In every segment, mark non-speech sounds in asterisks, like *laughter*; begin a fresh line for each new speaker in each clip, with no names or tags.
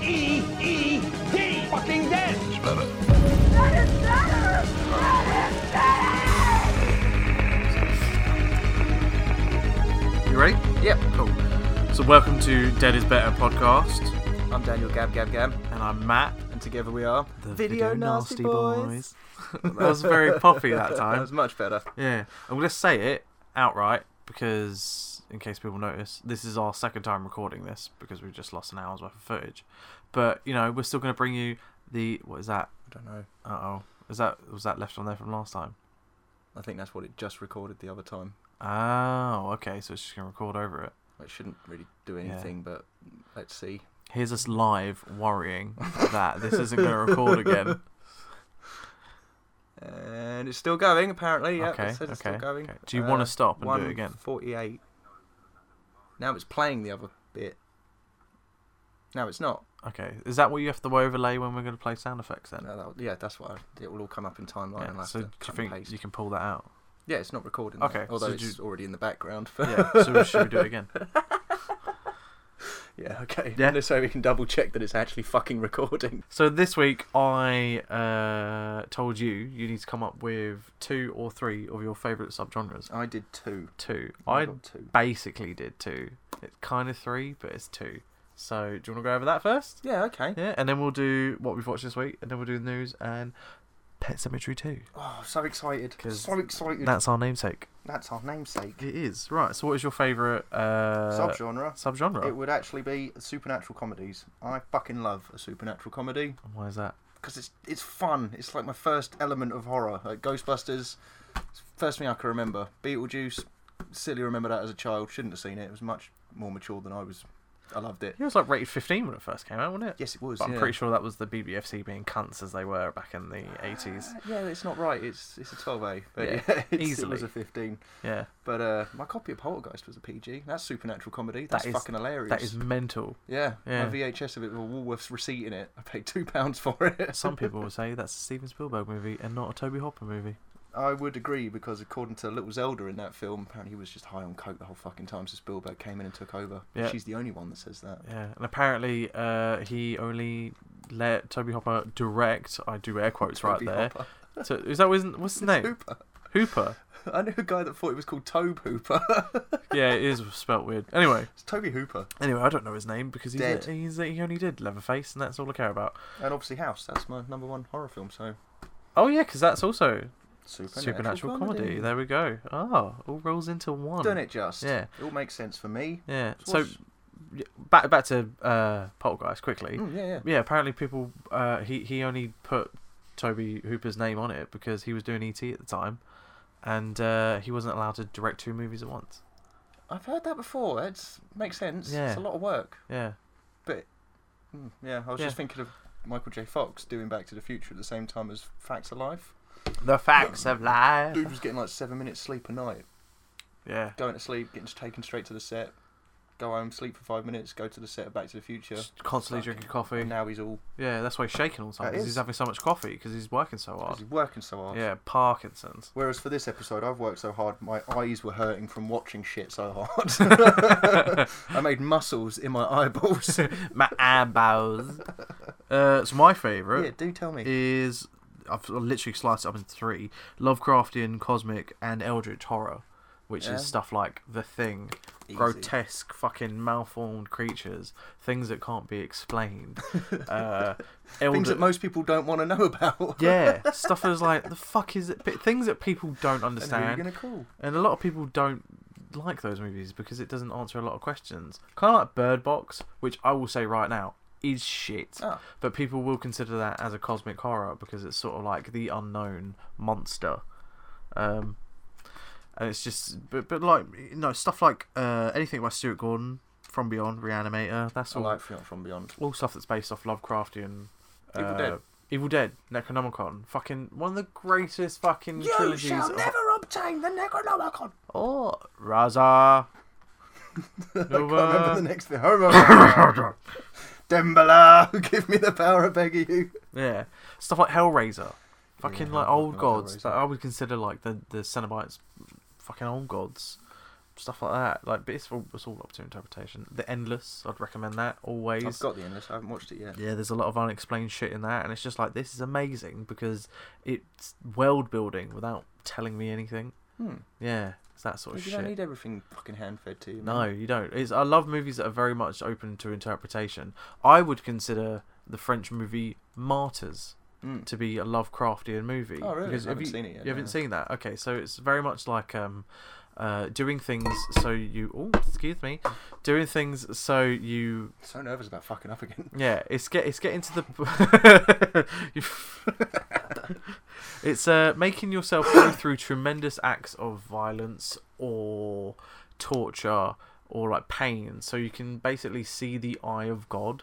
E fucking dead.
Better.
That is better! That
You ready?
Yep, cool.
So, welcome to Dead is Better podcast,
I'm Daniel Gab Gab Gab,
and I'm Matt,
and together we are
the
*laughs* that
*laughs* That was very poppy that
That
time.
was much better.
Yeah, I'm gonna say it outright because, in case people notice, this is our second time recording this because we've just lost an hour's worth of footage. But you know, we're still gonna bring you the what is that?
I don't know.
Uh oh, is that was that left on there from last time?
I think that's what it just recorded the other time.
Oh, okay, so it's just gonna record over it.
It shouldn't really do
Yeah.
anything, but let's see.
Here's us live worrying that this isn't gonna record again.
And it's still going, apparently. Yeah,
okay,
it says it's
okay,
still going. Uh,
okay. Do you wanna stop and do it again?
48. Now it's playing the other bit. No, it's not.
Okay, is that what you have to overlay when we're gonna play sound effects then?
No, that'll- yeah, that's what I, it will all come up in timeline. and
Yeah,
I'll
so do
have to
you
cut and
think
paste.
you can pull
*laughs*
that out?
Yeah, it's not recording. that,
Okay, so
although
do you-
it's already in the background. *laughs*
Yeah. So should we do it again?
Yeah, okay.
Yeah.
Just *laughs* so we can double check that it's actually fucking recording.
So this week I uh, told you you need to come up with two or three of your favourite subgenres.
I did two.
Two.
I
I
got two.
basically did two. It's kind of three, but it's two. So do you want to go over that first?
Yeah, okay.
Yeah, and then we'll do what we've watched this week, and then we'll do the news and Pet Cemetery 2.
Oh, I'm so excited.
'Cause
So excited.
That's our namesake.
That's our namesake.
It is. Right, so what is your favourite uh,
Subgenre.
subgenre?
It would actually be supernatural comedies. I fucking love a supernatural comedy
Why is that?
because it's it's fun. It's like my first element of horror. Like Ghostbusters, it's the first thing I can remember. Beetlejuice, silly remember that as a child. Shouldn't have seen it. It was much more mature than I was. I loved it.
It was like rated 15 when it first came out, wasn't it?
Yes, it was.
But I'm
yeah.
pretty sure that was the BBFC being cunts as they were back in the 80s.
Yeah, it's not right. It's it's a 12A, but
Yeah,
yeah, *laughs* it's, it was
easily.
a 15.
Yeah.
But uh, my copy of Poltergeist was a PG. That's supernatural comedy. That's
is-
fucking hilarious.
That is mental.
yeah.
yeah.
My VHS of it with a Woolworths receipt in it. I paid two pounds for it.
Some people will say that's a Steven Spielberg movie and not a Toby Hopper movie.
*laughs* I would agree because according to Little Zelda in that film, apparently he was just high on coke the whole fucking time. So Spielberg came in and took over.
Yeah.
She's the only one that says that.
Yeah, and apparently uh, he only let Toby Hopper direct. I do air quotes right
Toby
there.
Hopper.
So is that his, what's his name?
Hooper.
Hooper.
*laughs* I knew a guy that thought it was called Tobe Hooper. *laughs*
Yeah, it is spelt weird. Anyway,
it's Toby Hooper.
anyway, I don't know his name because he's,
Dead.
he's he only did Leatherface, and that's all I care about.
And obviously House. That's my number one horror film. So
Oh yeah, because that's also
supernatural,
supernatural comedy. There we go. Oh, all rolls into one.
Don't it just?
Yeah.
It all makes sense for me.
Yeah.
It's
So
what's-
y- back back to uh, Poltergeist quickly.
Mm, yeah, yeah.
Yeah, apparently people uh, he he only put Toby Hooper's name on it because he was doing ET at the time, and uh, he wasn't allowed to direct two movies at once.
I've heard that before. That makes sense.
Yeah.
It's a lot of work.
Yeah,
Mm, yeah, I was
Yeah.
just thinking of Michael J. Fox doing Back to the Future at the same time as Facts of Life.
the facts of life.
Dude was getting like seven minutes sleep a night.
Yeah,
Going to sleep, getting taken straight to the set, go home, sleep for five minutes, go to the set of Back to the Future.
Just constantly
Fucking-
drinking coffee.
And now he's all
Yeah, that's why he's shaking all the time
That
because he's
is.
having so much coffee because he's working so
'cause
hard.
he's working so hard.
Yeah, Parkinson's.
Whereas for this episode, I've worked so hard, my eyes were hurting from watching shit so hard.
*laughs*
I made muscles in my *laughs* eyeballs.
My eyebrows. uh, so my favourite.
yeah, do tell me.
is I've literally sliced it up in three: Lovecraftian, cosmic, and Eldritch horror, which
Yeah.
is stuff like The Thing,
Easy.
grotesque, fucking malformed creatures, things that can't
*laughs*
be explained. uh,
Things
Elder-
that most people don't want to know about.
*laughs*
*laughs*
yeah, stuff that's like the fuck is it? But Things that people
And
don't
who are you
understand,
going to call?
and a lot of people don't like those movies because it doesn't answer a lot of questions. Kind of like Bird Box, which I will say right now is shit.
Ah.
But people will consider that as a cosmic horror because it's sort of like the unknown monster. Um, and it's just, but, but like, you know, stuff like uh, anything by Stuart Gordon, From Beyond, Reanimator, that's
I
all,
like Fiona from Beyond.
all stuff that's based off Lovecraftian.
Evil
uh,
Dead.
Evil Dead, Necronomicon, fucking one of the greatest fucking trilogies. of-
obtain the Necronomicon.
Oh, Raza.
*laughs* I
uh,
remember the next bit.
*laughs*
Dembala, *laughs* give me the power, I beg of you.
yeah, stuff like Hellraiser, fucking
Yeah,
like
I
old
like
gods
Hellraiser.
that I would consider like the the Cenobites, fucking old gods. stuff like that. Like, but it's all, it's all up to interpretation. The Endless, I'd recommend that always.
I've got the endless. I haven't watched it yet.
yeah, there's a lot of unexplained shit in that, and it's just like this is amazing because it's world building without telling me anything.
Hmm.
Yeah, it's that sort of
you
Oh, shit.
don't need everything fucking hand fed to you. man.
No, you don't. It's, I love movies that are very much open to interpretation. I would consider the French movie Martyrs
Mm.
to be a Lovecraftian movie.
Oh, really?
Because
I
have
haven't
you,
seen it yet,
You haven't
no.
seen that? Okay, so it's very much like um, uh, doing things so you. Oh, excuse me. Doing things so you.
So nervous about fucking up
*laughs*
again.
Yeah, it's get it's getting to the. You- *laughs* it's uh, making yourself go through tremendous acts of violence or torture or like pain, so you can basically see the eye of God,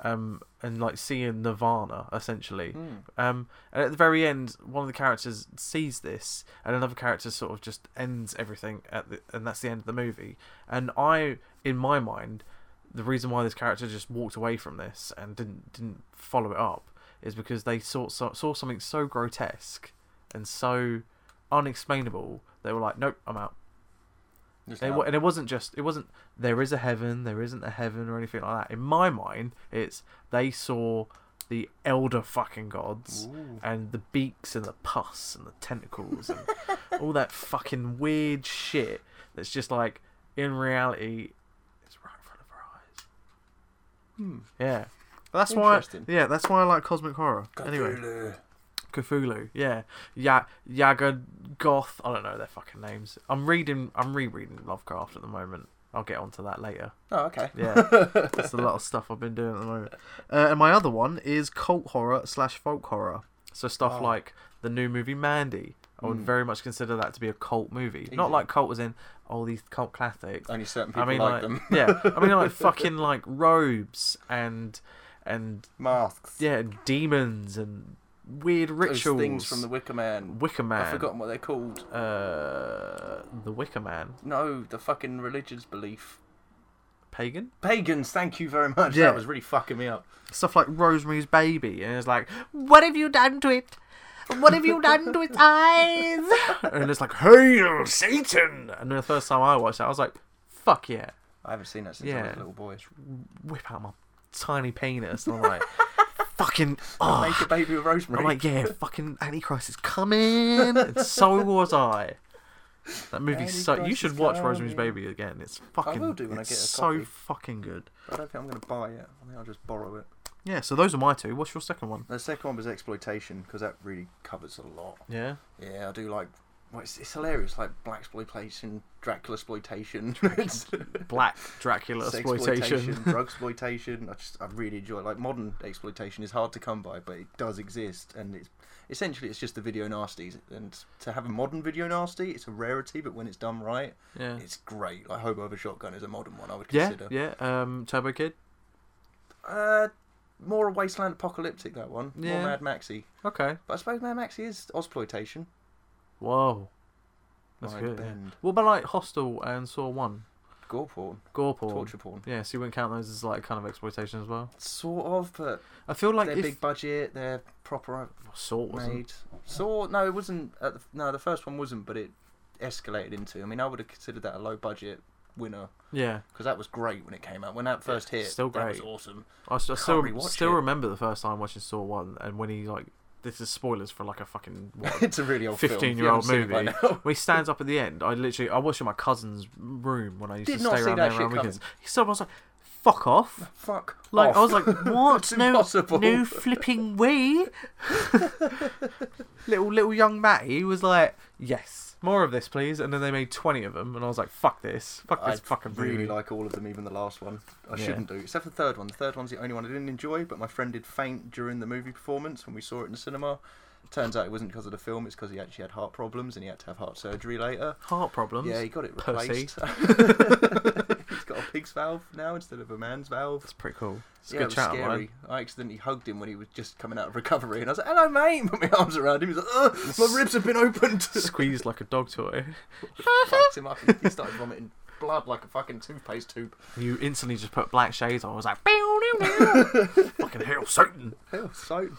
um, and like seeing Nirvana essentially.
Hmm.
Um, and at the very end, one of the characters sees this, and another character sort of just ends everything at the, and that's the end of the movie. And I, in my mind, the reason why this character just walked away from this and didn't didn't follow it up is because they saw saw, saw something so grotesque and so unexplainable. They were like, "Nope, I'm out."
Just
And it,
out.
wa- and it wasn't just it wasn't there is a heaven, there isn't a heaven or anything like that. In my mind, it's they saw the elder fucking gods
Ooh.
and the beaks and the pus and the tentacles and all that fucking weird shit that's just like in reality it's right in front of our eyes.
Hmm.
Yeah. That's why
Interesting.
Yeah, that's why I like cosmic horror. Anyway.
Cthulhu.
Cthulhu, yeah, ya- Yaga Goth. I don't know their fucking names. I'm reading. I'm rereading Lovecraft at the moment. I'll get onto that later.
Oh, okay.
Yeah,
*laughs*
that's a lot of stuff I've been doing at the moment. Uh, and my other one is cult horror slash folk horror. So stuff
Oh.
like the new movie Mandy. I would
Mm.
very much consider that to be a cult movie. Not
Easy.
like cult as in all these
*laughs*
cult classics.
Only certain people
I mean,
like,
like,
them.
yeah, I mean like fucking like robes and and
Masks.
yeah demons and weird
Those
rituals.
things from the Wicker Man.
Wicker Man.
I've forgotten what they're called.
Uh, the Wicker Man,
No, the fucking religious belief.
pagan
Pagans, thank you very much.
Yeah.
That was really fucking me up.
stuff like Rosemary's Baby, and it's like, what have you done to it? What have you done to its eyes? *laughs* and it's like, hail Satan! And the first time I watched it, I was like, fuck yeah,
I haven't seen that since I was
Yeah.
a little boy. *laughs*
whip out my tiny penis, and I'm like, fucking,
Make a
oh.
baby with rosemary.
I'm like, yeah, fucking Antichrist is coming, *laughs* and so was I. That movie's so. You
Antichrist
should
is
watch Rosemary's
coming.
Baby again. It's fucking.
will do when I
it's
get a
so
copy.
fucking good.
I don't think I'm going to buy it. I think I'll just borrow it.
Yeah, so those are my two. What's your second one?
The second one was exploitation because that really covers a lot.
Yeah.
Yeah, I do like. Well, it's, it's hilarious, like black exploitation, Dracula exploitation, *laughs*
Black Dracula exploitation.
drug exploitation. I just I really enjoy it. like modern exploitation is hard to come by, but it does exist, and it's essentially it's just the video nasties. And to have a modern video nasty, it's a rarity, but when it's done right,
*laughs* yeah.
it's great. Like Hobo Over Shotgun is a modern one I would
Yeah,
consider.
yeah. Um, Turbo Kid.
Uh, more a wasteland apocalyptic that one.
Yeah.
More Mad Maxi,
Okay.
but I suppose Mad Maxi is exploitation.
Whoa. That's
Right,
good. Yeah.
bend.
What about like Hostel and Saw One?
gore porn,
Gore porn.
torture porn.
Yeah, so you wouldn't count those as like kind of exploitation as well.
Sort of, but
I feel like
they're
if
big budget, they're proper
Saw wasn't.
made. Saw no, it wasn't. At the, no, the first one wasn't, but it escalated into. I mean, I would have considered that a low budget winner
Yeah,
because that was great when it came out. When that first hit,
still
that was
great.
awesome.
I, s- I
Can't
still
rewatch
still
it.
remember the first time watching Saw One, and when he like this is spoilers for like a fucking *laughs*
*laughs*
what,
it's a really old film, if you
15 year old
haven't seen it by
movie.
now.
When he stands up at the end, I literally I watched in my cousin's room when I used
Did
to
not
stay
see
around
that
there around
shit
weekends. He said, I was like, fuck off.
*laughs* Fuck.
Like I
off. *laughs*
was like, what?
It's
no,
impossible. *laughs*
no flipping way. *laughs* little little young Matty was like, yes, more of this, please. And then they made twenty of them, and I was like, fuck this, fuck
I
this fucking
really
movie.
like all of them, even the last one. I
Yeah.
shouldn't do, except for the third one. The third one's the only one I didn't enjoy, but my friend did faint during the movie performance when we saw it in the cinema. Turns out it wasn't because of the film; it's because he actually had heart problems and he had to have heart surgery later.
heart problems.
Yeah, he got it
Pussy.
*laughs* replaced. He's got a pig's valve now instead of a man's valve.
that's pretty cool. It's a
yeah,
good
it was
chat
scary.
line.
I accidentally hugged him when he was just coming out of recovery, and I was like, "Hello, mate!" *laughs* Put my arms around him. He's like, Ugh, *laughs* "My ribs have been opened."
*laughs* Squeezed like a dog toy.
Fucked him up. He started vomiting blood like a fucking toothpaste tube.
You instantly just put black shades on. I was like, *laughs* "Pew,
*laughs*
pew, pew." fucking hell, Satan.
Hell, *laughs* so.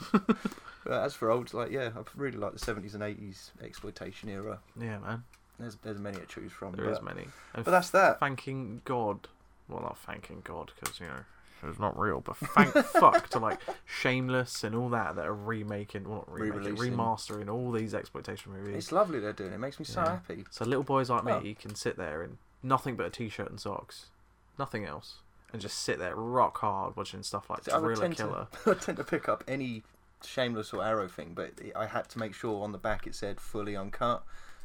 But as for old, like yeah, I really like the seventies and eighties exploitation era.
Yeah, man.
There's there's many to choose from.
There
but,
is many. And
but that's that.
thanking God. Well, not thanking God because you know it's not real, but thank *laughs* fuck to like Shameless and all that that are remaking, well, not remaking,
Re-releasing.
remastering all these exploitation movies.
It's lovely they're doing. It makes me so
Yeah.
happy.
So little boys like
Well.
me can sit there in nothing but a t-shirt and socks, nothing else, and just sit there rock hard watching stuff like
See, I would
Driller
tend
Killer.
*laughs* to I would tend to pick up any shameless or arrow thing, but I had to make sure on the back it said fully uncut.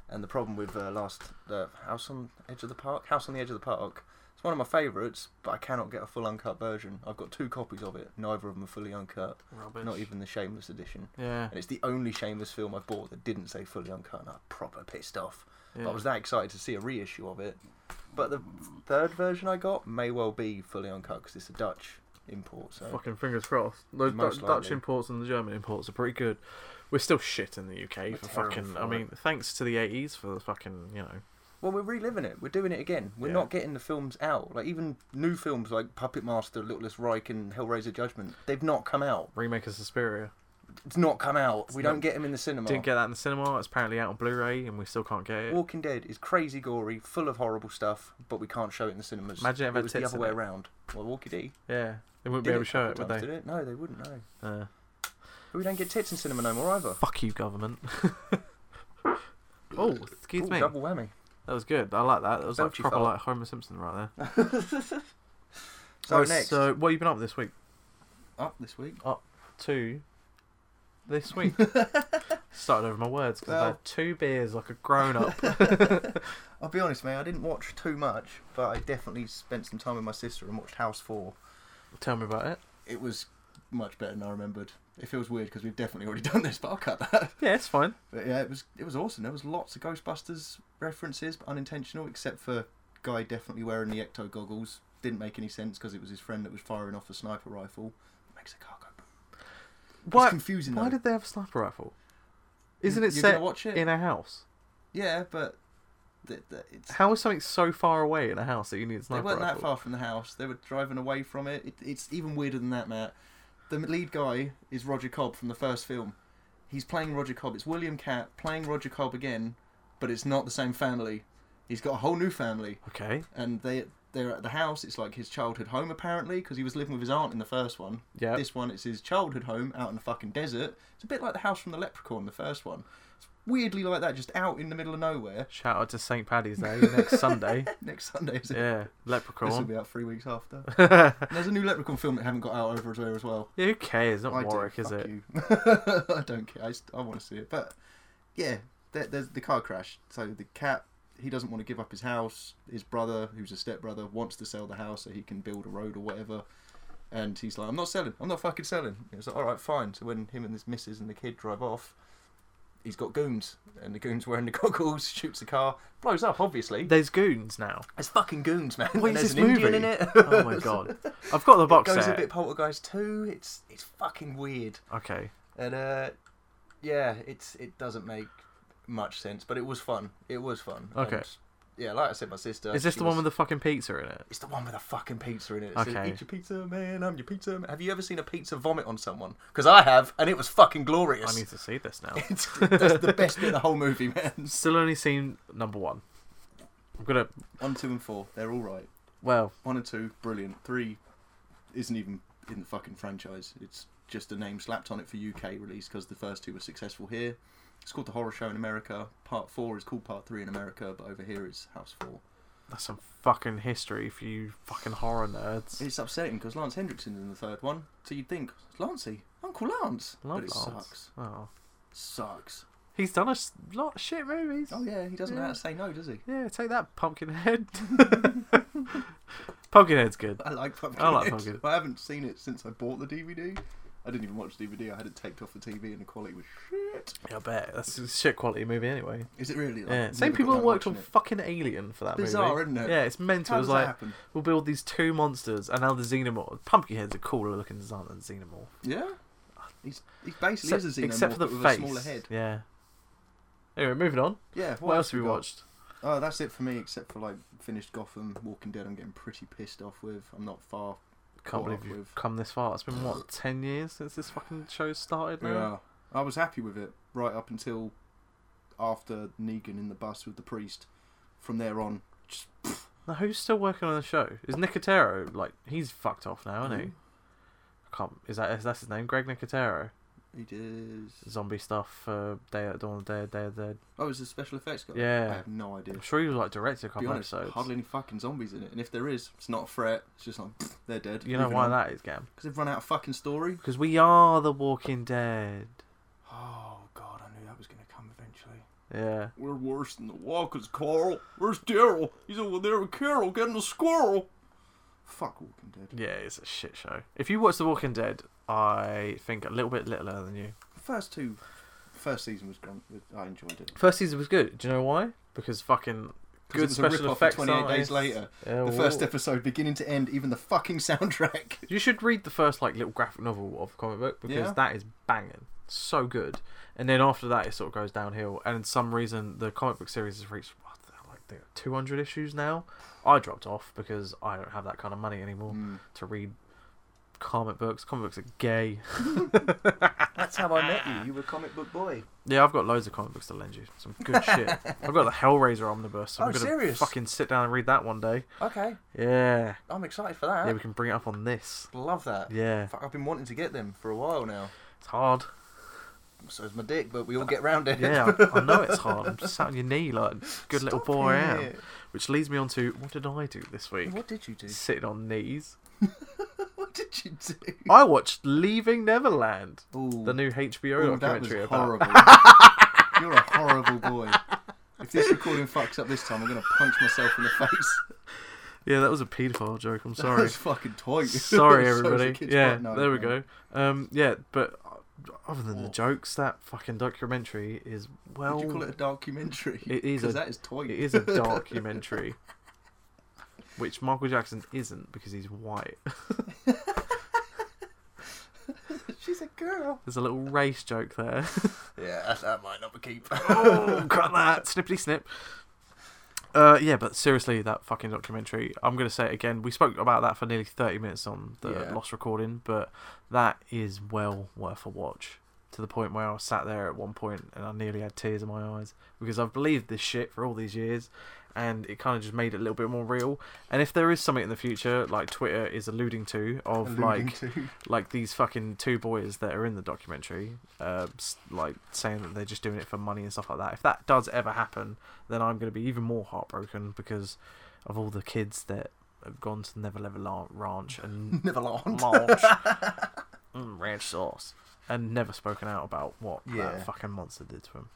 And the problem with uh, last uh, House on Edge of the Park, House on the Edge of the Park, it's one of my favourites, but I cannot get a full uncut version. I've got two copies of it. Neither of them are fully uncut.
Rubbish.
Not even the Shameless edition.
Yeah.
And it's the only Shameless film I've bought that didn't say fully uncut, and I'm proper pissed off.
yeah.
I was that excited to see a reissue of it. But the third version I got may well be fully uncut because it's a Dutch import. So
Fucking fingers crossed. Those
Most
Du- Dutch
likely.
imports and the German imports are pretty good. We're still shit in the UK
We're
for
terrible
fucking.
for
I
it.
mean, thanks to the 80s for the fucking, you know.
Well, we're reliving it. We're doing it again. We're
Yeah.
not getting the films out. Like even new films like Puppet Master, Littlest Reich, and Hellraiser Judgment, they've not come out.
Remake of Suspiria.
Oh. It's not come out. We
not-
don't get them in the cinema.
Didn't get that in the cinema. It's apparently out on Blu ray and we still can't get it.
Walking Dead is crazy gory, full of horrible stuff, but we can't show it in the cinemas.
Imagine it
it
had
was the
tits
other
in
way
it.
around. Well, Walking Dead
yeah. They wouldn't
did
be
it
able to
a
show it,
couple
would
times,
they?
did it? No, they wouldn't. No,
Uh,
but we don't get tits in cinema no more either.
fuck you, government. *laughs* oh, excuse
Ooh,
me.
Double whammy.
That was good. I like that. That was like
Belchy
proper
fart.
like Homer Simpson right there.
So
Right,
next
So, what have you been up this week?
up this
*laughs*
week. *laughs*
Two. This week. Started over my words because I've
Well.
had two beers like a
*laughs*
grown up.
I'll be honest, mate. I didn't watch too much, but I definitely spent some time with my sister and watched House Four.
Tell me about it.
It was much better than I remembered. It feels weird because we've definitely already *laughs* done this, but I'll cut that.
Yeah, it's fine.
But yeah, it was it was awesome. There was lots of Ghostbusters references, but unintentional, except for guy definitely wearing the ecto goggles. Didn't make any sense because it was his friend that was firing off a sniper rifle. Makes a car go. boom.
Why,
It's confusing.
why
though.
did they have a sniper rifle? Isn't it
You're
set
gonna watch it?
in a house?
Yeah, but th- th- it's
How is something so far away in a house that you need a
They
sniper
weren't that
rifle?
far from the house. They were driving away from it. it. It's even weirder than that, Matt. The lead guy is Roger Cobb from the first film. He's playing Roger Cobb. It's William Cat playing Roger Cobb again, but it's not the same family. He's got a whole new family,
Okay.
and they they're at the house. It's like his childhood home apparently, because he was living with his aunt in the first one.
Yeah.
This one, it's his childhood home out in the fucking desert. It's a bit like the house from the Leprechaun, the first one. It's weirdly like that, just out in the middle of nowhere. *laughs*
Shout out to St. Paddy's Day next Sunday.
Next Sunday is it?
Yeah,
This will
Leprechaun.
be out three weeks
*laughs*
after.
yeah,
And there's a new Leprechaun film that haven't got out over there as well.
who cares? Not
I do,
Warwick, is
fuck
it?
you. *laughs* I don't care. I, just- I want to see it. But yeah, there, there's the car crash. So the cat, he doesn't want to give up his house. His brother, who's a stepbrother, wants to sell the house so he can build a road or whatever. And he's like, I'm not selling. I'm not fucking selling. It was like, all right, fine. So when him and his missus and the kid drive off, he's got goons. And the goons *laughs* wearing the goggles, shoots the car, blows up, obviously.
There's
*laughs*
goons now.
It's fucking goons, man.
What
And there's
is this
an
movie?
Indian in it.
*laughs* Oh
*laughs*
my god. I've got the box
it goes
set.
a bit poltergeist too. It's it's fucking weird, *laughs*
Okay.
and uh, yeah, it's it doesn't make much sense, but it was fun. It was fun.
Okay.
And, yeah, like I said, my sister.
Is this
she
the one
was-
with the fucking pizza in it?
It's the one with a fucking pizza in it. It's
Okay.
okay. Eat your pizza, man. I'm your pizza. Man. Have you ever seen a pizza vomit on someone? Because I have, and it was fucking glorious.
I need to see this now.
*laughs* it's, that's the best bit of the whole movie, man. *laughs*
Still only seen number one. I'm gonna.
One, two, and four. They're all right.
Well,
One and two, brilliant. Three isn't even in the fucking franchise. It's just a name slapped on it for UK release because the first two were successful here. It's called The Horror Show in America. Part four is called Part three in America, but over here it's House four.
that's some fucking history for you fucking horror nerds.
It's upsetting because Lance Hendrickson's in the third one, so you'd think Lancey, Uncle Lance,
Love
but it
Lance.
sucks.
Oh.
Sucks.
He's done a s- lot of shit movies.
Oh yeah, he doesn't know how to say no, does he? *laughs*
Yeah, take that, Pumpkinhead. *laughs* Pumpkinhead's good.
I like Pumpkin.
I like Pumpkinhead.
I haven't seen it since I bought the DVD. I didn't even watch the DVD. I had it taped off the TV, and the quality was shit.
I bet. That's a shit quality movie anyway.
Is it really? Like,
Yeah.
I've
Same
never
people
got around
that worked on
watching it.
fucking Alien for that
Bizarre,
movie.
isn't it?
Yeah, it's mental.
How
It's
does
like,
that happen?
we'll build these two monsters and now the Xenomorph. Pumpkinhead's a cooler looking design than Xenomorph.
Yeah. He's, he basically is a xenomorph
except for the
but with
face.
a smaller head.
Yeah. Anyway, moving on.
Yeah.
What, else have we
got?
watched?
Oh, that's it for me. Except for like finished Gotham, Walking Dead. I'm getting pretty pissed off with. I'm not far.
Can't
Caught
believe
up
you've
with-
come this far. It's been what ten years since this fucking show started now.
I was happy with it right up until after Negan in the bus with the priest. From there on, just pff,
Now, who's still working on the show? Is Nicotero like he's fucked off now, isn't he?
Mm-hmm.
I can't. Is that is that his name? Greg Nicotero,
he does.
zombie stuff. Uh, Day at Dawn of the Dead, Day of the Dead.
Oh, is the special effects guy?
Yeah.
I have no idea.
I'm sure he was like directed a
be
couple
honest,
episodes.
hardly any fucking zombies in it, and if there is, it's not a threat. It's just like *sniffs* pff, they're dead.
you know why that is, Gam?
Because they've run out of fucking story.
Because we are the Walking Dead.
Oh god, I knew that was gonna come eventually.
Yeah.
We're worse than the walkers, Carl. Where's Daryl? He's over there with Carol getting a squirrel. Fuck Walking Dead.
Yeah, it's a shit show. If you watch The Walking Dead, I think a little bit littler than you.
First two, first season was great. I enjoyed it.
First season was good. Do you know why? Because fucking
'Cause it
good
was a
special
rip-off of
effects. Oh.
28 days
artists.
later.
Yeah,
The
well,
first episode, beginning to end, even the fucking soundtrack.
*laughs* You should read the first like little graphic novel of a comic book because
Yeah.
that is banging, so good. And then after that, it sort of goes downhill. And some reason, the comic book series has reached what the hell, like two hundred issues now. I dropped off because I don't have that kind of money anymore to read comic books. Comic books are gay.
*laughs* That's how I met you. You were a comic book boy.
Yeah, I've got loads of comic books to lend you. Some good shit.
*laughs*
I've got the Hellraiser omnibus. I'm
Oh,
gonna
serious?
fucking sit down and read that one day.
Okay,
Yeah.
I'm excited for that.
Yeah, we can bring it up on this.
Love that.
Yeah.
Fuck, I've been wanting to get them for a while now.
It's hard.
So is my dick, but we all get round it.
Uh, Yeah, I, I know it's hard. I'm just sat on your knee like good little
Stop
boy I am.
it.
Which leads me on to what did I do this week?
*laughs* What did you do?
Sitting on knees.
*laughs* What did you do?
I watched Leaving Neverland,
Ooh.
the new HBO
Ooh, that was
documentary about. *laughs*
horrible. You're a horrible boy. If this recording fucks up this time, I'm gonna punch myself in the face. *laughs*
Yeah, that was a paedophile joke. I'm
That
sorry.
was *laughs* fucking toy.
Sorry,
That was such a
everybody.
kid's
yeah,
butt. No,
there we
no.
go. Um, yeah, but uh, other than the
Oh.
jokes, that fucking documentary is well.
Did you call it a *laughs* documentary?
It is
'Cause
a-
that is toy.
it is a documentary, which Michael Jackson isn't because he's white.
*laughs* She's a girl.
There's a little race joke there.
Yeah, that, that might not be keep.
*laughs* oh, cut that. Snippity snip. Uh, yeah, but seriously, that fucking documentary. I'm gonna say it again. We spoke about that for nearly 30 minutes on the
Yeah.
lost recording, but that is well worth a watch. To the point where I sat there at one point and I nearly had tears in my eyes because I've believed this shit for all these years, and it kind of just made it a little bit more real. And if there is something in the future, like Twitter is alluding to, of like
*laughs*
like these fucking two boys that are in the documentary, uh, s- like saying that they're just doing it for money and stuff like that. If that does ever happen, then I'm going to be even more heartbroken because of all the kids that have gone to the Never Level La- Ranch *laughs* and
Neverland.
*laughs* Ranch, mm, ranch sauce, and never spoken out about what
Yeah.
that fucking monster did to him.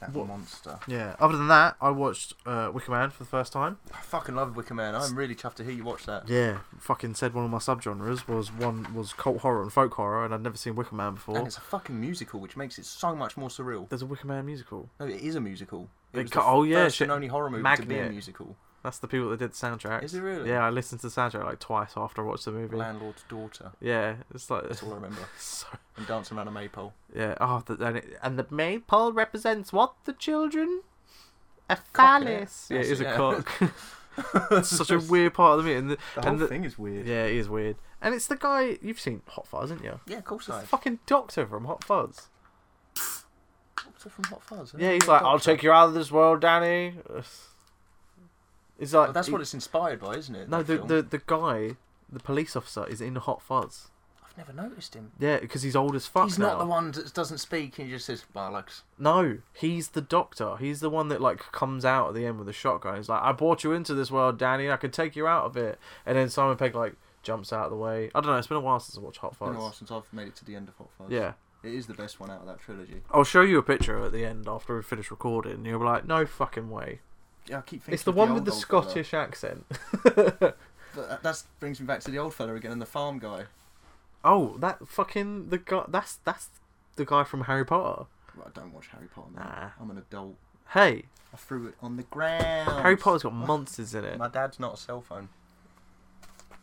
That
What?
monster.
Yeah. Other than that, I watched uh, Wicker Man for the first time.
I fucking love Wicker Man. I'm really chuffed to hear you watch that.
Yeah. Fucking said one of my subgenres was one was cult horror and folk horror, and I'd never seen Wicker Man before.
And it's a fucking musical, which makes it so much more surreal.
There's a Wicker Man musical.
No, it is a musical.
It
It was
ca-
the
oh, yeah,
first and
shit.
only horror movie to be a
Magnet.
musical.
That's the people that did the soundtrack.
Is it really?
Yeah, I listened to the soundtrack like twice after I watched the movie.
Landlord's daughter.
Yeah, it's *laughs* like
That's all I remember.
so,
And dancing around a
*laughs*
maypole. *laughs*
yeah. Oh, the, and, it, and the maypole represents what the children. A
Cock, innit?
phallus. Yeah, it
Yes,
is
yeah. *laughs*
a cock. *laughs* it's such a weird part of the movie. And the,
The
and
whole
the-
thing is weird.
Yeah, it is weird. And it's the guy you've seen Hot Fuzz, haven't you?
Yeah, of course
It's
I.
the fucking doctor from Hot Fuzz.
Doctor from Hot Fuzz.
Yeah, he's like, I'll take you out of this world, Danny. It's like
But that's
he-
what it's inspired by, isn't it?
No,
that
the,
film?
the the guy, the police officer, is in Hot Fuzz.
I've never noticed him.
Yeah, because he's old as fuck.
He's not
now.
the one that doesn't speak. He just says bollocks.
No, he's the doctor. He's the one that like comes out at the end with a shotgun. He's like, "I brought you into this world, Danny. I can take you out of it." And then Simon Pegg like jumps out of the way. I don't know. It's been a while since I watched Hot
Been a while
Fuzz.
since I've made it to the end of Hot Fuzz.
Yeah,
it is the best one out of that trilogy.
I'll show you a picture at the end after we finish recording. and You'll be like, "No fucking way!"
Yeah, I keep thinking.
It's the
of
one with the
old old fella.
Scottish accent. *laughs*
But that- That brings me back to the old fella again and the farm guy.
oh, that fucking the guy. That's that's the guy from Harry Potter.
Well, I don't watch Harry Potter. Man.
Nah.
I'm an adult.
Hey,
I threw it on the ground.
Harry
*laughs*
Potter's got monsters in it.
Oh, My dad's not a cell phone.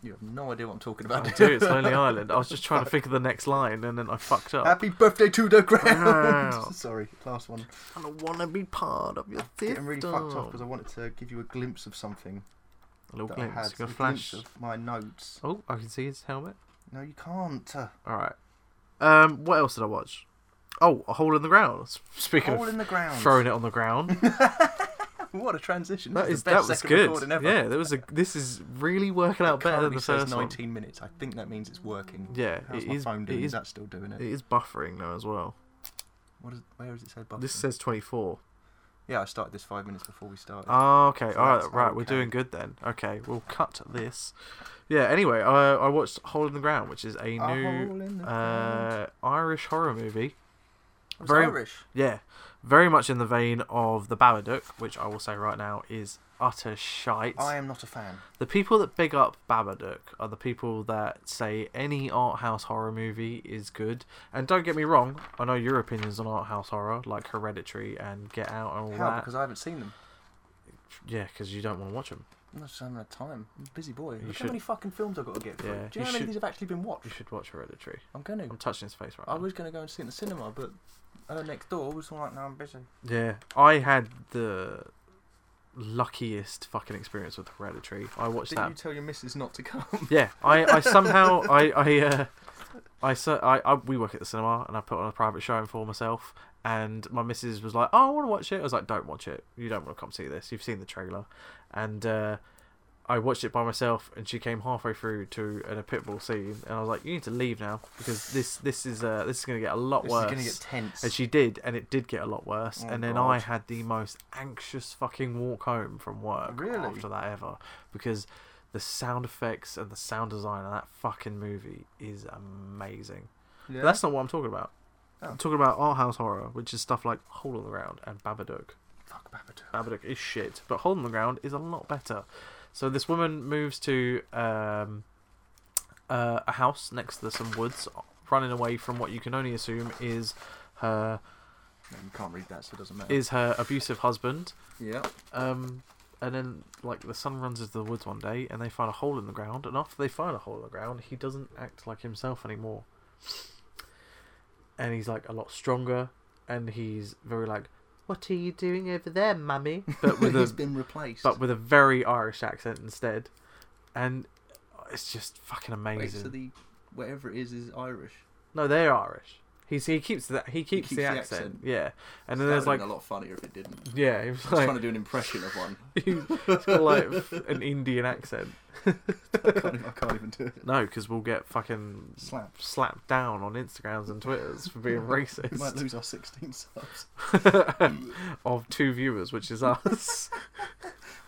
You have no idea what I'm talking *laughs* about.
I do. It's Lonely Island. I was just trying to think of the next line, and then I fucked up.
Happy birthday to the
Wow.
ground. *laughs* Sorry, last one.
I don't want to be part of your
Getting really fucked off because I wanted to give you a glimpse of something
A little
that I had.
glimpse. Gonna
a
flash.
glimpse of my notes.
Oh, I can see his helmet.
No, you can't. uh,
All right. Um, what else did I watch? Oh, a hole in the ground. Speaking
Hole
of
in the ground.
throwing it on the ground,
*laughs* What a transition!
that
This
is
the best
that was
second
good.
recording ever.
Yeah, that was a. This is really working out better than
Currently
the
says
first one.
19 minutes. I think that means it's working.
Yeah,
How's
it
my
is-
phone
it
doing?
is-
Is that still doing it?
It is buffering now as well.
What is, where does it say button?
This says 24.
Yeah, I started this five minutes before we started.
Oh, okay.
So
All right,
that's
right. We're
okay.
doing good then. Okay, we'll cut this. Yeah. Anyway, I I watched Hole in the Ground, which is a
A
new
Hole in the
uh,
Ground.
Irish horror movie.
It was
very-
Irish.
Yeah, very much in the vein of The Babadook, which I will say right now is utter shite.
I am not a fan.
The people that big up Babadook are the people that say any art house horror movie is good. And don't get me wrong, I know your opinions on art house horror, like Hereditary and Get Out and all
How?
that.
Because I haven't seen them.
Yeah, because you don't want to watch them.
I'm not just having a time. I'm a busy boy. Look
should-
how many fucking films I've got to get through.
Yeah,
Do you
you
know how many
should-
of these have actually been
You
watched?
should watch Hereditary.
I'm going to.
I'm touching his face right
I
now.
was going to go and see it in the cinema, but her next door was all like, no, I'm busy.
Yeah, I had the luckiest fucking experience with Hereditary. I watched
Did
that
you tell your missus not to come?
*laughs* Yeah, I, I somehow I I uh, I, so, I I we work at the cinema and I put on a private showing for myself and my missus was like, "Oh, I want to watch it." I was like, "Don't watch it. You don't want to come see this. You've seen the trailer." And uh, I watched it by myself and she came halfway through to an a pitbull scene and I was like, "You need to leave now because this this is uh this is going to get a lot
This is *laughs*
worse."
going to get tense.
And she did, and it did get a lot worse.
Oh,
and then
God.
I had the most anxious fucking walk home from work
Really?
after that ever because the sound effects and the sound design of that fucking movie is amazing.
yeah.
But that's not what I'm talking about.
Oh.
I'm talking about art house horror, which is stuff like Hole in the Ground and Babadook.
Fuck Babadook.
Babadook is shit, but Hole in the Ground is a lot better. So this woman moves to um, uh, a house next to some woods, running away from what you can only assume is her
No, you can't read that, so it doesn't matter.
is her abusive husband.
Yeah.
Um, and then like the sun runs into the woods one day, and they find a hole in the ground. And after they find a hole in the ground, he doesn't act like himself anymore. And he's like a lot stronger, and he's very like, "What are you doing over there, mummy?"
*laughs*
But with
He's
a
been replaced.
but with a very Irish accent instead, and it's just fucking amazing.
Wait, so the whatever it is is Irish.
No, they're Irish. He's, he keeps that he
keeps
keeps, the,
the
accent.
accent.
yeah. And then
that
there's
would've
like
been a lot funnier if it
*laughs*
didn't.
yeah, he was
I was
like
trying to do an impression of
*laughs*
one.
He's got like f- an Indian accent.
I can't, even- I can't even do it.
No, because we'll get fucking
Slap.
slapped down on Instagrams and Twitters
*laughs*
for being
We might
racist
lose our 16 subs.
*laughs* of two viewers, which is us. *laughs*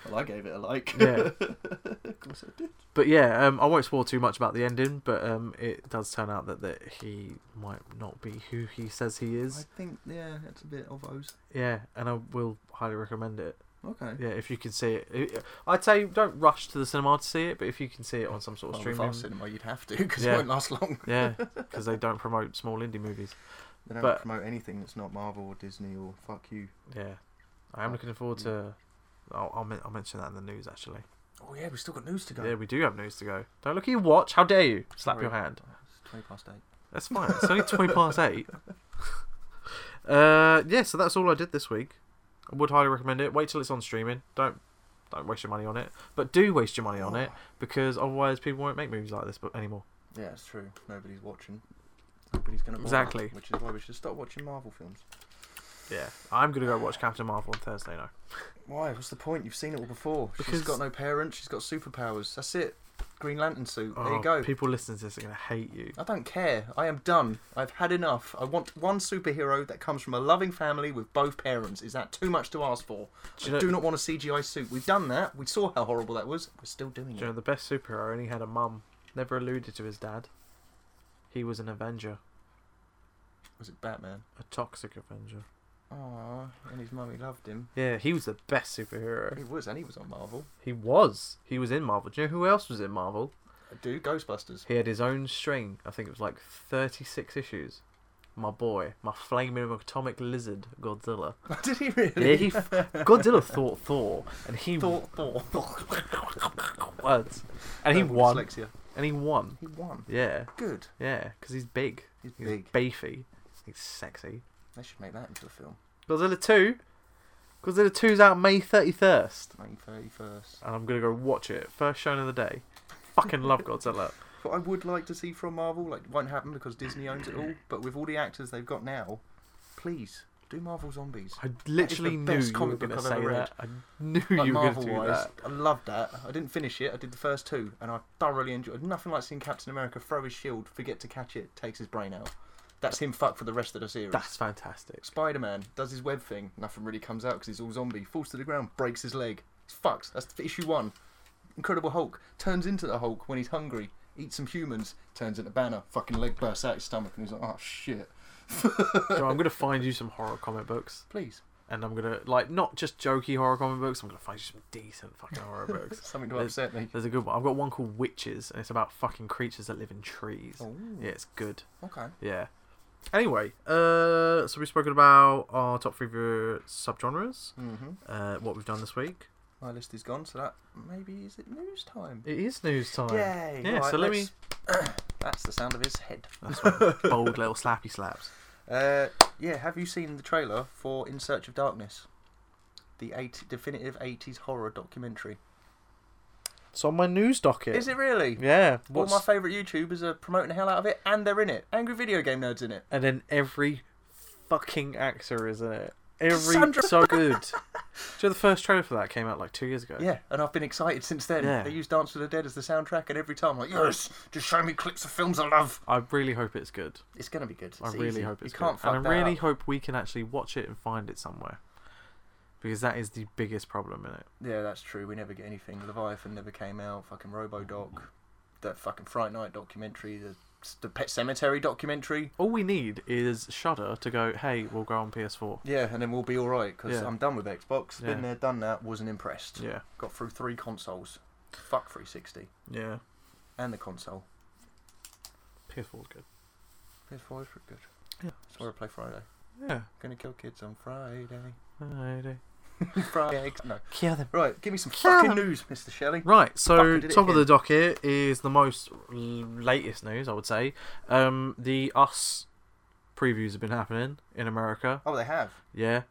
Well, I gave it a like. *laughs*
Yeah.
of course I did.
But yeah, um, I won't spoil too much about the ending, but um, it does turn out that, that he might not be who he says he
I
is.
think, yeah, that's a bit of O's.
Yeah, and I will highly recommend it.
Okay.
Yeah, if you can see it, I- I'd say don't rush to the cinema to see it, but if you can see it on some sort of
Well, with
streaming,
our cinema, you'd have to, because
Yeah.
it won't last long.
yeah, because they don't promote small indie movies.
They don't
But-
promote anything that's not Marvel or Disney or fuck you.
Yeah, I am looking forward
yeah.
to. I'll, I'll, men- I'll mention that in the news actually.
Oh, yeah, we've still got news to go.
Yeah, we do have news to go. Don't look at your watch. How dare you? Slap
Sorry.
your hand.
It's 20 past 8.
That's fine. It's only twenty past eight. *laughs* Uh, yeah. So that's all I did this week. I would highly recommend it. Wait till it's on streaming. Don't don't waste your money on it. But do waste your money
*sighs*
on it because otherwise people won't make movies like this bu- anymore.
Yeah, it's true. Nobody's watching. Nobody's going to
Exactly.
Which is why we should stop watching Marvel films.
Yeah. I'm gonna go watch Captain Marvel on Thursday now.
Why? What's the point? You've seen it all before.
Because-
She's got no parents. She's got superpowers. That's it. Green Lantern suit.
Oh,
there you go.
People listening to this are gonna hate you.
I don't care. I am done. I've had enough. I want one superhero that comes from a loving family with both parents. Is that too much to ask for?
Do you
I
know-
do not want a CGI suit. We've done that. We saw how horrible that was. We're still doing
Do you know
it.
the best superhero? And he had a mum. Never alluded to his dad. He was an Avenger,
Was it Batman?
a toxic Avenger.
Aww, and his mummy loved him.
Yeah, he was the best superhero.
He was, and he was on Marvel.
He was. He was in Marvel. Do you know who else was in Marvel?
Do Ghostbusters. *laughs*
He had his own string. I think it was like 36 issues. My boy, my flaming atomic lizard, Godzilla.
Did he really?
Yeah, he. F- Godzilla thought Thor, and
*laughs*
he
Thought, thought.
words, and he
Terrible
won,
Dyslexia.
and he won.
He won.
Yeah,
Good.
yeah, because he's big.
He's
He's
big.
beefy. He's sexy.
They should make that into a film.
Godzilla 2. Godzilla 2's out May 31st.
May 31st.
And I'm going to go watch it. First showing of the day. Fucking love
*laughs*
Godzilla.
What I would like to see from Marvel, like, won't happen because Disney owns it all. But with all the actors they've got now, Please do Marvel Zombies.
I literally
That
knew
is the best
you were
comic
going to
book I've
say
ever
that. I knew you were going to
Marvel
do
wise,
that.
I loved that. I didn't finish it. I did the first two, and I thoroughly enjoyed. Nothing like seeing Captain America throw his shield, forget to catch it, takes his brain out. That's him fucked for the rest of the series.
That's fantastic.
Spider Man does his web thing. Nothing really comes out because he's all zombie. Falls to the ground, breaks his leg. It's fucked. That's the issue one. Incredible Hulk turns into the Hulk when he's hungry. Eats some humans. Turns into Banner. Fucking leg bursts out his stomach, and he's like, oh shit.
so I'm going to find you some horror comic books,
Please.
and I'm going to like not just jokey horror comic books. I'm going to find you some decent fucking
*laughs*
horror books.
Something to
There's-
upset me.
There's a good one. I've got one called Witches, and it's about fucking creatures that live in trees.
Oh,
Yeah, it's good.
okay.
Yeah. Anyway, uh, so we've spoken about our top three favorite subgenres,
Mm-hmm.
uh, what we've done this week.
My list is gone, so that maybe is it news time.
It is news time.
Yay!
Yeah, so let me.
*clears throat* That's the sound of his head.
That's one. Bold little slappy slaps.
Uh, yeah, have you seen the trailer for In Search of Darkness? The eight, definitive 80s horror documentary.
It's on my news docket.
Is it really?
Yeah.
All
What's...
my favourite YouTubers are promoting the hell out of it, and they're in it. Angry Video Game Nerd's in it.
and then every fucking actor is in it. Every
Cassandra *laughs*
so good. Do you know the first trailer for that came out like two years ago?
Yeah, and I've been excited *laughs* since then.
Yeah.
They use Dance with the Dead as the soundtrack, and every time I'm like, yes, just show me clips of films I love.
I really hope it's good.
It's going to be good. It's
I really
easy.
hope it's
you can't
good.
fuck
and
that
I really
up.
hope we can actually watch it and find it somewhere. Because that is the biggest problem in it.
Yeah, that's true. We never get anything. Leviathan never came out. Fucking RoboDoc, that fucking Fright Night documentary, the, the Pet Cemetery documentary.
All we need is Shudder to go, hey, we'll go on PS4.
Yeah, and then we'll be all right because
Yeah.
I'm done with Xbox.
Yeah.
Been there, done that. Wasn't impressed.
Yeah.
Got through three consoles. Fuck 360
Yeah.
and the console.
PS4's good.
PS4 is pretty good.
Yeah.
That's where I play Friday.
Yeah.
Gonna kill kids on Friday. *laughs*
Alrighty.
Friday. No.
Kill them.
Right, give me some
Kill
fucking
them.
news, Mr. Shelley.
Right,
Fuck,
so
I did it
top of the
again.
docket is the most l- latest news, I would say. Um, the Us previews have been happening in America,
Oh, they have.
yeah,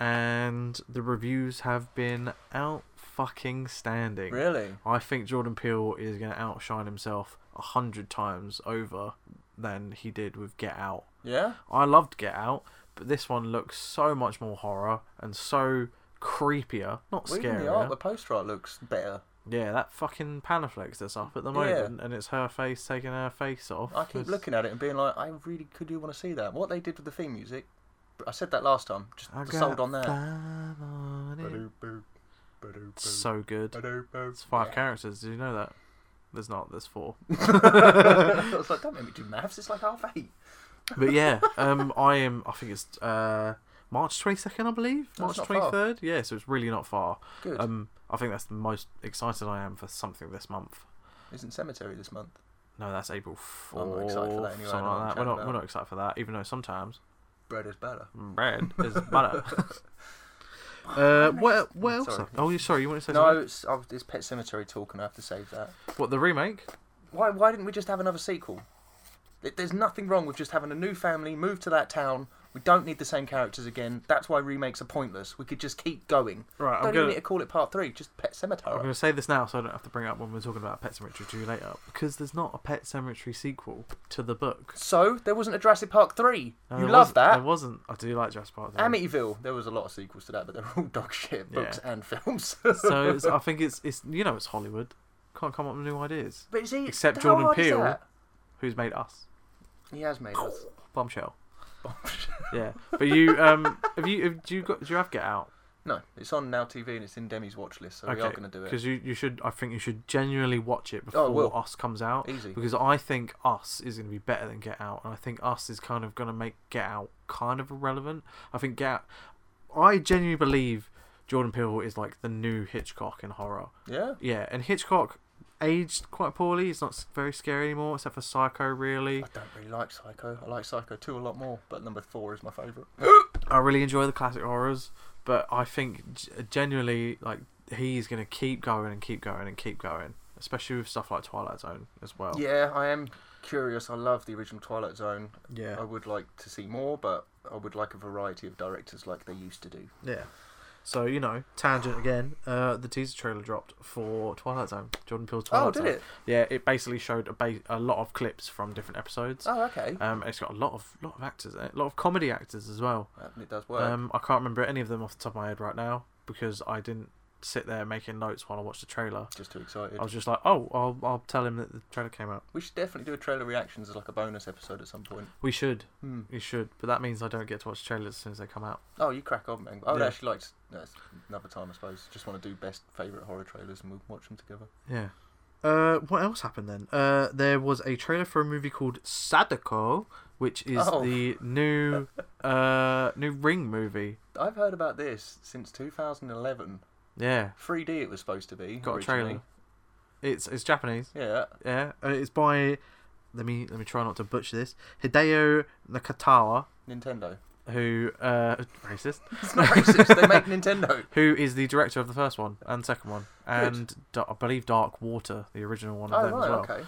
and the reviews have been out fucking standing.
Really?
I think Jordan Peele is going to outshine himself a hundred times over than he did with Get Out.
Yeah.
I loved Get Out, but this one looks so much more horror and so creepier, not
Well, even
scary.
the art, the poster art looks better.
Yeah, that fucking Panaflex that's up at the moment, and it's her face taking her face off.
I keep
It's-
looking at it and being like, I really could do want to see that. What they did with the theme music, I said that last time. Just
I got
sold on that.
five on it. *laughs* It's so good. It's
It's
five characters. Did you know that? There's not. There's four.
I *laughs* was like, don't make me do maths. It's like half eight. *laughs*
But yeah, um, I am. I think it's uh March 22nd, I believe. March
That's not far.
23rd. Yeah, so it's really not far.
Good.
Um, I think that's the most excited I am for something this month.
Isn't cemetery this month?
No, that's April 4th.
not excited for that anyway, I
Something
know what
like
I'm chatting
that. We're not. We're
about.
not excited for that, even though sometimes
*laughs* Bread is better.
bread is butter. uh, what, what else?
Sorry.
Oh, you sorry, you want to say
No,
something?
it's, oh, it's Pet Cemetery talk, and I have to save that.
What the remake?
Why? Why didn't we just have another sequel? Th- There's nothing wrong with just having a new family move to that town. We don't need the same characters again. That's why remakes are pointless. We could just keep going.
Right, I'm
Don't even
gonna-
need to call it part three. Just Pet Cemetery.
I'm going to say this now, so I don't have to bring it up when we're talking about Pet Cemetery two later, because there's not a Pet Cemetery sequel to the book.
So there wasn't a Jurassic Park three.
No,
you
there
love
wasn't- There
that.
wasn't. I do like Jurassic Park. though.
Amityville. There was a lot of sequels to that, but they're all *laughs* dog shit
Yeah.
books and films. *laughs*
so it's, I think it's it's you know it's Hollywood. Can't come up with new ideas.
but is he,
Except
how
Jordan
hard is
Peele.
that?
Who's made us?
He has made us.
Bombshell. Yeah, but you um *laughs* have you have, do you got do you have Get Out?
No, it's on now TV and it's in Demi's watch list, so we are going to do it.
Because you, you should, I think you should genuinely watch it before
Oh, I will.
Us comes out.
Easy.
Because I think Us is going to be better than Get Out, and I think Us is kind of going to make Get Out kind of irrelevant. I think Get Out, I genuinely believe Jordan Peele is like the new Hitchcock in horror.
Yeah.
Yeah, and Hitchcock aged quite poorly. He's not s- very scary anymore, except for Psycho. Really,
I don't really like Psycho. I like Psycho 2 a lot more, but number 4 is my favourite.
I really enjoy the classic horrors, but I think g- genuinely, like, he's going to keep going and keep going and keep going, especially with stuff like Twilight Zone as well.
Yeah, I am curious. I love the original Twilight Zone.
Yeah.
I would like to see more, but I would like a variety of directors like they used to do.
Yeah. So you know, tangent again. Uh, the teaser trailer dropped for Twilight Zone. Jordan Peele's Twilight
Oh, did
Zone.
it?
Yeah, it basically showed a, ba- a lot of clips from different episodes.
Oh, okay.
Um, it's got a lot of lot of actors, in it, a lot of comedy actors as well.
Well, it does work.
Um, I can't remember any of them off the top of my head right now because I didn't sit there making notes while I watched the trailer.
Just too excited.
I was just like, oh, I'll I'll tell him that the trailer came out.
We should definitely do a trailer reactions as like a bonus episode at some point.
We should,
Hmm.
we should, but that means I don't get to watch trailers as soon as they come out.
Oh, you crack on, man. I would
Yeah.
actually like to, no, it's another time, I suppose. Just want to do best favourite horror trailers and we'll watch them together.
Yeah. Uh, what else happened then? Uh, there was a trailer for a movie called Sadako, which is
Oh.
the
*laughs*
new uh new Ring movie.
I've heard about this since 2011.
Yeah,
3D it was supposed to be.
got
originally.
a trailer. It's it's Japanese.
Yeah.
Yeah, uh, it's by let me let me try not to butcher this. Hideo Nakatawa,
Nintendo.
*laughs* who uh *laughs* racist,
It's not racist. they make Nintendo.
who is the director of the first one and second one, and da- I believe Dark Water, the original one of
Oh,
them
right,
as well.
okay.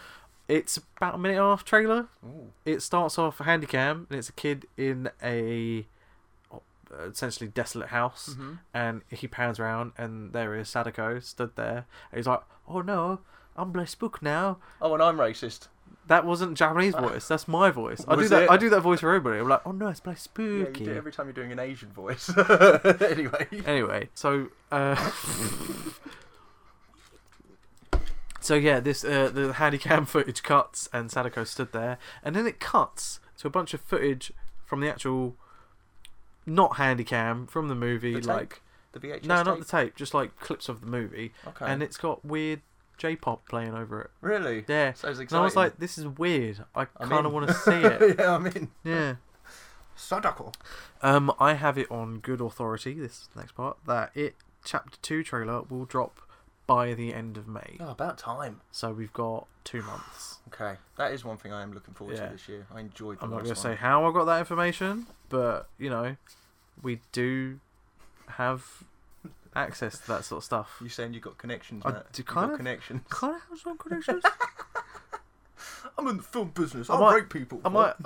It's about a minute and a half trailer.
Ooh.
it starts off handycam and it's a kid in a uh, essentially desolate house
Mm-hmm.
and he pans around and there is sadako stood there and he's like oh no i'm blessed book now
Oh, and I'm racist.
that wasn't japanese voice that's my voice i do
Uh. Was
that
it?
i do that voice for everybody i'm like oh no it's blessed
Yeah,
spooky
you do it every time you're doing an Asian
*laughs*
voice. *laughs* anyway.
anyway so uh so yeah this uh, the handycam footage cuts and sadako stood there and then it cuts to a bunch of footage from the actual not handycam from the movie
The tape?
like
The VHS
no not the
tape?
tape just like clips of the movie
Okay.
and it's got weird j-pop playing over it
Really?
yeah
Sounds
and i was
exciting.
like this is weird i
I'm
kind of
in.
want to
*laughs*
see it
yeah, I'm in.
yeah
Sadako.
Um, I have it on good authority. This next part that it chapter two trailer will drop by the end of May.
Oh, about time.
So we've got
*sighs*
two months.
Okay, that is one thing I am looking forward
Yeah.
to this year. I enjoyed. The
I'm not
last
gonna say
one.
how I got that information, but you know, we do
*laughs*
have access to that sort of stuff.
You saying you got connections,
I
Matt?
do
You got
kind of- *laughs*
connections.
Kind of have
*laughs*
some connections.
I'm in the film business.
I
I,
might-
rate people.
I might. *laughs*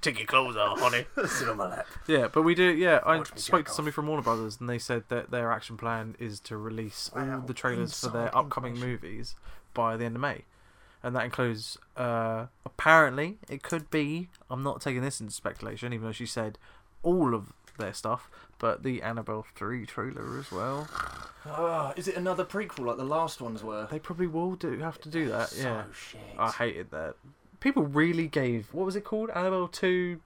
Take your clothes off, honey.
*laughs* sit on my lap.
Yeah, but we do. Yeah, I
Watch me
spoke
jack
to
off.
somebody from Warner Brothers, and they said that their action plan is to release all
Wow,
the trailers for their
inside
upcoming movies by the end of May, and that includes. Uh, apparently, it could be. I'm not taking this into speculation, even though she said all of their stuff, but the Annabelle three trailer as well.
Ah, is it another prequel like the last ones were?
They probably will do have to do that. Yeah,
So shit.
I hated that. People really gave what was it called? Annabelle two.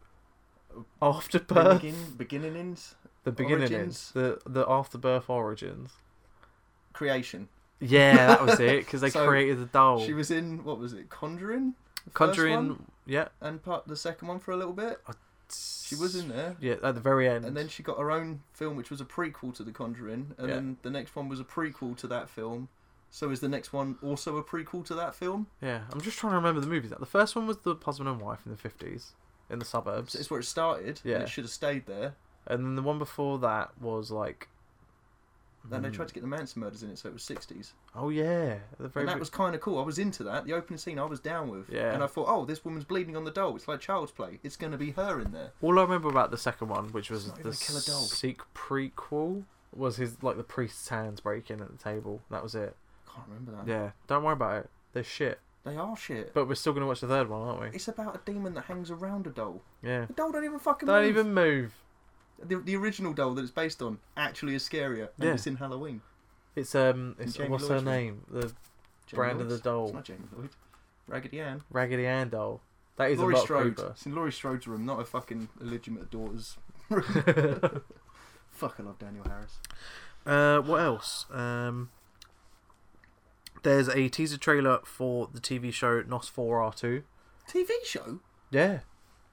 uh, Afterbirth,
Begin,
*laughs*
beginnings,
the beginning is
Origins?
the the afterbirth origins.
creation.
Yeah, that was it because they
So,
created the doll.
She was in what was it? Conjuring. The first one,
Oh. Conjuring, yeah,
and part the second one for a little bit. She was in there.
yeah at the very end,
And then she got her own film, which was a prequel to The Conjuring, and
Yeah.
then the next one was a prequel to that film. So is the next one also a prequel to that film?
yeah, I'm just trying to remember the movies. The first one was the husband and wife in the fifties in the suburbs,
So it's where it started. and
Yeah.
it should have stayed there.
and then the one before that was like, hmm,
Then
Mm.
they tried to get the Manson murders in it, so it was sixties,
oh yeah, the very
and that
bit-
was kind of cool. I was into that. The opening scene, I was down with.
Yeah.
And I thought, oh, this woman's bleeding on the doll. It's like child's play. It's going to be her in there.
all I remember about the second one, which was
It's not
the
even a killer doll.
Sikh prequel, was his like the priest's hands breaking at the table. That was it.
Can't remember that.
Yeah, don't worry about it. They're shit,
They are shit.
but we're still gonna watch the third one, aren't we?
It's about a demon that hangs around a doll.
Yeah,
The doll don't even fucking.
don't
move.
even move.
The, the original doll that it's based on actually is scarier, and
Yeah.
it's in Halloween.
It's um, it's
Jamie
what's her
Lloyd's one.
name? The
Jamie
Brand of
Lloyd's.
the doll.
It's not Jamie Lloyd. Raggedy Ann.
Raggedy Ann doll. That is
Laurie
a lot
Strode.
creeper.
It's in Laurie Strode's room, not her fucking illegitimate daughter's room.
*laughs*
Fuck, I love Daniel Harris.
Uh, what else? Um, there's a teaser trailer for the TV show Nos 4R2.
TV show?
Yeah,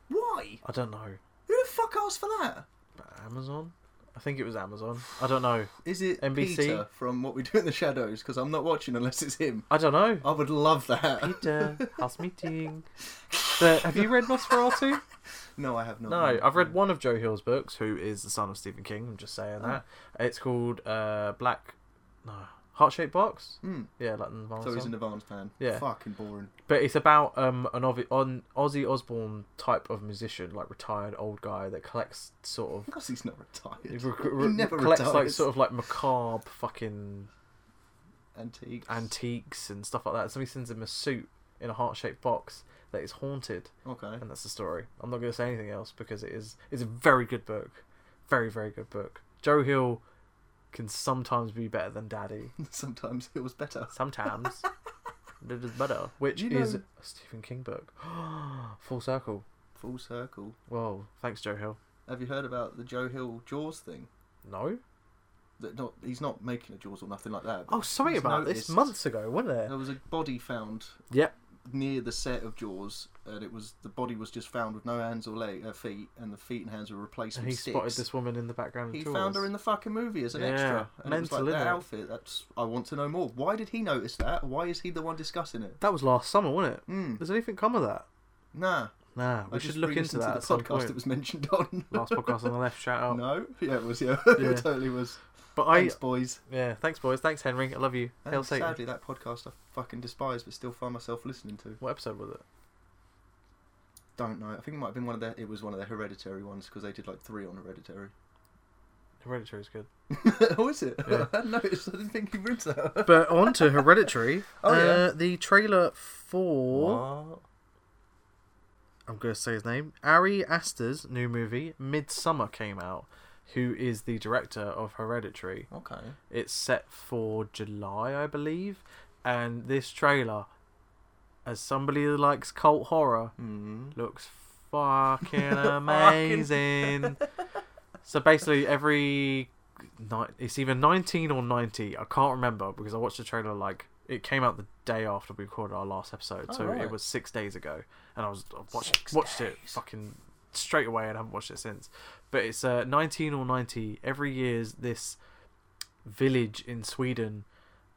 Why?
I don't know.
Who the fuck asked for that?
Amazon? I think it was Amazon. I don't know.
Is it
NBC?
Peter from What We Do in the Shadows? Because I'm not watching unless it's him.
I don't know.
I would love that.
*laughs* Peter, house meeting. But have you read Nosferatu?
*laughs* no, I have not.
*laughs* No, I've read one of Joe Hill's Oh. books, who is the son of Stephen King. I'm just saying that. It's called uh, Black. No, Heart shaped box?
Mm.
Yeah, like the Nirvana
So he's
song.
an Advance fan.
Yeah.
Fucking boring.
But it's about um, an Ovi- on Ozzy Osbourne type of musician, like retired old guy that collects sort of
Because he's not retired.
re-
he *laughs*
re-
never
collects like
retires.
sort of like macabre fucking
Antique.
antiques and stuff like that. Somebody sends him a suit in a heart shaped box that is haunted,
Okay. *laughs*
and that's the story. I'm not going to say anything else because it is it's a very good book, very very good book. Joe Hill can sometimes be better than Daddy.
Sometimes it was better. *laughs*
Sometimes. it is better, which
You know-
is a Stephen King book. *gasps* Full circle.
Full circle.
Whoa, thanks, Joe Hill.
Have you heard about the Joe Hill Jaws thing?
No.
That not he's not making a Jaws or nothing like that.
Oh,
but
sorry
he's
about
noticed
this. Months ago, wasn't there?
There was a body found
Yep.
near the set of Jaws, and it was the body was just found with no hands or leg, uh, feet, and the feet and hands were replaced
And
with
he
sticks.
spotted this woman in the background. of
He
Jaws.
found her in the fucking movie as an
Yeah,
extra, and it was like
mental,
that
innit?
outfit. That's I want to know more. Why did he notice that? Why is he the one discussing it?
That was last summer, wasn't it?
Mm.
Does anything come of that?
Nah,
Nah, we
I
should
just
look into
re-listened
that.
to
at
the
some
podcast
point.
it was mentioned on.
*laughs* last podcast on the left. Shout out.
*laughs* No, yeah, it was yeah,
Yeah.
it totally was.
But I,
Thanks, boys.
yeah, thanks boys, thanks Henry, I love you.
And
Hail Satan.
sadly, that podcast I fucking despise, but still find myself listening to.
What episode was it?
Don't know. I think it might have been one of their. It was one of their hereditary ones because they did like three on hereditary. *laughs*
Hereditary's good.
oh, is it?
Yeah.
*laughs* I noticed. I didn't think he ripped that.
But on to Hereditary.
*laughs*
Uh,
Oh, yeah.
The trailer for
What?
I'm going to say his name. Ari Aster's new movie, Midsummer, came out. Who is the director of Hereditary?
Okay.
It's set for July, I believe. And this trailer, as somebody that likes cult horror,
Mm.
looks fucking amazing. so basically, every night it's either 19 or 90. I can't remember because I watched the trailer like it came out the day after we recorded our last episode,
Oh,
so
right.
it was six days ago, and I was I watched
Six
watched it
days.
fucking straight away and haven't watched it since. But it's uh, 19 or 90. Every year's this village in Sweden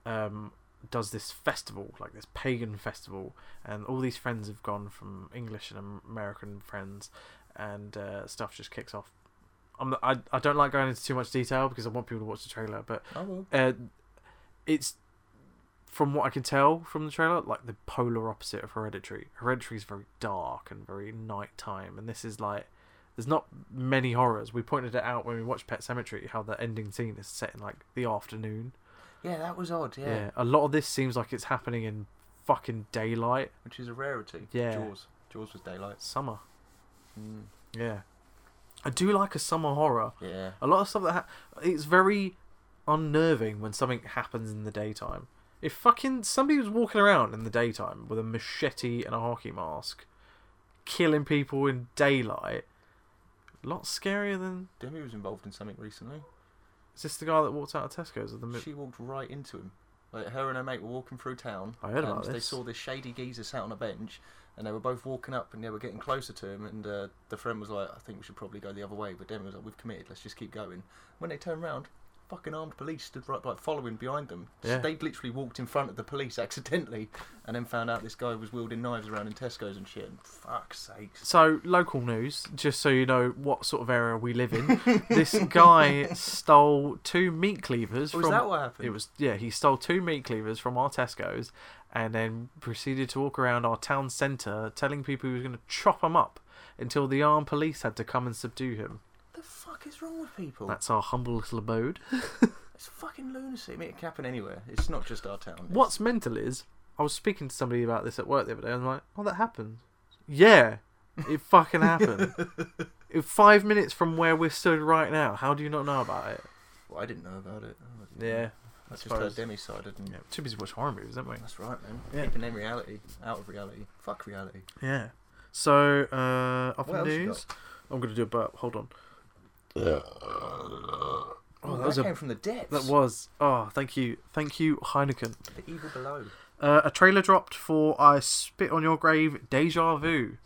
um, does this festival, like this pagan festival, and all these friends have gone from English and American friends, and uh, stuff just kicks off. I'm, I I don't like going into too much detail because I want people to watch the trailer, but
I will.
uh, it's from what I can tell from the trailer, like the polar opposite of Hereditary. Hereditary is very dark and very nighttime, and this is like there's not many horrors. We pointed it out when we watched Pet Cemetery how the ending scene is set in like the afternoon.
Yeah, that was odd. Yeah.
a lot of this seems like it's happening in fucking daylight,
Which is a rarity.
Yeah.
Jaws. Jaws was daylight.
summer.
Mm.
Yeah, I do like a summer horror.
Yeah.
A lot of stuff that ha- it's very unnerving when something happens in the daytime. If fucking somebody was walking around in the daytime with a machete and a hockey mask, killing people in daylight, a lot scarier than
Demi was involved in something recently.
is this the guy that walked out of Tesco's at the mid-
She walked right into him. Like her and her mate were walking through town.
I heard
and
about
They
this.
saw this shady geezer sat on a bench, and they were both walking up, and they were getting closer to him. And uh, the friend was like, "I think we should probably go the other way." But Demi was like, "We've committed. Let's just keep going." When they turned round, fucking armed police stood right by, following behind them.
Yeah.
They literally walked in front of the police *laughs* accidentally, and then found out this guy was wielding knives around in Tesco's and shit. And fuck's sakes.
So local news, just so you know what sort of area we
*laughs*
live in. this guy stole two meat cleavers
Oh,
from
is that what happened?
It was yeah, he stole two meat cleavers from our Tesco's and then proceeded to walk around our town centre telling people he was going to chop them up until the armed police had to come and subdue him.
the fuck is wrong with people?
That's our humble little abode.
It's fucking lunacy. I mean, it can happen anywhere. It's not just our town. It's-
What's mental is I was speaking to somebody about this at work the other day and I'm like, "Oh, that happened." Yeah. It
*laughs*
fucking happened. In 5 minutes from where we're stood right now. How do you not know about it?
Well, I didn't know about it. Oh, I didn't
Yeah.
know. I just
suppose.
heard Demi sided. And...
Yeah, too busy to watch horror movies, aren't we?
That's right, man.
Yeah.
Keeping them reality out of reality. Fuck reality.
Yeah. So, uh, other
What else you
news. I'm gonna do a burp. Hold on.
Oh,
that
that,
was a-
came from the depths.
That was. Oh, thank you, thank you, Heineken.
the evil below.
Uh, a trailer dropped for "I Spit on Your Grave" Deja Vu.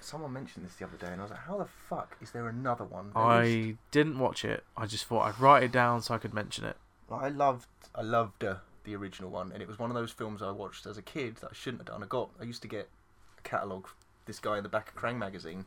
Someone mentioned this the other day, and I was like, "How the fuck is there another one?" At least-
I didn't watch it. I just thought I'd write it down so I could mention it.
I loved, I loved uh, the original one, and it was one of those films I watched as a kid that I shouldn't have done. I got, I used to get a catalogue. This guy in the back of Krang magazine,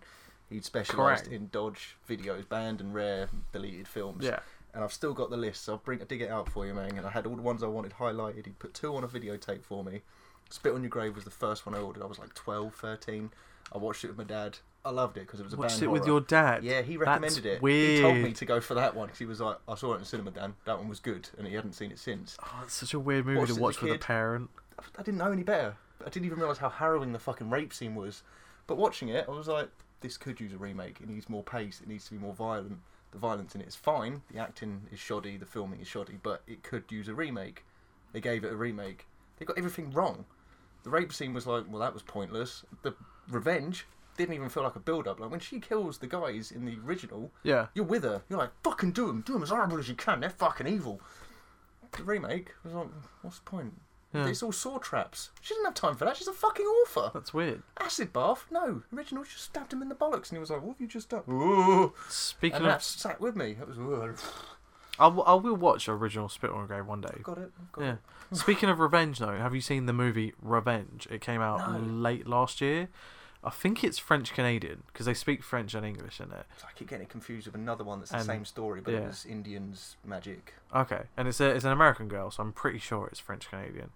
he would specialised
Krang.
in Dodge videos, banned and rare deleted films. and I've still got the list. So I'll bring, dig it out for you, man. And I had all the ones I wanted highlighted. He put two on a videotape for me. Spit on Your Grave was the first one I ordered. I was like 12, 13. I watched it with my dad. I loved it because it was a
Watched
band
it with
horror.
your dad.
Yeah, he
That's
recommended it.
Weird.
He told me to go for that one because he was like, "I saw it in the cinema, Dan. That one was good," and he hadn't seen it since.
Oh, it's such a weird movie
Watched it
to
as a
watch with a
kid.
parent.
I didn't know any better. I didn't even realize how harrowing the fucking rape scene was. But watching it, I was like, "This could use a remake. It needs more pace. It needs to be more violent. The violence in it is fine. The acting is shoddy. The filming is shoddy. But it could use a remake. They gave it a remake. They got everything wrong. The rape scene was like, well, that was pointless. The revenge." Didn't even feel like a build up. Like when she kills the guys in the original,
Yeah.
you're with her. You're like, fucking do them. Do them as horrible as you can. They're fucking evil. The remake was like, what's the point?
Yeah.
It's all saw traps. She didn't have time for that. She's a fucking author.
That's weird.
Acid bath? No. Original just stabbed him in the bollocks, and he was like, what have you just done? Ooh.
Speaking
And
of,
that sat with me. It was, "Ugh,
I, w- I will watch original Spit on a Grave one day.
I've got it. I've got
Yeah.
it.
Speaking of revenge, though, have you seen the movie Revenge? It came out
No.
late last year. I think it's French Canadian because they speak French and English in it.
So I keep getting it confused with another one that's the
And-
same story, but it
yeah.
was Indians magic.
Okay, and it's a, it's an American girl, so I'm pretty sure it's French Canadian.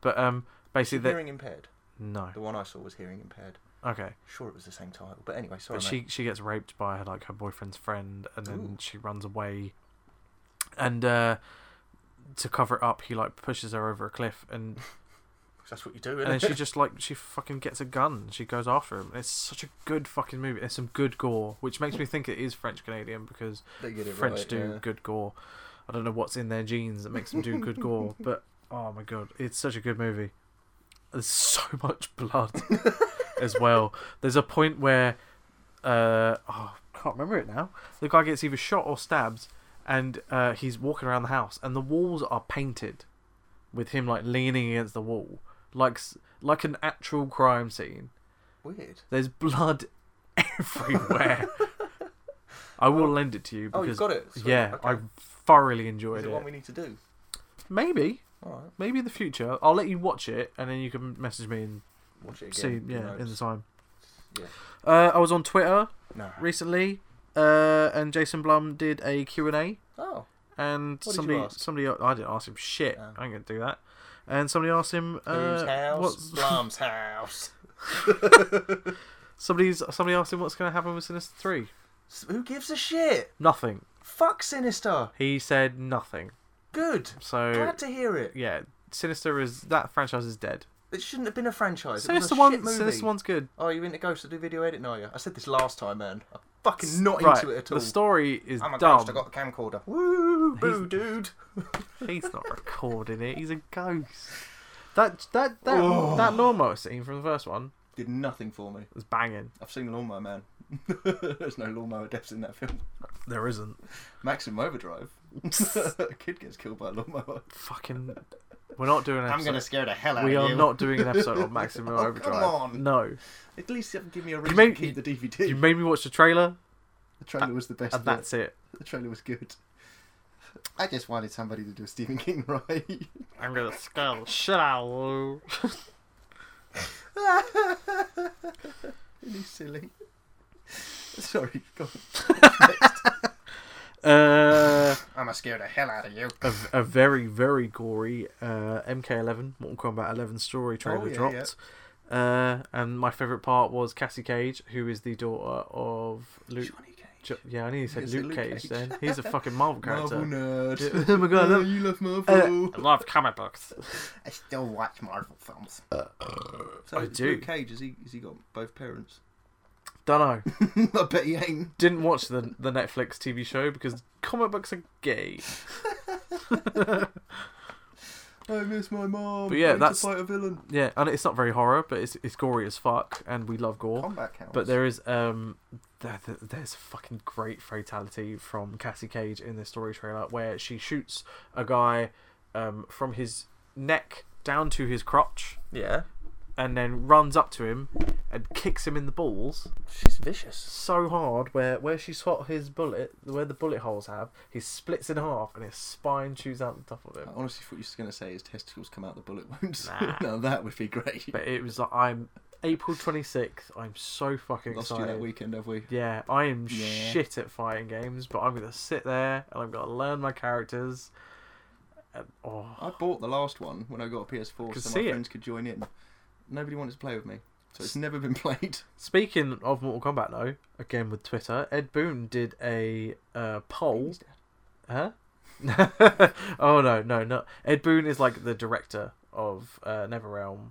But um, basically, they,
hearing impaired.
no.
The one I saw was hearing impaired.
Okay,
Sure, it was the same title, but anyway, sorry.
but
mate.
she she gets raped by her, like her boyfriend's friend, and then
Ooh.
she runs away. And uh, to cover it up, he like pushes her over a cliff, and
'Cause That's what you do.
and then
innit? *laughs*
she just like she fucking gets a gun. She goes after him. It's such a good fucking movie. There's some good gore, which makes me think it is French Canadian because
They get it
French
right,
do
yeah.
good gore. I don't know what's in their genes that makes them do
*laughs*
good gore, but oh my god, it's such a good movie. There's so *laughs* much blood
*laughs*
as well. There's a point where uh oh, I can't remember it now. The guy gets either shot or stabbed and uh, he's walking around the house and the walls are painted with him like leaning against the wall like s- like an actual crime scene.
Weird.
There's blood *laughs*
*laughs*
everywhere. I will lend it to you
Oh,
because
you've got it. Sweet.
yeah,
Okay.
I thoroughly enjoyed
Is it
it.
one we need to do?
Maybe,
All right,
maybe in the future, I'll let you watch it, and then you can message me and
watch it
see.
again. who
Yeah, in the
knows?
time.
Yeah.
Uh, I was on Twitter
No.
recently, uh, and Jason Blum did a Q and A,
Oh,
and
did you
somebody,
ask?
somebody, I didn't ask him shit.
Oh.
I ain't gonna do that. And somebody asked him,
whose
uh,
house?
what's
Blum's house.
somebody's somebody asked him what's gonna happen with Sinister Three.
S- *laughs* Who gives a shit?
Nothing.
Fuck Sinister.
He said nothing.
Good.
So
Glad to hear it.
yeah, Sinister is that franchise is dead.
It shouldn't have been a franchise. It was
Sinister
a shit
one,
movie.
Sinister one's good.
Oh, you into Ghost to do video editing, are you? I said this last time, man. I'm fucking not
Right,
into it at all.
The story is
I'm a
dumb.
ghost. I got a camcorder. Woo, boo,
*laughs* He's-
dude.
He's not recording it. He's a ghost. That that that
Oh.
that lawnmower scene from the first one
Did nothing for me.
was banging.
I've seen Lawnmower Man. *laughs* There's no lawnmower deaths in that film.
There isn't.
Maximum Overdrive. *laughs* a kid gets killed by a lawnmower.
*laughs* Fucking. We're not doing an episode.
scare the hell
we are not doing an episode on Maximum
*laughs* Oh, come
Overdrive.
on.
No.
At least give me a reason
reason to made-
to keep
keep the
the
You
DVD.
made me watch the trailer,
The trailer was the best.
and that's it.
The trailer was good. I just wanted somebody to do a Stephen King *laughs* right.
I'm gonna scale shit out. Lou.
really silly. Sorry, go on.
Uh,
I'm gonna scare the hell out of you.
a, a very very gory uh, MK11 Mortal Kombat 11 story trailer
Oh, yeah,
dropped. Uh, and my favorite part was Cassie Cage, who is the daughter of Luke.
Johnny Cage.
Jo- yeah, I nearly said
You said Luke
Luke, Cage.
Cage.
Then he's a fucking Marvel character.
Marvel nerd.
Yeah. *laughs* Oh my God, I
Oh,
love-
you love Marvel.
Uh, I love comic books.
I still watch Marvel films. *laughs* so
I
is
do.
Luke Cage, has he, has he got both parents? *laughs*
Don't know.
I bet he
*laughs*
ain't.
Didn't watch the the Netflix TV show because comic books are
*laughs*
gay.
I miss my mom.
But yeah,
I need
that's-
to fight a villain.
Yeah, and it's not very horror, but it's it's gory as fuck, and we love gore.
Combat counts.
But there is um, there, there- there's a fucking great fatality from Cassie Cage in this story trailer where she shoots a guy um, from his neck down to his crotch,
yeah,
and then runs up to him and kicks him in the balls
she's vicious.
so hard where where she shot his bullet, where the bullet holes have, he splits in half and his spine chews out the top of
I
him.
*laughs* honestly thought you were going to say his testicles come out the bullet wounds.
Nah.
now that would be great.
But it was like I'm April 26th. I'm so fucking
Lost you
excited.
that weekend, have we?
Yeah, I am
Yeah.
shit at fighting games, but I'm gonna sit there and I'm gonna learn my characters. And, oh,
I bought the last one when I got a PS4
Could
so
see
my
it.
friends could join in. Nobody wanted to play with me, so it's never been *laughs* played.
Speaking of Mortal Kombat, though, again with Twitter, Ed Boon did a uh, poll.
He's dead.
Huh? *laughs* oh no, no, no. Ed Boon is like the director of uh, NetherRealm,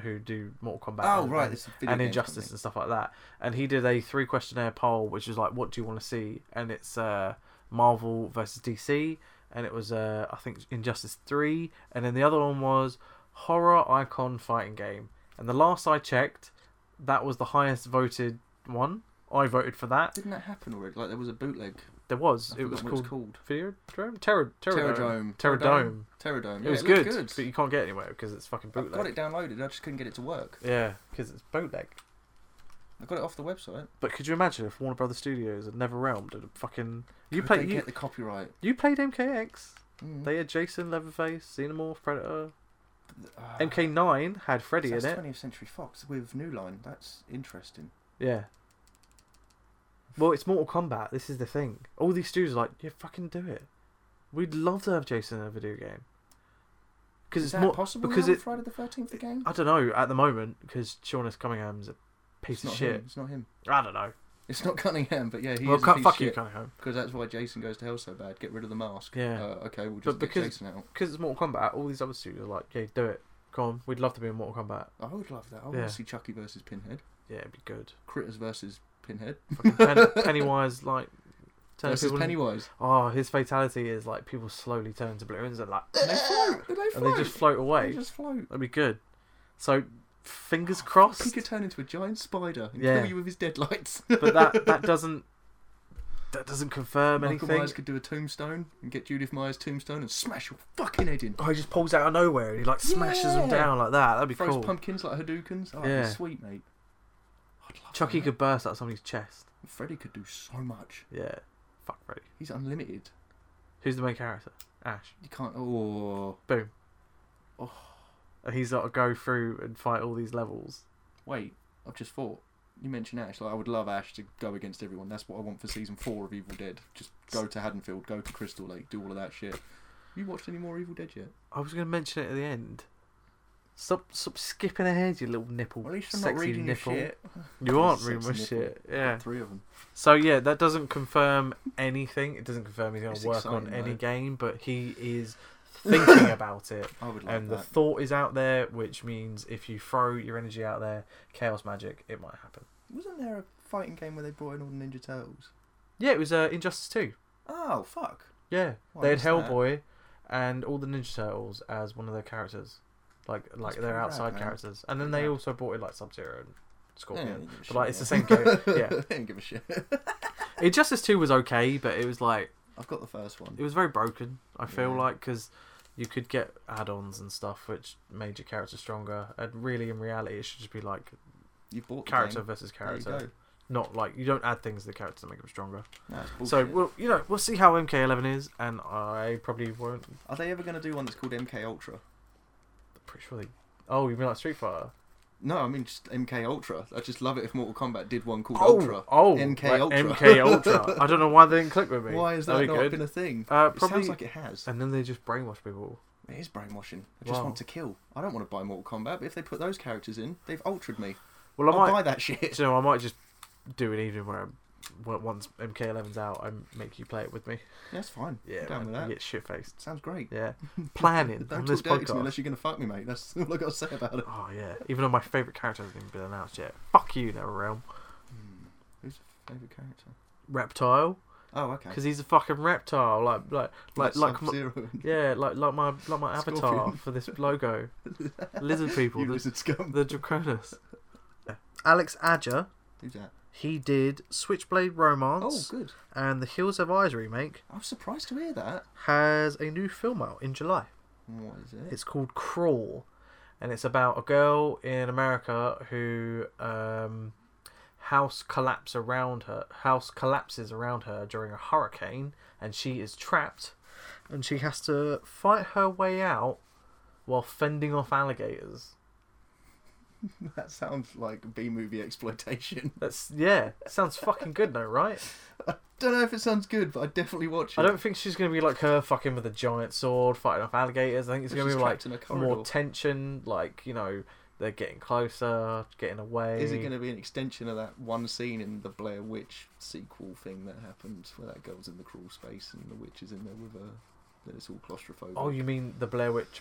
who do Mortal Kombat.
Oh
and-
right,
and-
it's a video
and
game
injustice
company.
and stuff like that. And he did a three questionnaire poll, which was like, "What do you want to see?" And it's uh, Marvel versus DC, and it was uh, I think Injustice three, and then the other one was horror icon fighting game. And the last I checked, that was the highest voted one. I voted for that.
Didn't that happen already? Like there was a bootleg.
There was.
I
It was
forgot what
called
it's called.
Videodrome, Terror, Terradome,
Terradome.
Terradome.
Terradome.
It was
looked
good, but you can't get it anywhere because it's fucking
I've got
bootleg.
it downloaded. I just couldn't get it to work.
Yeah, because it's bootleg.
I got it off the website.
But could you imagine if Warner Brothers Studios and NetherRealm did a fucking you
Could
play
they
you,
get the copyright.
you played MKX?
Mm.
They had Jason, Leatherface, Xenomorph, Predator.
Ah.
MK9 had Freddy in
That's
it.
20th Century Fox with New Line. That's interesting.
Yeah. Well, it's Mortal Kombat. This is the thing. All these studios are like, yeah, fucking do it. We'd love to have Jason in a video game. Because
Is
it's
that
more
possible
because
now,
it.
Friday the 13th again?
I don't know at the moment because Seanus Cunningham's a piece
it's not
of shit.
Him. It's not him.
I don't know.
It's not *laughs* Cunningham, but yeah, he
well,
is a
cu-
piece
fuck
of
you,
shit.
Cunningham.
Because that's why Jason goes to hell so bad. Get rid of the mask.
Yeah.
Uh, okay, we'll just
But
get
because-
Jason out.
Because it's Mortal Kombat. All these other studios are like, yeah, do it. Come on, we'd love to be in Mortal Kombat.
I would love that. I want
Yeah.
to see Chucky versus Pinhead.
Yeah, it'd be good. *laughs*
Critters versus Pinhead.
Fucking Pen- Pennywise, like. turning
versus
people in-
Pennywise.
Oh, his fatality is like people slowly turn to balloons and like,
And they float. Do they float.
and they just float
They
away.
just Oh, float.
That'd be good. So, fingers
He
crossed.
could turn into a giant spider and
Yeah.
kill you with his deadlights.
but
*laughs*
that that doesn't that doesn't confirm
Michael
anything.
Myers could do a tombstone and get Judith Myers' tombstone and smash your fucking head in.
Oh, he just pulls out of nowhere and he like smashes them
Yeah.
down like that. That'd be
Throws
cool.
pumpkins like Hadoukens. Oh,
Yeah.
that'd be sweet, mate. I'd love
Chucky
that.
could burst out somebody's chest.
Freddy could do so much.
Yeah. Fuck Freddy.
He's unlimited.
Who's the main character? Ash.
You can't. Oh.
Boom. And he's got to go through and fight all these levels.
Wait, I've just thought. You mentioned Ash. Like, I would love Ash to go against everyone. That's what I want for season four of Evil Dead. Just go to Haddonfield, go to Crystal Lake, do all of that shit. You watched any more Evil Dead yet?
I was going to mention it at the end. Stop, stop skipping ahead, you little nipple. sexy nipple. You aren't
Sexy
reading
nipple.
my shit. Yeah.
Three of them.
So yeah, that doesn't confirm anything. It doesn't confirm he's going
It's
to work on
exciting,
any
though.
game, but he
*laughs*
is thinking about it,
I would love
and the
that.
thought is out there. Which means if you throw your energy out there, chaos magic, it might happen.
Wasn't there a fighting game where they brought in all the Ninja Turtles?
Yeah, it was uh, Injustice Two.
Oh fuck!
Yeah,
Why
they had
is that?
Hellboy and all the Ninja Turtles as one of their characters, like
That's
like their
pretty rad,
outside
man.
characters, and then
Pretty
they
rad.
also brought in like Sub Zero and
Yeah, they
Scorpion.
didn't give a
but like
shit,
it's the
yeah.
same game. Yeah,
*laughs* they didn't give a shit.
Injustice Two was okay, but it was like.
I've got the first one.
it was very broken. I feel
Yeah.
like because you could get add-ons and stuff which made your character stronger, and really in reality it should just be like
You bought the
character
game.
versus
There you
character,
go.
not like you don't add things to the character to make them stronger.
No, it's
So
bullshit.
we'll you know we'll see how MK11 is, and I probably won't.
are they ever going to do one that's called MK Ultra?
Pretty sure they. Oh, you mean like Street Fighter?
No, I mean just MK Ultra. I would just love it if Mortal Kombat did one called Ultra.
oh,
MK
like
Ultra. *laughs*
MK Ultra. I don't know why they didn't click with me.
Why has that
That'd be
not
good.
been a thing?
Uh,
It
probably.
sounds like it has.
And then they just brainwash people.
It is brainwashing. I just
Wow.
want to kill. I don't want to buy Mortal Kombat. But if they put those characters in, they've altered me.
Well, I
I'll
might.
buy that shit. *laughs*
Do you know, I might just do an evening where I'm, where- once MK11's out, I make you play it with me.
That's fine.
Yeah,
down
man,
with that.
you get shit faced.
Sounds great. *laughs*
Yeah, planning
Don't
on
talk
this
dirty to me
podcast.
unless you're going to fuck me, mate. *laughs* That's all I got to say about it.
Oh yeah, even though my favorite character hasn't even been announced yet. Fuck you, NetherRealm. Hmm.
Who's your favourite character?
Reptile,
Oh, okay.
because he's a fucking reptile. Like like like like. my,
Sub-Zero and
yeah, like like my like my avatar
*laughs* Scorpion.
for this logo, lizard
*laughs*
people,
you
the,
lizard scum.
the Draconis. Alex Adger,
Who's that?
he did Switchblade
Oh,
Romance
good.
and the Hills Have Eyes remake
I was surprised to hear that.
has a new film out in July.
What is it?
It's called Crawl, and it's about a girl in America who um, house collapse around her house collapses around her during a hurricane, and she is trapped, and she has to fight her way out while fending off alligators.
*laughs* That sounds like B movie exploitation.
That's yeah. Sounds fucking good though, right?
I don't know if it sounds good, but I definitely watch it.
I don't think she's gonna be like her fucking with a giant sword fighting off alligators. I think it's
But
gonna be
she's
like
trapped in a corridor.
more tension, like you know they're getting closer, getting away.
Is it going to be an extension of that one scene in the Blair Witch sequel thing that happens where that girl's in the crawl space and the witch is in there with her? Then it's all claustrophobic.
Oh, you mean the Blair Witch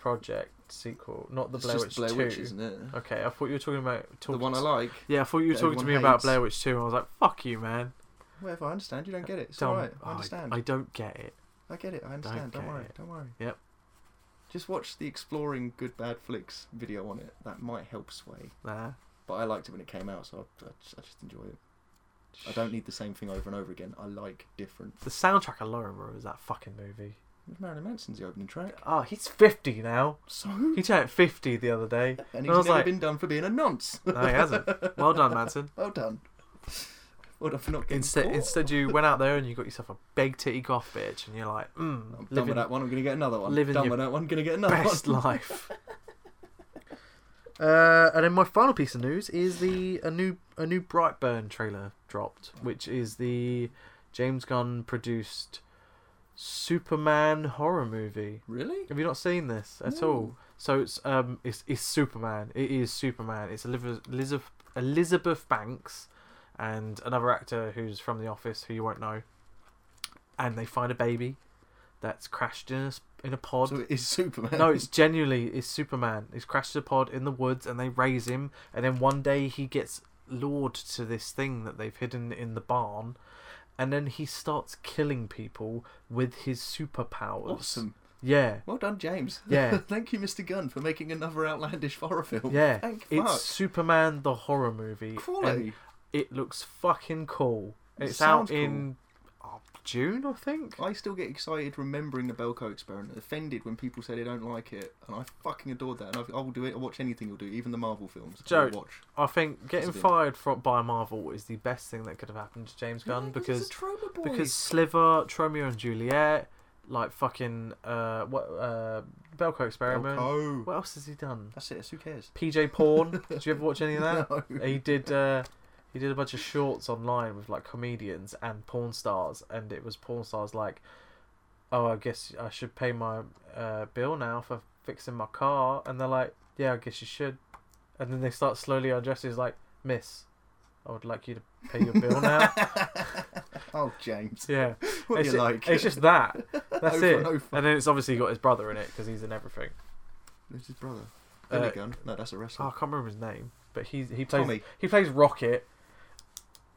Project sequel, not the
It's
Blair
just
Witch
Blair
Two?
Witch, isn't it?
Okay, I thought you were talking about
The
talking
one I
to-
like.
Yeah, I thought you were
that
talking to me
everyone
about
hates.
Blair Witch Two, and I was like, "Fuck you, man."
Whatever, I understand. You don't get it. It's
Dumb-
alright.
Oh,
I understand.
I
I,
don't get it.
get it. I understand. Don't
get
worry.
it.
Don't worry.
Yep.
Just watch the Exploring Good Bad Flicks video on it. That might help sway.
Nah.
But I liked it when it came out, so I, I, just, I just enjoy it. I don't need the same thing over and over again. I like different.
The soundtrack alone ruins that fucking movie.
Marilyn Manson's the opening track.
Oh, he's 50 now. *laughs*
So.
He turned 50 the other day.
And
And
he's
I was
never
like,
been done for being a nonce.
no, he hasn't. Well done, Manson.
Well done. Well done for not getting
Instead,
caught.
instead, you went out there and you got yourself a big titty goth bitch, and you're like,
I'm
mm,
done with
living
that one. I'm gonna get another one.
living
done
your
with that one. Gonna get another
best *laughs*
one.
life. Uh, and then my final piece of news is the a new a new Brightburn trailer dropped, which is the James Gunn produced Superman horror movie.
*laughs* Really?
Have you not seen this at all? So it's um it's it's Superman. It is Superman. It's Elizabeth Elizabeth- Elizabeth Banks and another actor who's from The Office who you won't know. And they find a baby that's crashed in a, s- in a pod.
So it is Superman.
*laughs* no, it's genuinely it's Superman. He's crashed in a pod in the woods and they raise him and then one day he gets lured to this thing that they've hidden in the barn and then he starts killing people with his
*laughs*
superpowers.
awesome.
Yeah.
Well done, James.
Yeah.
*laughs* Thank you, Mr. Gunn, for making another outlandish horror film.
Yeah,
Thank
it's
fuck.
Superman the horror movie. and
Quality.
It looks fucking cool.
It
It's out
sounds cool.
in oh, June, I think.
I still get excited remembering the Belko experiment. Offended when people say they don't like it, and I fucking adored that. And I've, I will do it. I'll watch anything you'll do, even the Marvel films. I will
Joe,
watch.
I think getting
Positive.
fired from, by Marvel is the best thing that could have happened to James Gunn
Yeah, he's
because
a trauma boy.
because Sliver, Tromeo and Juliet, like fucking uh what uh Belko experiment.
Belko.
What else has he done?
That's it. it's Who cares? *laughs*
PJ Porn. Did you ever watch any of that?
No.
He did. Uh, he did a bunch of shorts online with like comedians and porn stars, and it was porn stars like, "Oh, I guess I should pay my uh, bill now for fixing my car," and they're like, "Yeah, I guess you should," and then they start slowly undressing. He's like, "Miss, I would like
*laughs*
you to pay your bill now."
Oh, James.
yeah,
What do
it's,
you like?
it's just that.
*laughs*
That's
Over
it.
and
And,
over.
then it's obviously got his brother in it because he's in everything.
There's his brother.
Uh,
Billy Gunn. No, that's a
Oh, I
wrestler.
can't remember his name, but he he plays
Tommy.
he plays Rocket.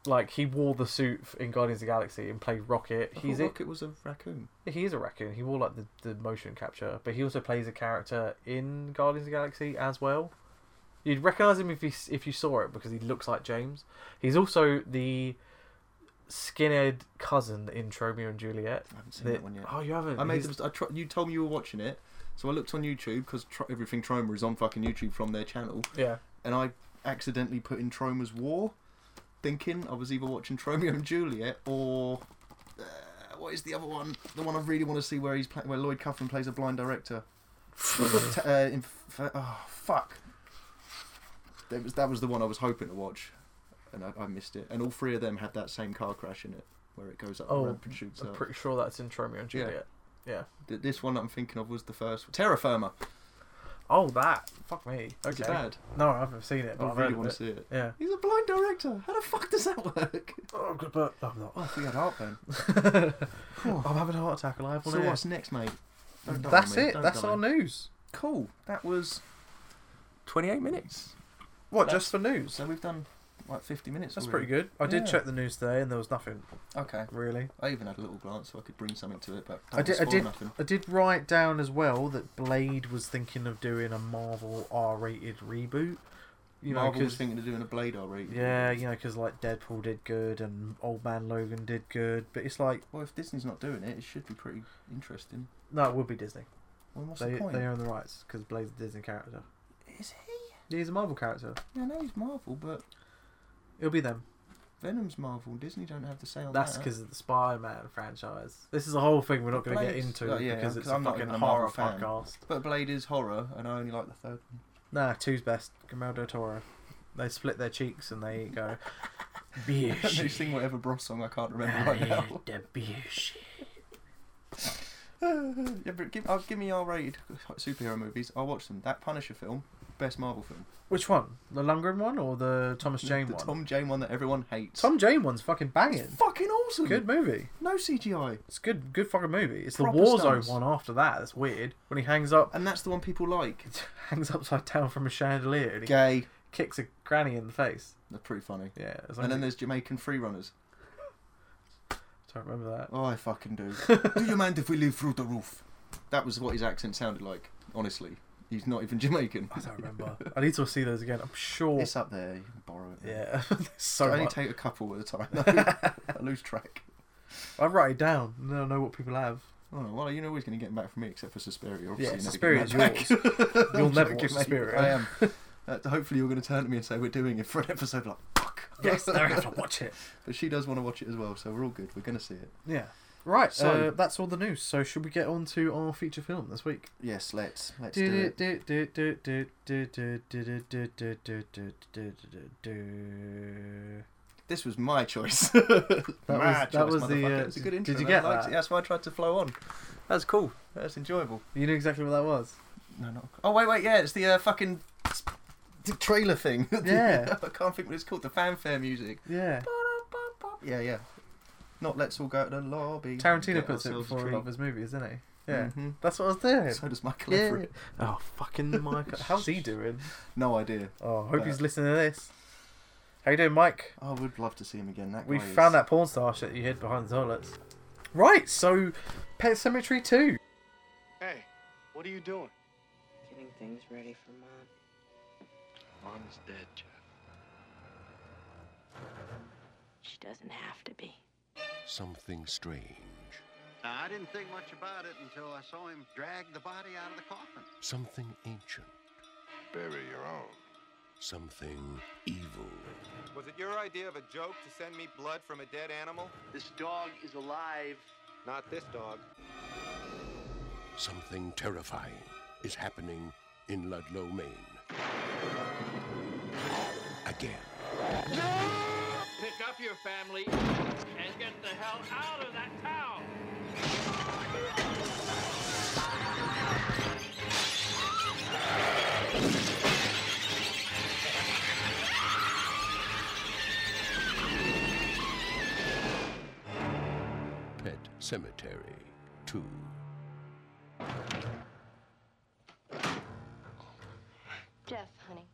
Like he wore the suit f- in Guardians of the Galaxy and played Rocket.
I
He's
thought
a,
Rocket was a raccoon.
he is a raccoon. He wore like the, the motion capture, but he also plays a character in Guardians of the Galaxy as well. You'd recognize him if you s- if you saw it because he looks like James. He's also the skinhead cousin in Romeo and Juliet.
I haven't seen
The-
that one yet.
*laughs* Oh, you haven't.
I made
He's-
them. I tr- you told me you were watching it, so I looked on YouTube because tr- everything Troma is on fucking YouTube from their channel,
Yeah.
and I accidentally put in Troma's War, thinking I was either watching Tromeo and Juliet or uh, what is the other one? The one I really want to see where he's pla- where Lloyd Kaufman plays a blind director. T- uh, in, f- oh fuck! That was that was the one I was hoping to watch, and I, I missed it. And all three of them had that same car crash in it, where it goes up
Oh,
the ramp and shoots
I'm
up.
pretty sure that's in Romeo and
Yeah.
Juliet. Yeah.
Th- This one that I'm thinking of was the first one. Terra Firma.
Oh, that. Fuck me. Okay.
Is it bad?
No, I haven't seen it. But
I
I've
really
heard
want
of
to
it.
see it.
Yeah.
He's a blind director. How the fuck does that work?
Oh, good, but I'm not.
Oh, we had art then.
I'm having a heart attack. Alive
So what's next, mate? Don't die
That's
on me.
it.
Don't
That's
die.
our news.
Cool. That was 28 minutes.
What
That's-
just for news?
So we've done like 50 minutes.
That's pretty
already.
good. I did
Yeah.
check the news today, and there was nothing
Okay.
really.
I even had a little glance so I could bring something to it, but
I did. I
spoil
did.
Nothing.
I did write down as well that Blade was thinking of doing a Marvel R-rated reboot. You know,
Marvel was
'cause-
thinking of doing a Blade already.
yeah, you know, because like Deadpool did good and Old Man Logan did good, but it's like
Well, if Disney's not doing it, it should be pretty interesting.
no, it would be Disney.
Well, what's
they
the point?
they own the rights because Blade's a Disney character.
Is
He's a Marvel character.
he? I know he's Marvel, but
It'll be them.
Venom's Marvel. Disney don't have the say on
That's
that.
because of the Spider-Man franchise. This is a whole thing we're not going to get
Blades.
into
Oh, yeah,
because it's
'cause
a
I'm not
fucking
even a
horror
Marvel fan.
podcast.
But Blade is horror, and I only like the third one.
Nah, two's best. Guillermo del Toro. They split their cheeks and they
*laughs*
go. Beauty.
They sing whatever Bros song I can't
*laughs*
remember right now.
the beauty.
*laughs* yeah, but give, uh, give me R-rated superhero movies. I'll watch them. That Punisher film, best Marvel film.
Which one? The Lundgren one or the Thomas Jane
the
one?
Tom Jane one that everyone hates.
Tom Jane one's fucking banging.
fucking awesome.
Good movie.
No CGI.
It's good. Good fucking movie. It's
Proper
the Warzone
stunts.
one after that. That's weird. When he hangs up, *laughs*
And that's the one people like.
hangs upside down from a chandelier and he
Gay.
kicks a granny in the face.
That's pretty funny.
Yeah. as long
And then
as
there's Jamaican free runners.
he- don't remember that.
Oh, I fucking
*laughs*
do. do you mind if we live through the roof? That was what his accent sounded like. Honestly, he's not even Jamaican.
I don't *laughs* remember. I need to see those again. I'm
*laughs*
sure.
It's up there. You can borrow it.
Yeah. *laughs* There's
I
so
only
much.
take a couple at a
*laughs*
time. *laughs* I lose track.
I write it down. and Then I know what people have.
Oh, well, you're always going to get them back from me, except for Suspiria. Obviously,
Yeah,
you never
Suspiria
get
is
them back.
yours.
*laughs*
You'll
I'm joking,
never watch
mate.
Suspiria.
I am. Uh, hopefully, you're going to turn to me and say we're doing it for an episode. Like, fuck.
yes, they're going to *laughs* watch it.
*laughs* But she does want to watch it as well, so we're all good. We're going to see it.
Yeah. Right.
So-
uh, that's all the news. So should we get on to our feature film this week?
Yes, let's let's do it.
That
This was my choice. *laughs*
was that was the.
motherfucker.
Uh,
It's a good intro.
Did you
though.
get
I liked
that?
It. That's why I tried to flow on.
That's cool.
That's enjoyable.
You knew exactly what that was.
No, not. Oh wait, wait, yeah, it's the uh, fucking the trailer thing. *laughs* The-
Yeah.
I can't think what it's called. The fanfare music.
Yeah.
Yeah, yeah. Not let's all go to the lobby.
Tarantino
Get
puts it
ourselves a
before a lot
treat.
of his movies, doesn't he? Yeah.
Mhm.
That's what I was doing.
So does Michael
Yeah.
Everett.
Oh
*laughs*
fucking Mike! How's he doing?
No idea.
Oh, I hope he's listening to this. How you doing, Mike?
I would love to see him again. That
We
guy is-
found that porn star shit you hid behind the toilets. Right. So, Pet Cemetery Two.
Hey, what are you doing?
Getting things ready for mom.
Mom's dead, Jeff.
She doesn't have to be.
something strange,
Now, I didn't think much about it until I saw him drag the body out of the coffin.
something ancient. Bury your own. Something evil.
Was it your idea of a joke to send me blood from a dead animal?
This dog is alive.
Not this dog.
Something terrifying is happening in Ludlow, Maine. Again.
Pick up your family and get the hell out of that town.
Pet Cemetery 2.
Jeff, honey.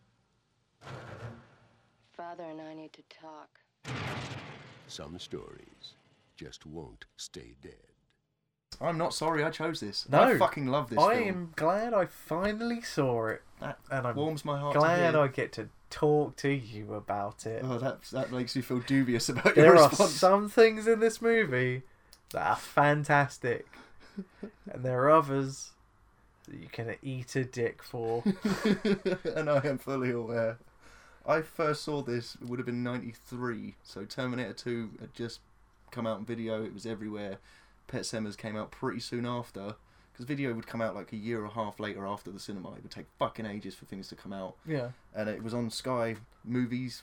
Father and I need to talk.
Some stories just won't stay dead.
I'm not sorry I chose this.
No.
I fucking love this.
I
film.
am glad I finally saw it,
That
and I'm
warms my heart. to
glad
hear.
I get to talk to you
*laughs*
about it.
Oh, that that makes me feel dubious about your
there are
response.
some things in this movie that are fantastic, and there are others that you can eat a dick for.
and I am fully aware. I first saw this, it would have been 93, so Terminator 2 had just come out on video, it was everywhere. Pet Sematary came out pretty soon after, because video would come out like a year or a half later after the cinema. It would take fucking ages for things to come out.
yeah.
And it was on Sky Movies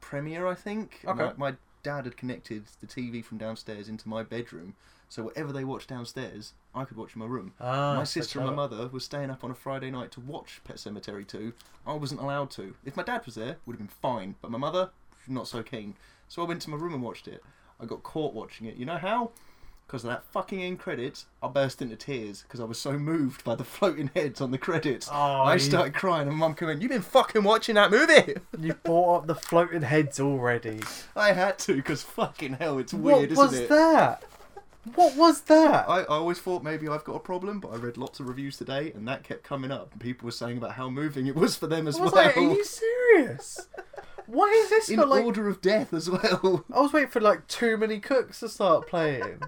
premiere, I think. And
Okay.
My, my dad had connected the TV from downstairs into my bedroom, so whatever they watched downstairs, I could watch in my room
Ah,
my
so
sister and my
clever.
mother were staying up on a Friday night to watch Pet Cemetery 2. I wasn't allowed to. If my dad was there, would have been fine. But my mother, not so keen. So I went to my room and watched it. I got caught watching it. You know how? Because of that fucking end credits, I burst into tears because I was so moved by the *laughs* floating heads on the credits.
Oh,
I
you-
started crying, and Mum came in. You've been fucking watching that movie. *laughs*
You brought up the floating heads already.
I had to because fucking hell, it's
what
weird,
was
isn't it?
that? What was that?
I, I always thought maybe I've got a problem, but I read lots of reviews today, and that kept coming up. And people were saying about how moving it was for them *laughs* as
I was
well.
like, are you
*laughs*
serious? Why is this
In
not like?
order of death as well. *laughs*
I was waiting for like too many cooks to start playing.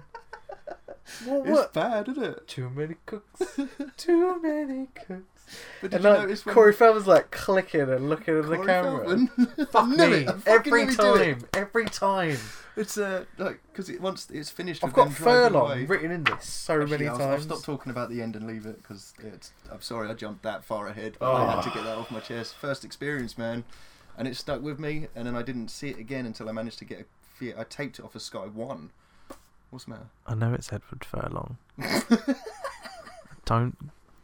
What?
It's
what?
bad, isn't it? *laughs*
Too many cooks. Too many cooks.
But did
And
you
like
notice when
Corey Feldman's like clicking and looking at the
Corey
camera.
Feldman- *laughs*
Fuck
I
me!
knew it. I fucking
Every
knew he'd do it.
time, every time.
It's uh like because it, once it's finished.
I've
with
got
them driving
furlong
away-
written in this so
Actually,
many
I'll, I'll
times.
stop talking about the end and leave it because it's. I'm sorry, I jumped that far ahead. But
Oh.
I had to get that off my chest. First experience, man, and it stuck with me. And then I didn't see it again until I managed to get a. few- I taped it off of Sky One. What's the matter? *laughs*
I know it's Edward Furlong. don't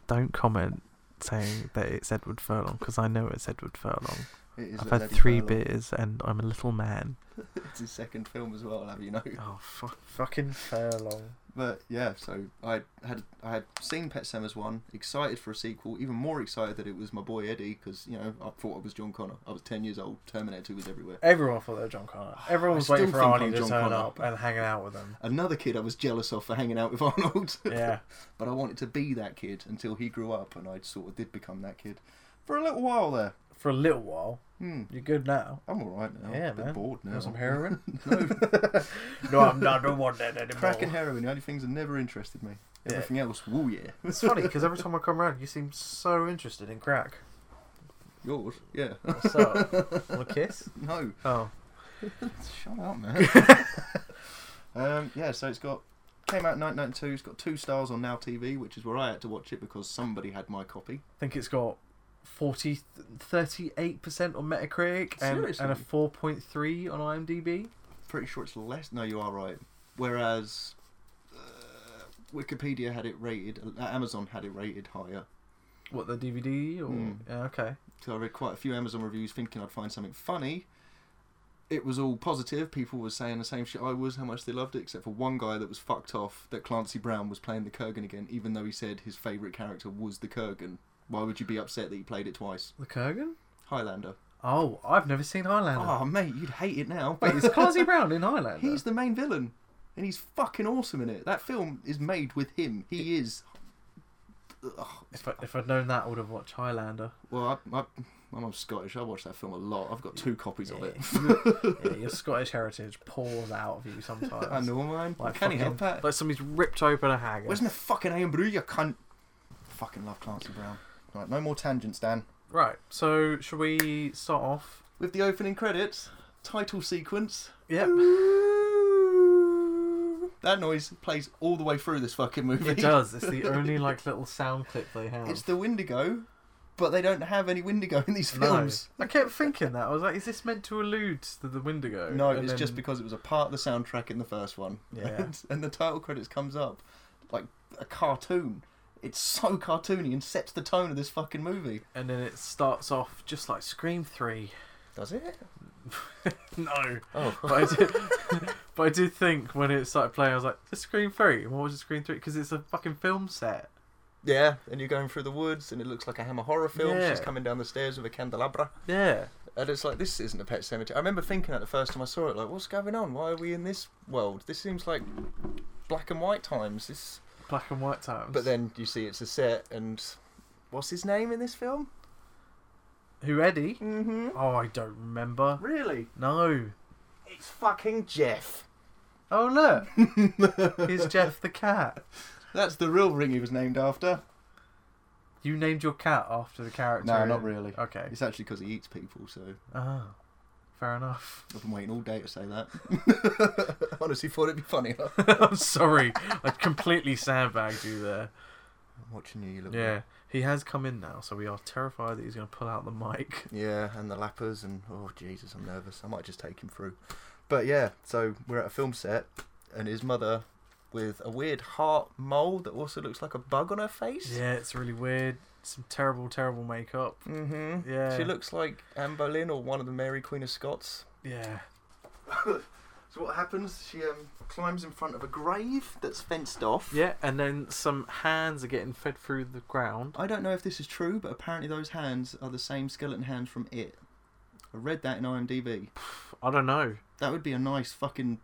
don't comment saying that it's Edward Furlong because I know it's Edward Furlong.
It is
I've
a
had
bloody
three
furlong.
beers and I'm a little man.
*laughs* It's his second film as well. I'll Have you know?
Oh fuck, fucking Furlong.
But yeah, so I had I had seen Pet Sematary one, excited for a sequel, even more excited that it was my boy Eddie because you know I thought I was John Connor. I was ten years old. Terminator Two was everywhere.
Everyone thought they were
*sighs*
John Connor. Everyone
I
was waiting for
still think
Arnie
I'm
to
John
turn
Connor.
up and hanging out
*laughs*
with them.
Another kid I was jealous of for hanging out with *laughs* Arnold.
Yeah.
but I wanted to be that kid until he grew up, and I sort of did become that kid for a little while there.
For a little while.
Hmm.
You're good now.
I'm all right now.
Yeah,
a bit
man.
bored now.
Want some heroin?
*laughs* no.
*laughs* No, I'm not. I don't want that anymore.
Crack and heroin, the only things that never interested me.
Yeah.
Everything else, woo yeah.
It's funny because every time I come around, you seem so interested in crack.
Yours, yeah.
What's *laughs* up? Want a kiss?
no.
Oh,
Shut up,
*laughs*
man. *laughs* um, yeah, so it's got came out in 1992. It's got two stars on Now TV, which is where I had to watch it because somebody had my copy.
I think it's got 40, 38 percent on Metacritic and, and a
Seriously?
four point three on IMDb.
Pretty sure it's less. No, you are right. Whereas uh, Wikipedia had it rated, uh, Amazon had it rated higher.
What the DVD or
Hmm.
yeah, okay?
So I read quite a few Amazon reviews, thinking I'd find something funny. It was all positive. People were saying the same shit I was, how much they loved it, except for one guy that was fucked off that Clancy Brown was playing the Kurgan again, even though he said his favourite character was the Kurgan. Why would you be upset that he played it twice?
The Kurgan?
Highlander.
Oh, I've never seen Highlander.
Oh, mate, you'd hate it now.
Wait, is Clancy Brown in Highlander?
He's the main villain, and he's fucking awesome in it. That film is made with him. He is. Ugh.
If, I, if I'd known that, I would have watched Highlander.
Well, I, I, I'm Scottish. I watch that film a lot. I've got two copies of it.
Yeah, your Scottish heritage pours out of you sometimes.
I know mine.
Like,
Can he
fucking-
help that?
Like somebody's ripped open a haggis.
Where's my fucking AM brew, you cunt? Fucking love Clancy Brown. Right, no more tangents, Dan.
Right. So, should we start off?
With the opening credits, title sequence,
Yep. *laughs*
that noise plays all the way through this fucking movie.
It does. It's the only like little sound clip they have.
It's the Windigo, but they don't have any Windigo in these
No.
films.
I kept thinking that. I was like, is this meant to allude to the Wendigo?
No,
And
it's
then-
just because it was a part of the soundtrack in the first one. *laughs*
Yeah.
And, and the title credits comes up like a cartoon. It's so cartoony and sets the tone of this fucking movie.
And then it starts off just like Scream Three.
Does it?
No.
Oh.
*laughs* But I did, but I did think when it started playing, I was like, "It's Scream 3? What was it Scream Three? Because it's a fucking film set.
Yeah, and you're going through the woods, and it looks like a Hammer horror film.
Yeah.
She's coming down the stairs with a candelabra,
Yeah.
and it's like this isn't a pet cemetery. I remember thinking that the first time I saw it, like, what's going on? Why are we in this world? This seems like black and white times. This,
Black and white times.
but then you see it's a set, and what's his name in this film?
who Eddie?
Mm-hmm.
Oh, I don't remember.
Really?
No.
It's fucking Jeff.
Oh look,
*laughs*
here's Jeff the cat.
That's the real ring he was named after.
You named your cat after the character.
No, not
in-
really.
Okay.
It's actually because he eats people, so
Oh, fair enough. *laughs*
I've been waiting all day to say that. *laughs* Honestly, thought it'd be funny.
I'm sorry. I completely sandbagged you there.
watching you, you little
Yeah. He has come in now, so we are terrified that he's going to pull out
*laughs*
the mic.
Yeah, and the lappers, and oh Jesus, I'm nervous. I might just take him through. But yeah, so we're at a film set, and his mother with a weird heart mole that also looks like a bug on her face.
Yeah, it's really weird. Some terrible, terrible makeup.
Mm-hmm.
Yeah.
She looks like Anne Boleyn or one of the Mary Queen of Scots.
Yeah.
So what happens? She um, climbs in front of a grave that's fenced off.
Yeah, and then some hands are getting fed through the ground.
I don't know if this is true, but apparently those hands are the same skeleton hands from it. I read that in IMDb.
I don't know.
That would be a nice fucking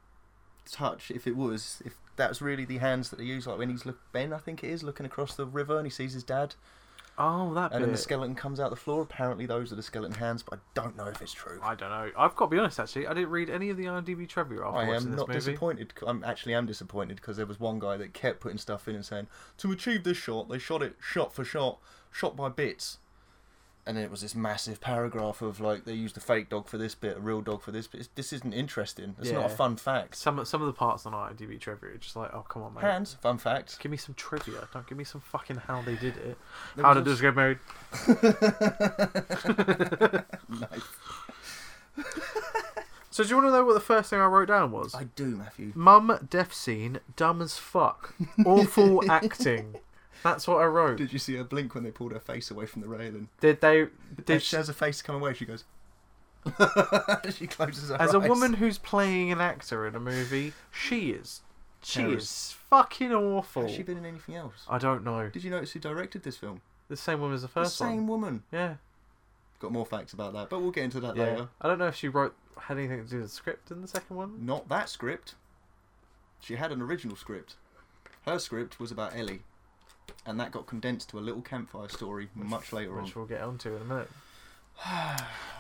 touch if it was. If that's really the hands that they use, like when he's look Ben, I think it is looking across the river and he sees his dad.
Oh, that
and then the
bit.
skeleton comes out the floor. Apparently, those are the skeleton hands, but I don't know if it's true.
I don't know. I've got to be honest. Actually, I didn't read any of the IMDb trivia after
I
watching
am
this
not
movie.
disappointed. I'm actually am disappointed because there was one guy that kept putting stuff in and saying to achieve this shot, they shot it shot for shot, shot by bits, and then it was this massive paragraph of like they used a fake dog for this bit, a real dog for this bit. It's- This isn't interesting. It's not a
Yeah.
fun fact.
Some some of the parts on IMDb trivia are just like, oh come on, mate.
Hands, fun fact.
*laughs* Give me some trivia. Don't give me some fucking how they did it.
There
How
was
did this get married? *laughs* So do you want to know what the first thing I wrote down
*laughs*
was?
I do,
*laughs*
Matthew.
Mum death scene, dumb as fuck, awful acting. That's what I wrote. Did,
Did you see her blink when they pulled her face away from the railing?
they?
Did
Did
she has a face come away. She goes. *laughs* she closes her
as a
eyes.
woman who's playing an actor in a movie, she is, she
Terrible.
is fucking awful.
Has she been in anything else?
I don't know.
Did you notice who directed this film?
The same woman as the
The
first
same
one.
woman.
Yeah,
Got more facts about that, but we'll get into that
yeah.
later.
I don't know if she wrote had anything to do with the script in the second one.
Not that script. She had an original script. Her script was about Ellie, and that got condensed to a little campfire story much later on.
which we'll get onto in a minute.
*sighs*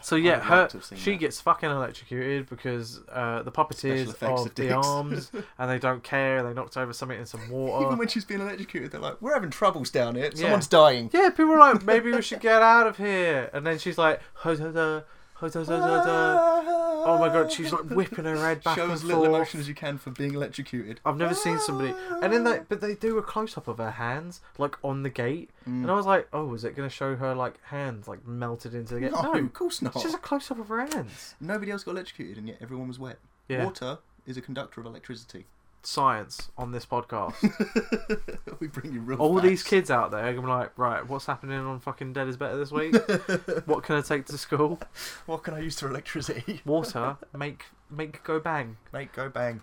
so yeah,
would like
her
to have seen
she
that.
gets fucking electrocuted because uh, the
Special
puppeteers
effects
of
are
the
dicks. *laughs*
arms and they don't care. They knocked over something in some water.
Even when she's being electrocuted, they're like, "We're having troubles down here.
Yeah.
Someone's dying."
yeah, people were like, maybe we should get out of here. And then she's like, ho da da, ho *laughs* da da da da. Oh my god, she's like whipping her head back
Show
and
as little
forth.
emotion as you can for being electrocuted.
I've never seen somebody, and then they but they do a close up of her hands like on the gate,
Mm.
and I was like, oh, is it going to show her like hands like melted into the gate?
No,
No,
of course not.
It's just a close up of her hands.
Nobody else got electrocuted, and yet everyone was wet.
Yeah.
Water is a conductor of electricity. *laughs*
science on this podcast.
we bring you real.
All
facts.
these kids out there are gonna be like, right, what's happening on fucking Dead is Better
*laughs*
this week? what can I take to school?
What can I use for electricity? *laughs*
Water, make make go
*sighs*
bang.
Mate, go bang.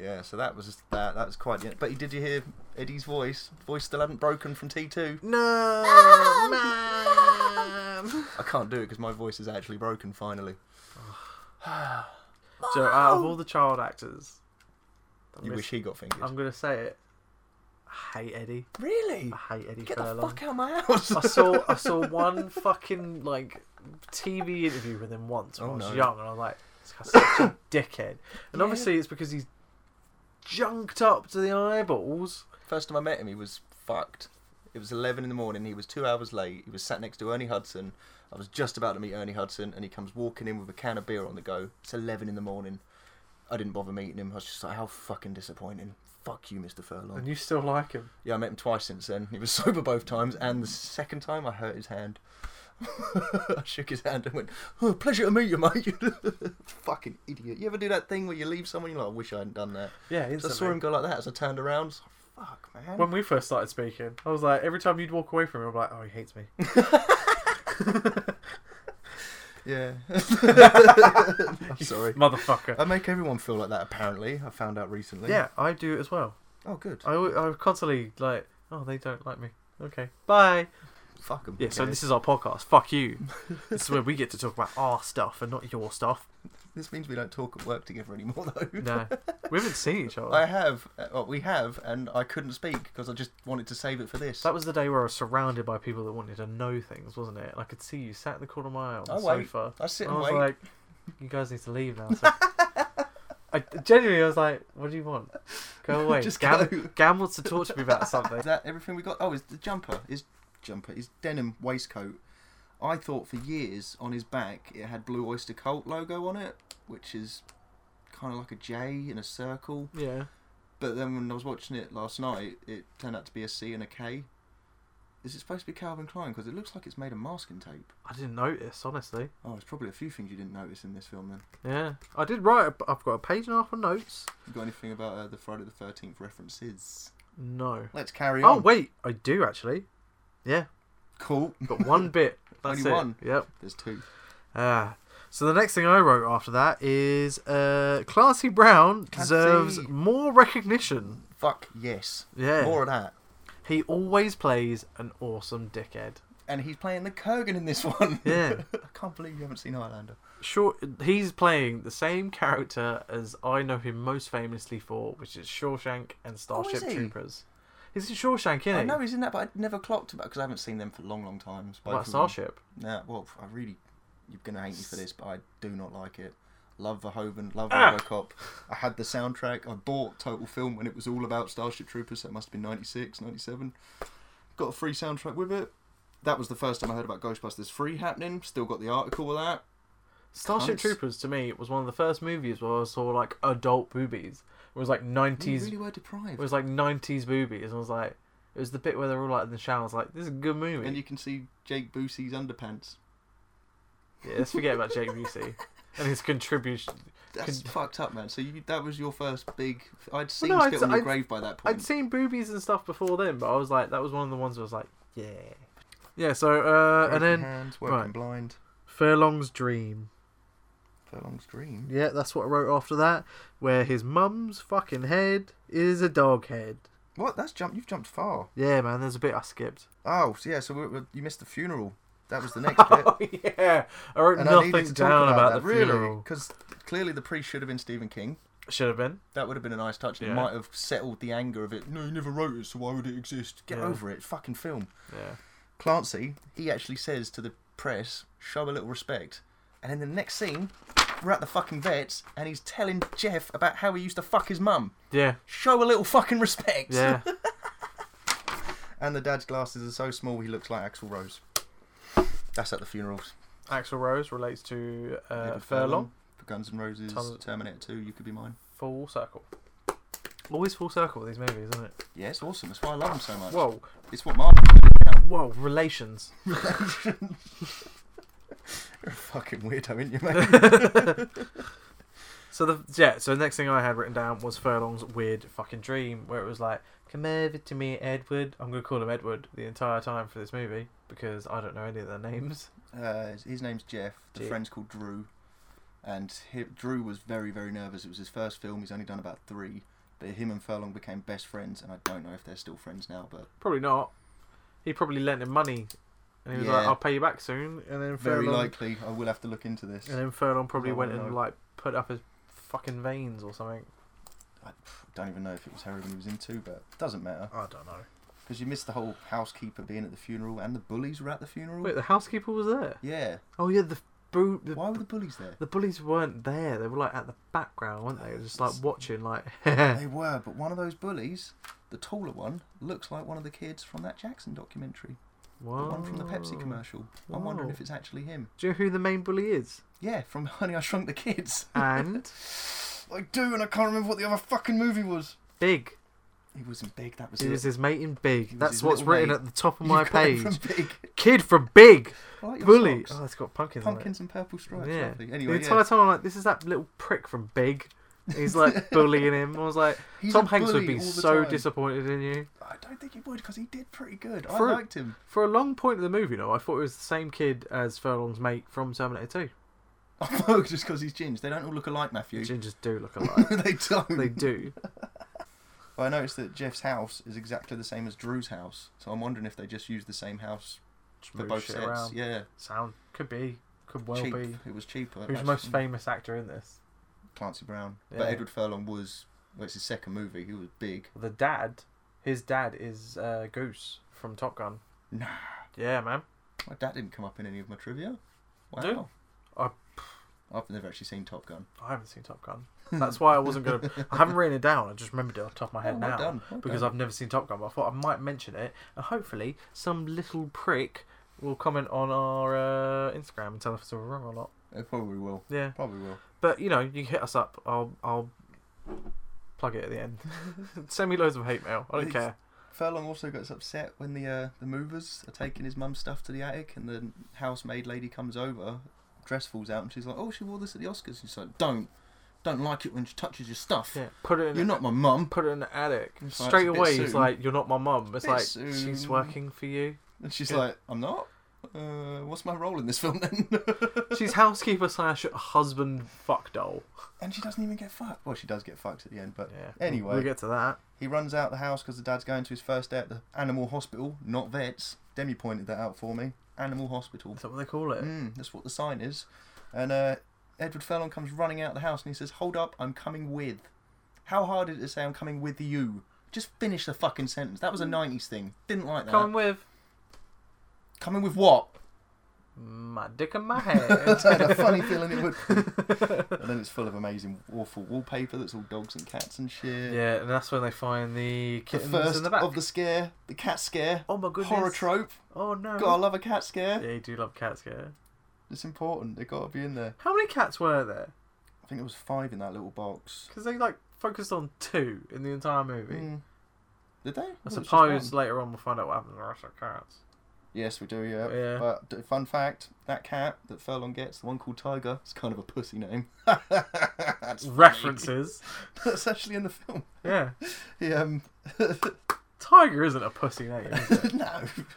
Yeah, so that was just that. That was quite. the- But did you hear Eddie's voice? Voice still hadn't broken from T2. *laughs*
No,
I can't do it because my voice is actually broken finally.
So out of all the child actors, I'm,
You
gonna,
wish he got fingered.
I'm gonna say it. I hate Eddie.
really?
I hate Eddie
Get the
Furlong.
fuck out of my house.
I saw I saw one fucking like TV interview with him once when
Oh,
I was
no.
young, and I was like, this guy's
*coughs*
such a dickhead. And obviously, it's because he's junked up to the eyeballs.
First time I met him, he was fucked. It was 11 in the morning. He was two hours late. He was sat next to Ernie Hudson. I was just about to meet Ernie Hudson, and he comes walking in with a can of beer on the go. It's 11 in the morning. I didn't bother meeting him. I was just like, how fucking disappointing. Fuck you, Mr. Furlong.
And you still like him?
Yeah, I met him twice since then. He was *laughs* sober both times, and the second time I hurt his hand. *laughs* I shook his hand and went, oh, "Pleasure to meet you, mate." *laughs* Fucking idiot! You ever do that thing where you leave someone, you're like, "I wish I hadn't done that."
Yeah,
So I saw him go like that as I turned around. I was like, Fuck, man.
When we first started speaking, I was like, every time you'd walk away from him, I'm like, oh, he hates me. *laughs* *laughs*
yeah. *laughs* I'm sorry. I *laughs*
Motherfucker.
make everyone feel like that. Apparently, I found out recently.
Yeah, I do it as well.
Oh, good.
I, uh, al- I constantly, like, oh, they don't like me. Okay, bye.
Fuck 'em.
Yeah, so
Okay.
this is our podcast. Fuck you. *laughs* this is where we get to talk about our stuff and not your stuff.
this means we don't talk at work together anymore, *laughs* though.
No, we haven't seen each
*laughs*
other.
I have. uh, Well, we have, and I couldn't speak because I just wanted to save it for this.
That was the day where I was surrounded by people that wanted to know things, wasn't it? And I could see you sat in the corner of my eye on the
I Oh, wait.
sofa.
I sit
And
and
I was
wait.
like, you guys need to leave now.
*laughs*
So. I genuinely, I was like, what do you want?
*laughs*
Go away.
Just
Gam,
go.
Gam wants to talk to me about something.
Is that everything we got? Oh, is the jumper? His jumper? His denim waistcoat? I thought for years on his back it had Blue Oyster Cult logo on it, which is kind of like a J in a circle.
*laughs* yeah.
But then when I was watching it last night, it turned out to be a C and a K. Is it supposed to be Calvin Klein? Because it looks like it's made of masking tape.
I didn't notice, honestly.
Oh, there's probably a few things you didn't notice in this film. Then
Yeah. I did write, a, I've got a page and a half of notes.
you got anything about uh, the Friday the Thirteenth references?
No.
Let's carry on.
Oh, wait. I do, actually. Yeah.
Cool. *laughs*
Got one bit. That's
Only
it.
one.
Yep.
There's two.
Ah. So the next thing I wrote after that is uh, Clancy Brown deserves
Clancy.
more recognition.
Fuck yes.
Yeah.
More of that.
He always plays an awesome dickhead.
and he's playing the Kurgan in this *laughs* one.
Yeah.
I can't believe you haven't seen Highlander.
Short, he's playing the same character as I know him most famously for, which Oh, is Shawshank and Starship
is he?
Troopers. He's in Shawshank, isn't
I
he?
know he's in that, but I never clocked about because I haven't seen them for long, long times.
Like Starship.
Yeah, well, I really, you're gonna hate me for this, but I do not like it. Love Verhoeven, love RoboCop. I had the soundtrack. I bought Total Film when it was all about Starship Troopers. That must have been 96, 97. Got a free soundtrack with it. That was the first time I heard about Ghostbusters 3 happening. Still got the article with that.
Starship
Cunts.
Troopers to me was one of the first movies where I saw like adult boobies. It was like
You
nineties.
really were deprived.
It was like nineties boobies, and I was like, it was the bit where they're all like in the shower. I was like, this is a good movie.
and you can see Jake Busey's underpants.
Yeah, let's forget about Jake *laughs* Busey and his contribution.
*laughs* That's
Could-
fucked up, man. So you, that was your first big. I'd seen
Well, no, I'd
Spit
s-
on Your
I'd-
Grave by that point.
I'd seen boobies and stuff before then, but I was like, that was one of the ones I was like, yeah, yeah. So uh, and then
hands,
working right.
blind,
Furlong's Dream.
Furlong's Dream.
Yeah, that's what I wrote after that, where his mum's fucking head is a dog head.
What? That's jumped. You've jumped far.
Yeah, man, there's a bit I skipped.
Oh, so yeah. So we we you missed the funeral. That was the next
*laughs*
bit.
*laughs* Oh yeah, I wrote
And I
nothing
needed to talk
down about,
that,
the
really,
funeral.
because clearly the priest should have been Stephen King.
Should have been.
That would have been a nice touch. and It
Yeah.
might have settled the anger of it. No, you never wrote it, so why would it exist? Get
Yeah.
over it. Fucking film.
Yeah.
Clancy, he actually says to the press, show a little respect. And in the next scene, we're at the fucking vets, and he's telling Jeff about how he used to fuck his mum.
Yeah.
Show a little fucking respect.
Yeah.
and the dad's glasses are so small, he looks like Axel Rose. That's at the funerals.
*laughs* Axel Rose relates to uh,
Edward
Furlong.
For Guns N' Roses,
Tom-
Terminator 2, You Could Be Mine.
Full circle. Always full circle with these movies, isn't it?
Yeah, it's awesome. That's why I love them so much.
Whoa,
It's what Martin
whoa, relations.
*laughs* You're a fucking weirdo, aren't you, mate?
*laughs* So the yeah, so the next thing I had written down was Furlong's weird fucking dream, where it was like, "Come over to me, Edward." I'm gonna call him Edward the entire time for this movie because I don't know any of their names.
*laughs*
*laughs*
uh, his name's Jeff. The
Jeff.
friend's called Drew. And he, Drew was very, very nervous. It was his first film. He's only done about three. But him and Furlong became best friends, and I don't know if they're still friends now. But
Probably not. He probably lent him money, and he was like,
Yeah.
"I'll pay you back soon." And then
very
Furlong,
likely, I will have to look into this.
and then Furlong probably
Oh,
went
no.
and like put up his fucking veins or something.
I pff, don't even know if it was heroin he was into, but it doesn't matter
I don't know.
because you missed the whole housekeeper being at the funeral, and the bullies were at the funeral.
Wait, the housekeeper was there.
yeah,
Oh yeah, the boo. The,
why were the bullies there?
the bullies weren't there. They were like at the background, weren't they? Just like watching, like. *laughs*
They were, but one of those bullies, the taller one, looks like one of the kids from that Jackson documentary. The one from the Pepsi
Whoa.
commercial. I'm wondering
Whoa.
if it's actually him.
Do you know who the main bully is?
Yeah, from *laughs* Honey I Shrunk the Kids. *laughs*
And
I do, and I can't remember what the other fucking movie was.
Big.
He wasn't big. That was
He
it.
was his mate in Big.
was
That's
his
what's
little
written
mate.
at the top
*laughs*
of
You
my
got it
page.
From big.
*laughs* Kid from Big.
I like your
Bully.
socks.
Oh, it's got pumpkins. on it.
Pumpkins and purple stripes.
Yeah.
Lovely. Anyway,
the entire
yeah.
time I'm like, this is that little prick from Big.
*laughs*
He's like bullying him. I was like,
He's
Tom
a
Hanks would
bully
be
all the
so
time.
disappointed in you.
I don't think he would because he did pretty good. I
For-
liked him.
For a long point of the movie, though, I thought it was the same kid as Furlong's mate from Terminator
*laughs* just because he's ginged. They don't all look alike, Matthew. *laughs*
2. Gingers do look alike.
they don't.
they do.
But I noticed that Jeff's house is exactly the same as Drew's house, so I'm wondering if they just used the same house
Just
for
move
both
shit
sets.
around.
Yeah,
Sound could be, could well
cheap.
be.
It was cheaper.
Who's the
Actually,
most famous actor in this?
Clancy Brown.
Yeah.
But Edward Furlong was. Well, it's his second movie. He was big.
The dad, his dad is uh, Goose from Top Gun.
Nah.
Yeah, man.
My dad didn't come up in any of my trivia. Wow.
No. I-
I've never actually seen Top Gun.
I haven't seen Top
*laughs*
Gun. That's why I wasn't gonna. I haven't written it down. I just remembered it off the top of my head
Oh, well
now
done, well
because
done.
I've never seen Top Gun. But I thought I might mention it, and hopefully some little prick will comment on our uh, Instagram and tell us if we're wrong or not.
It probably will.
Yeah,
Probably will.
but you know, you can hit us up. I'll I'll plug it at the end. *laughs* Send me loads of hate mail. I don't
Please.
care.
Furlong also gets upset when the uh, the movers are taking his mum's stuff to the attic, and the housemaid lady comes over, dress falls out, and she's like, "Oh, she wore this at the Oscars." And she's like, "Don't, don't like it when she touches your stuff.
Yeah, put it in.
You're not my mum."
Put it in the attic
It's like,
straight
it's a bit
away. He's
soon.
like, "You're not my mum." It's
Bit
like
soon.
she's working for you.
And she's
Yeah.
like, "I'm not. Uh, what's my role in this film then?" *laughs*
She's housekeeper slash husband fuck doll.
and she doesn't even get fucked. Well, she does get fucked at the end, but
Yeah.
anyway,
we'll get to that.
he runs out the house because the dad's going to his first day at the animal hospital, not vets. Demi pointed that out for me. Animal hospital.
Is that what they call it?
Mm, that's what the sign is. And uh, Edward Furlong comes running out of the house and he says, Hold up, I'm coming with. How hard is it to say I'm coming with you? Just finish the fucking sentence. That was a
Mm.
90s thing. Didn't like that.
Coming with
Coming with
*laughs*
what?
my dick
*laughs*
in my
I
head.
had a funny feeling it would. be. and then it's full of amazing, awful wallpaper that's all dogs and cats and shit.
yeah, and that's when they find the
The
kittens
first
in the back.
of the scare, the cat scare.
Oh my goodness.
Horror trope.
oh no.
Gotta love a cat scare.
Yeah, you do love cats, yeah.
It's important. They gotta be in there.
How many cats were there?
I think there was five in that little box.
Because they like focused on two in the entire movie.
Mm. Did they?
I
was it just
suppose
one?
later on we'll find out what happened to the rest of the cats.
Yes, we do. Yeah.
Oh, Yeah.
But d- fun fact: that cat that Furlong gets, the one called Tiger, it's kind of a pussy name. *laughs* That's funny.
References.
*laughs* That's actually in the film.
yeah.
He,
*laughs*
um, no,
Tiger isn't a pussy name.
*laughs*
Is it?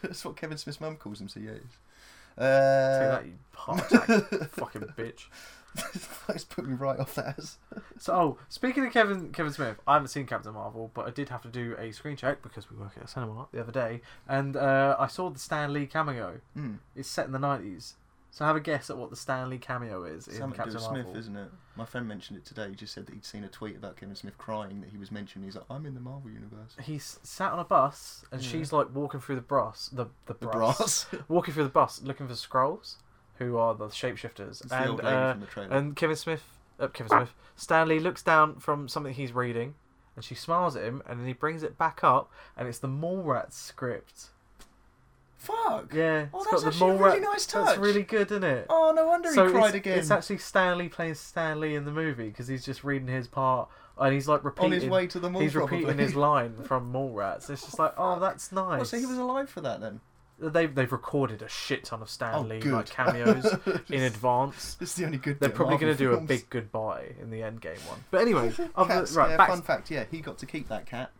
that's what Kevin Smith's mum calls him. So yeah. it is.
Take
Uh,
that, you heart attack, fucking bitch.
*laughs* that's put me right off that. As
So, oh, speaking of Kevin Kevin Smith, I haven't seen Captain Marvel, but I did have to do a screen check because we work at a cinema the other day, and uh, I saw the Stan Lee cameo.
Hmm.
It's set in the nineties, so have a guess at what the Stan Lee cameo is in
something to do
Captain
with
Marvel.
Smith, isn't it? My friend mentioned it today. He just said that he'd seen a tweet about Kevin Smith crying that he was mentioned. He's like, I'm in the Marvel
*laughs*
universe.
He's sat on a bus, and she's like walking through the brass, the
The
the, brass.
brass. *laughs*
walking through the bus looking for scrolls, who are the shapeshifters.
the
and,
old lady
uh,
from the trailer.
and Kevin Smith, uh, Kevin Smith, Stanley looks down from something he's reading, and she smiles at him, and then he brings it back up, and it's the Mallrats script.
Fuck.
Yeah,
Oh,
it's
that's
got the
actually a
Mallrats.
really nice touch.
That's really good, isn't it?
Oh, no wonder
so
he cried
it's,
again.
it's actually Stanley playing Stanley in the movie because he's just reading his part and he's like repeating.
his way to the mall,
He's repeating
probably.
his line from Mallrats. It's just like, oh, that's nice.
Oh, so he was alive for that then.
They've they've recorded a shit ton of Stan
Oh,
Lee
good.
like cameos
*laughs*
in advance.
This is the only good.
They're
bit of
probably
Marvel
going to do a
films.
big goodbye in the Endgame one. But anyway, other,
Cat
right,
scare,
back.
Fun fact: Yeah, he got to keep that cat,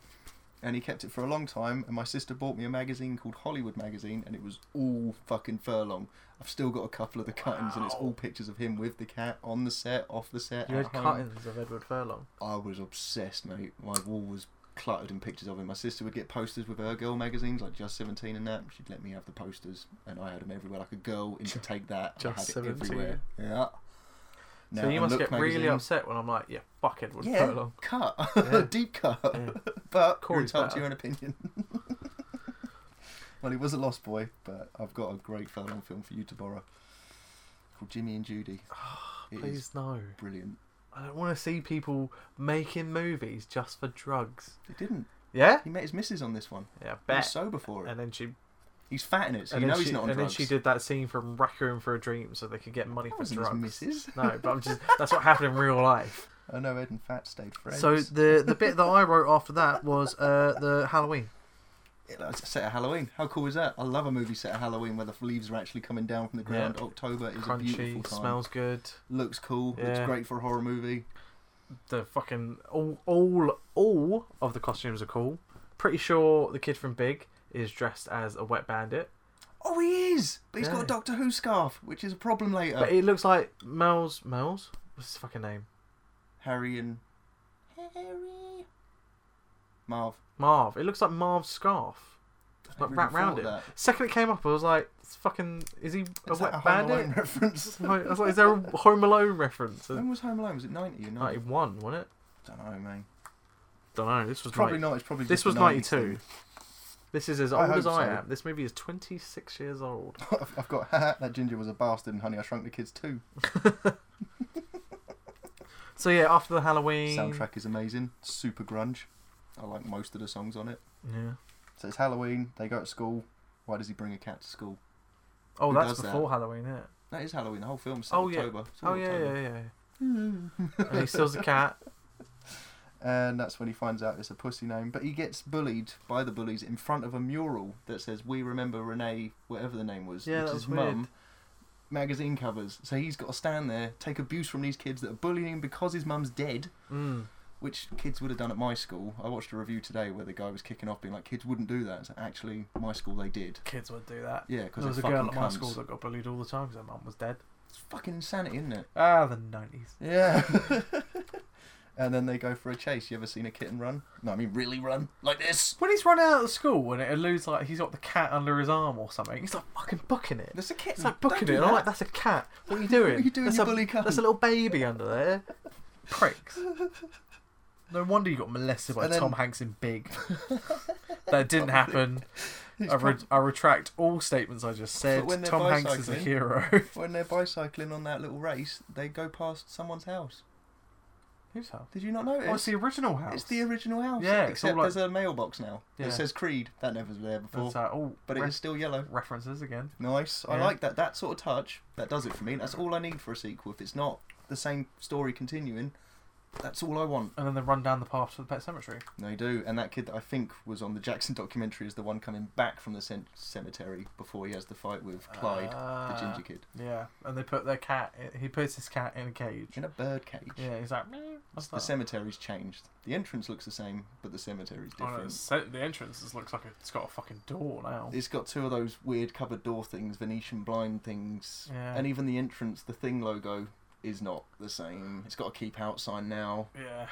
and he kept it for a long time. And my sister bought me a magazine called Hollywood Magazine, and it was all fucking furlong. I've still got a couple of the cuttings, and it's all pictures of him with the cat on the set, off the set.
you
at
had
home.
cuttings of Edward Furlong.
I was obsessed, mate. My wall was cluttered in pictures of him. My sister would get posters with her girl magazines, like Just Seventeen and that. She'd let me have the posters, and I had them everywhere, like a girl. And to take that, I
Just
had it
17.
everywhere. Yeah.
so
Now,
you
and
must
Look
get really
magazine-
upset when I'm like, yeah, fuck Edward
Yeah,
Furlong.
cut,
Yeah.
*laughs* deep cut. *laughs* But you're
Corey's
entitled to
better.
your own opinion. *laughs* well, he was a lost boy, but I've got a great Furlong film for you to borrow called Jimmy and Judy.
*sighs*
It is
Please no.
brilliant.
I don't want to see people making movies just for drugs.
They didn't.
Yeah.
He met his missus on this one.
Yeah, I
He
bet.
was sober for it.
and then she,
He's fat in it, so
and,
you
then
know
she
he's not on
and then
drugs.
she did that scene from Raccoon for a Dream, so they could get money
That
for
wasn't his
drugs.
missus.
No, but
*laughs*
I'm just that's what happened in real life.
I know Ed and Fat stayed friends.
So the the bit that I wrote after that was uh, the Halloween.
Yeah, that's a set of Halloween. How cool is that? I love a movie set of Halloween where the leaves are actually coming down from the
Yeah.
ground. October is a beautiful
Crunchy,
time.
smells good.
Looks cool. Looks
Yeah.
great for a horror movie.
The fucking all all all of the costumes are cool. Pretty sure the kid from Big is dressed as a wet bandit,
Oh, he is. But he's got
Yeah.
a Doctor Who scarf, which is a problem later.
but it looks like Mel's Mel's what's his fucking name?
Harry and Harry Marv.
Marv. It looks like Marv's scarf. Like
never
wrapped
even
round
thought
it.
of that.
Second it came up, I was like, "It's "Fucking, is he a
Is that
wet
a Home
bandit?"
Alone reference.
Like, I was like, "Is there a Home Alone reference?"
when was Home Alone? Was it ninety or ninety?
Ninety-one, wasn't it?
I don't know, man.
Don't know. This was
Probably
90
not. It's probably
This
just
was
a 90s
ninety-two. This is as
I
old
hope
as I
so.
am. This movie is twenty-six years old.
thing. *laughs* I've I've got "Ha, that ginger was a bastard, and honey, I shrunk the kids too.
So yeah, after the Halloween
Soundtrack is amazing. Super grunge. I like most of the songs on it.
Yeah.
So it's Halloween. They go to school. Why does he bring a cat to school?
Oh,
Who
that's
does that?
before Halloween, isn't it?
That is Halloween. The whole film's set
Oh yeah.
October. It's all
Oh yeah,
October.
yeah, yeah.
Mm.
yeah. and he steals a cat.
and that's when he finds out it's a pussy name. But he gets bullied by the bullies in front of a mural that says "We remember Renee, whatever the name was,
Yeah,
which
that
is
was
his
weird.
mum." Magazine covers. So he's got to stand there, take abuse from these kids that are bullying him because his mum's dead.
Mm.
Which kids would have done at my school. I watched a review today where the guy was kicking off, being like, "Kids wouldn't do that." It's like, actually, my school they did.
Kids would do that.
Yeah, 'cause
there was a
they're
girl
fucking
at my
cunts.
school that got bullied all the time because Oh, her mum was dead.
It's fucking insanity, isn't it?
Ah, the nineties.
Yeah. *laughs* and then they go for a chase. You ever seen a kitten run? No, I mean really run like this.
When he's running out of school and it eludes like he's got the cat under his arm or something, he's like fucking booking it.
There's a kitten.
It's like
Don't
booking
do
it. and I'm
that.
like, that's a cat. What
*laughs*
are you doing?
What are you doing,
That's
you
a
bully cunt?
That's a little baby under there. Pricks. No wonder you got molested by
And then-
Tom Hanks in Big. that
*laughs*
*laughs* didn't happen. I, re- I retract all statements I just said.
But when they're
Tom Hanks is a
bicycling-
hero. *laughs*
When they're bicycling on that little race, they go past someone's house.
Who's house?
Did you not notice?
Oh, it's the original house.
It's the original house.
Yeah, it's all
except
like-
there's a mailbox now.
Yeah.
It says Creed. That never was there before.
That's, uh, oh,
but it
re-
is still yellow.
references again.
Nice. I
Yeah.
like that. That sort of touch. That does it for me. That's all I need for a sequel. If it's not the same story continuing, that's all I want.
And then they run down the path to the pet cemetery.
They do. And that kid that I think was on the Jackson documentary is the one coming back from the cem- cemetery before he has the fight with Clyde, the
Ah.
ginger kid,
Yeah, and they put their cat. He puts his cat in a cage.
in a bird cage.
Yeah, he's like, "Meow." what's
The
that?
cemetery's changed. The entrance looks the same, but the cemetery's
Oh, no,
different.
it's- the entrance just looks like it's got a fucking door now.
It's got two of those weird cupboard door things, Venetian blind things,
Yeah.
and even the entrance, the thing logo is not the same. It's got a keep out sign now.
Yeah.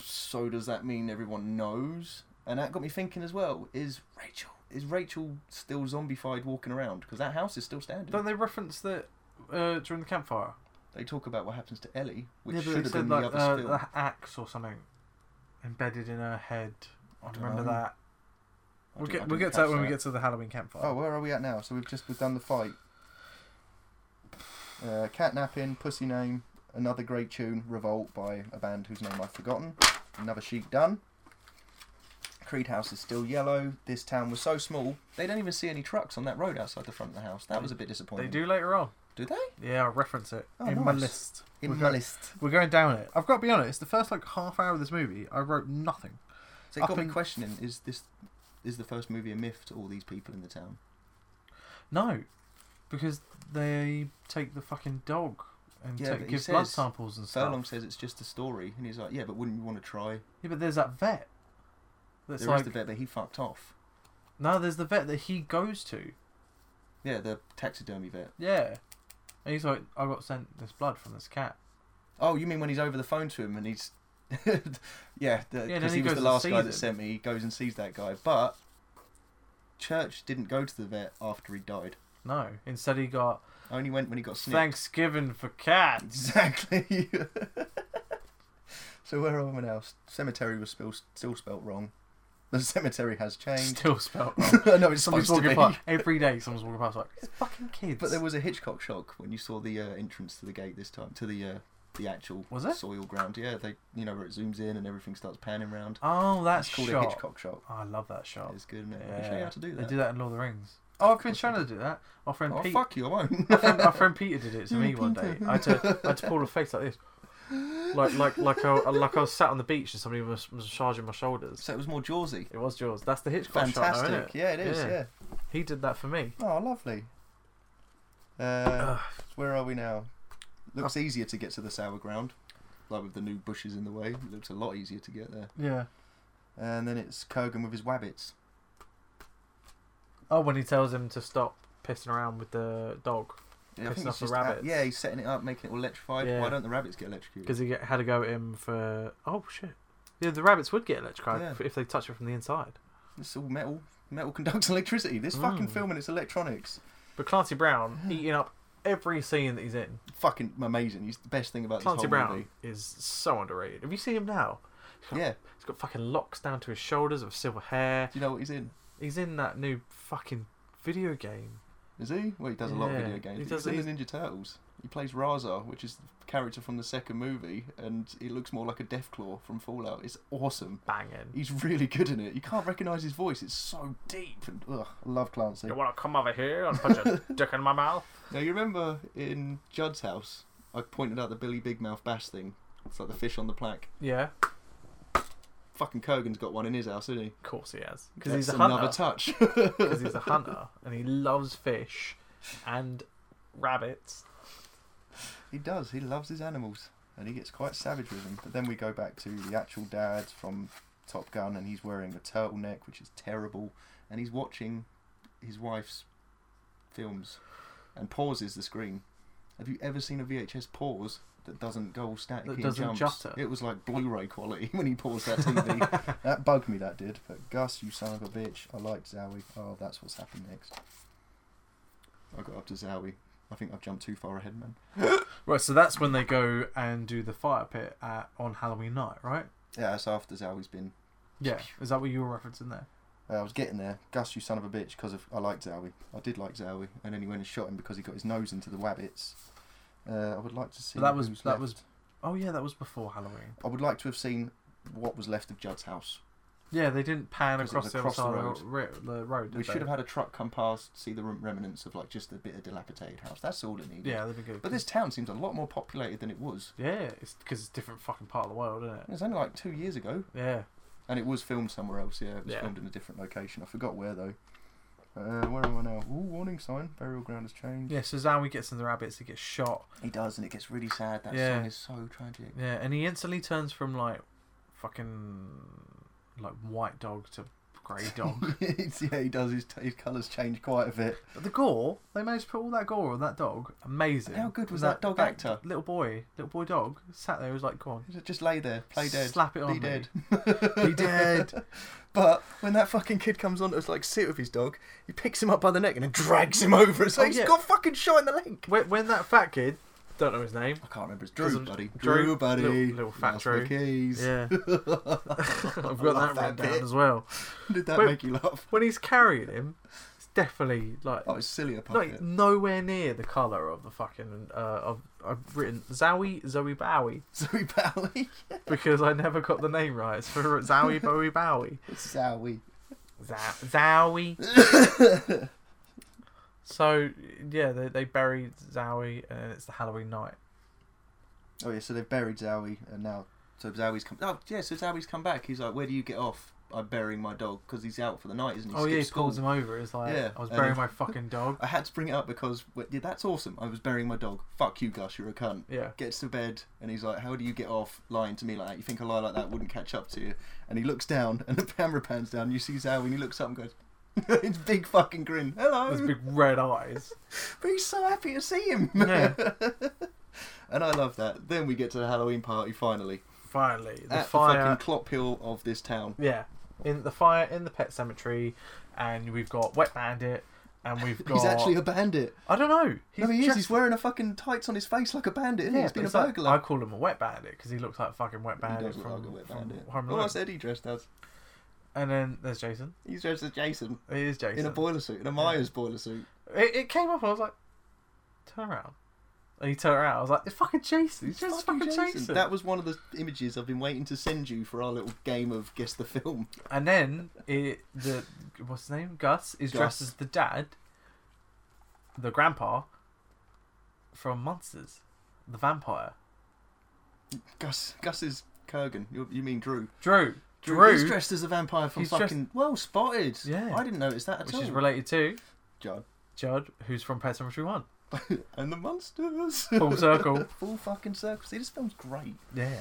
So does that mean everyone knows? And that got me thinking as well. Is Rachel is Rachel still zombified walking around? Because that house is still standing.
Don't they reference that uh, during the campfire?
They talk about what happens to Ellie, which
yeah, but
should
they
have been
said like
the other
uh,
spill.
the axe or something embedded in her head. I
don't
remember
know.
that.
I
We'll
didn't- I
get, we'll
didn't
get to that
catch
when we get to the Halloween campfire.
Oh, where are we at now? So we've just we've done the fight. Uh, catnapping, pussy name, another great tune, Revolt by a band whose name I've forgotten. Another sheet done. Creed House is still yellow. This town was so small they don't even see any trucks on that road outside the front of the house. That was a bit
they
disappointing.
do later on.
do they?
Yeah, I'll reference it
Oh,
in my
nice.
list.
In
We're
my
go-
list,
We're going down it. I've got to be honest. The first like half hour of this movie, I wrote nothing.
so it got
up
me
in-
questioning: Is this is the first movie a myth to all these people in the town?
No, because they take the fucking dog and
Yeah,
take,
but he
give blood
says-
samples and stuff.
Furlong says it's just a story, and he's like, "Yeah, but wouldn't you want to try?"
Yeah, but there's that vet. That's
There is
like
the bit that he fucked off.
no, there's the vet that he goes to.
Yeah, the taxidermy vet.
Yeah, and he's like, I got sent this blood from this cat.
Oh, you mean when he's over the phone to him and he's. *laughs* yeah, because
then
he,
he
was
goes
the
and
last
sees
guy that
him.
sent me. He goes and sees that guy. But Church didn't go to the vet after he died.
No, instead he got
Only went when he got snipped.
Thanksgiving for
*laughs*
cats.
Exactly. *laughs* so where are we now? Cemetery was still, still spelt wrong. The cemetery has changed. *laughs*
Still spelled wrong.
I know it's supposed
Someone's
to
walking
be.
past every day. Someone's walking past like these fucking
*laughs*
kids.
But there was a Hitchcock shock when you saw the uh, entrance to the gate this time, to the uh, the actual
Was there?
soil ground. Yeah, they you know where it zooms in and everything starts panning round.
oh, that's
It's called
shot.
a Hitchcock shot.
Oh, I love that shot.
It's good, is
Yeah.
I'll show you how to do that.
They do that in Lord of the Rings. Oh, I've been trying to do that. Our friend
Oh,
Pete.
fuck you, I won't.
Our friend,
*laughs*
our friend Peter did it to me one day. I had to, I had to pull a face like this, like like like I, like I was sat on the beach and somebody was massaging my shoulders.
so it was more Jawsy.
It was Jaws. That's the Hitchcock shot,
Fantastic.
though, isn't it?
Yeah, it is, yeah.
He did that for me.
Oh, lovely. Uh, where are we now? Looks
Oh.
easier to get to the sour ground. Like with the new bushes in the way, it looks a lot easier to get there.
Yeah.
And then it's Kogan with his wabbits.
Oh, when he tells him to stop pissing around with the dog
Yeah,
Pissing off
he's
the
out-
rabbits.
yeah, he's setting it up, making it all electrified.
Yeah.
Why don't the rabbits get electrocuted?
because he get, had to go at him for oh shit. Yeah, the rabbits would get electrified
Yeah.
if they touch it from the inside.
It's all metal. Metal conducts *laughs* electricity. This fucking
Mm.
film and its electronics.
But Clancy Brown eating up every scene that he's in.
Fucking amazing. He's the best thing about
Clancy
this whole
Brown
movie.
is so underrated. Have you seen him now?
Yeah.
He's got fucking locks down to his shoulders with silver hair.
Do you know what he's in?
He's in that new fucking video game.
Is he? Well, he does a lot of
Yeah,
video
he
games.
does-
He's in the
he's-
Ninja Turtles. He plays Raza, which is the character from the second movie, and he looks more like a Deathclaw from Fallout. It's awesome.
Banging.
He's *laughs* really good in it. You can't recognise his voice. It's so deep. And, ugh, I love Clancy.
You want to come over here and put your *laughs* dick in my mouth?
Now, you remember in Judd's house, I pointed out the Billy Big Mouth Bash thing. It's like the fish on the plaque.
Yeah,
Fucking Kogan's got one in his house, isn't he?
of course he has. Because he's a
That's
hunter.
another touch.
Because he's a hunter and he loves fish and rabbits.
He does. He loves his animals, and he gets quite savage with them. But then we go back to the actual dad from Top Gun, and he's wearing a turtleneck, which is terrible, and he's watching his wife's films, and pauses the screen. Have you ever seen a VHS pause that doesn't go all static
That
and
doesn't
jumps?
jutter.
It was like Blu-ray quality *laughs* when he paused that
*laughs*
TV. that bugged me. That did. But Gus, you son of a bitch. I liked Zowie. Oh, that's what's happened next. I got up to Zowie. I think I've jumped too far ahead, man.
Right, so that's when they go and do the fire pit at, on Halloween night, right?
Yeah, that's after Zowie's been.
Yeah, is that what you were referencing there?
Uh, I was getting there. Gus, you son of a bitch, because I liked Zowie. I did like Zowie, and then he went and shot him because he got his nose into the wabbits. Uh, I would like to see.
that was-
who's
that
left.
was- Oh yeah, that was before Halloween.
I would like to have seen what was left of Judd's house.
Yeah, they didn't pan
'Cause it
across,
was
the other
across the
side
road.
of the ro- the road. Did
We
they?
should have had a truck come past, see the rem- remnants of like just a bit of dilapidated house. That's all it needed.
Yeah, that'd be good.
But this town seems a lot more populated than it was.
Yeah, it's because it's a different fucking part of the world, isn't it?
It was only like two years ago,
Yeah.
and it was filmed somewhere else. Yeah, it was
Yeah.
filmed in a different location. I forgot where though. Uh, where am I now? Ooh, warning sign. Burial ground has changed.
Yeah, so Zowie gets in the rabbits, he gets shot.
He does, and it gets really sad. That
Yeah.
song is so tragic.
*laughs* Yeah, and he instantly turns from like fucking like white dog to grey dog.
*laughs* It's- yeah, he does. His, t- his colours change quite a bit.
but the gore, they managed to put all that gore on that dog. Amazing.
How good was that dog actor?
Little boy, little boy dog, sat there, was like, go on.
Just- Just lay there, play dead,
Slap it on
be
me.
dead,
*laughs* Be dead.
*laughs* But when that fucking kid comes on to us, like sit with his dog, he picks him up by the neck and then drags him over. So
Oh,
he's
yeah.
got fucking shot in the leg.
When, when that fat kid, don't know his name.
I can't remember. It's
Drew,
Drew,
Drew,
buddy.
Drew,
Drew, buddy.
little- little fat
Lost my
Drew.
keys. *laughs*
Yeah. *laughs* I've
I've
got that written down as well.
Did that
Wait.
make you laugh?
When he's carrying him, it's definitely like
That was silly. Oh, A puppet. *laughs*
like nowhere near the color of the fucking uh, of I've written Zowie Zoe Bowie
Zoe Bowie. *laughs*
because I never got the name right. It's for Zowie Bowie Bowie.
Zowie.
Zow- Zowie.
*coughs*
so yeah, they they bury Zowie and it's the Halloween night.
Oh yeah, so they've buried Zowie, and now so Zowie's come. Oh yeah, so Zowie's come back. He's like, "Where do you get off?" I'm burying my dog because he's out for the night, isn't he?
oh yeah, he
Skipped school.
pulls him over. It's like
Yeah,
I was
and
burying
then-
my fucking dog.
*laughs* I had to bring it up because well, yeah, that's awesome. I was burying my dog. Fuck you, Gus. You're a cunt.
Yeah.
Gets to bed and he's like, "How do you get off lying to me like that? You think a lie like that wouldn't catch up to you?" And he looks down, and the camera pans down. And you see Zowie, and he looks up and goes, *laughs* "It's big fucking grin. Hello."
Those big
*laughs*
red eyes.
But he's so happy to see him.
Yeah.
*laughs* and I love that. Then we get to the Halloween party finally
Finally, the
at the
fire.
fucking Clop Hill of this town.
yeah, in the fire in the pet cemetery, and we've got Wet Bandit, and we've
*laughs*
got.
He's actually a bandit.
I don't know.
No, he is.
just-
He's wearing a fucking tights on his face like a bandit. Isn't he?
Yeah,
He's been a
but it's like-
burglar.
I call him a wet bandit because he looks like a fucking wet
He
bandit
does look
from,
like a wet
from
bandit.
Home
Oh,
Alone.
I said he dressed as.
And then there's Jason.
He's dressed as Jason
It is Jason.
in a boiler suit, in a Myers boiler suit.
It, it came up and I was like, turn around. And he turned around. I was like, it's fucking Jason. He's just fucking, Jason.
That was one of the images I've been waiting to send you for our little game of guess the film.
*laughs* And then it the what's his name Gus is dressed
Gus.
as the dad, the grandpa from Monsters, the vampire.
Gus, Gus is Kurgan. You, you mean Drew?
Drew. Drew.
He's dressed as a vampire from
He's dressed-
fucking. Well spotted.
Yeah.
I didn't notice that at
which
all.
is related to
John.
Judd, who's from Pet Cemetery One.
and the monsters. *laughs*
Full circle.
Full fucking circle. See, this film's great. *laughs*
Yeah.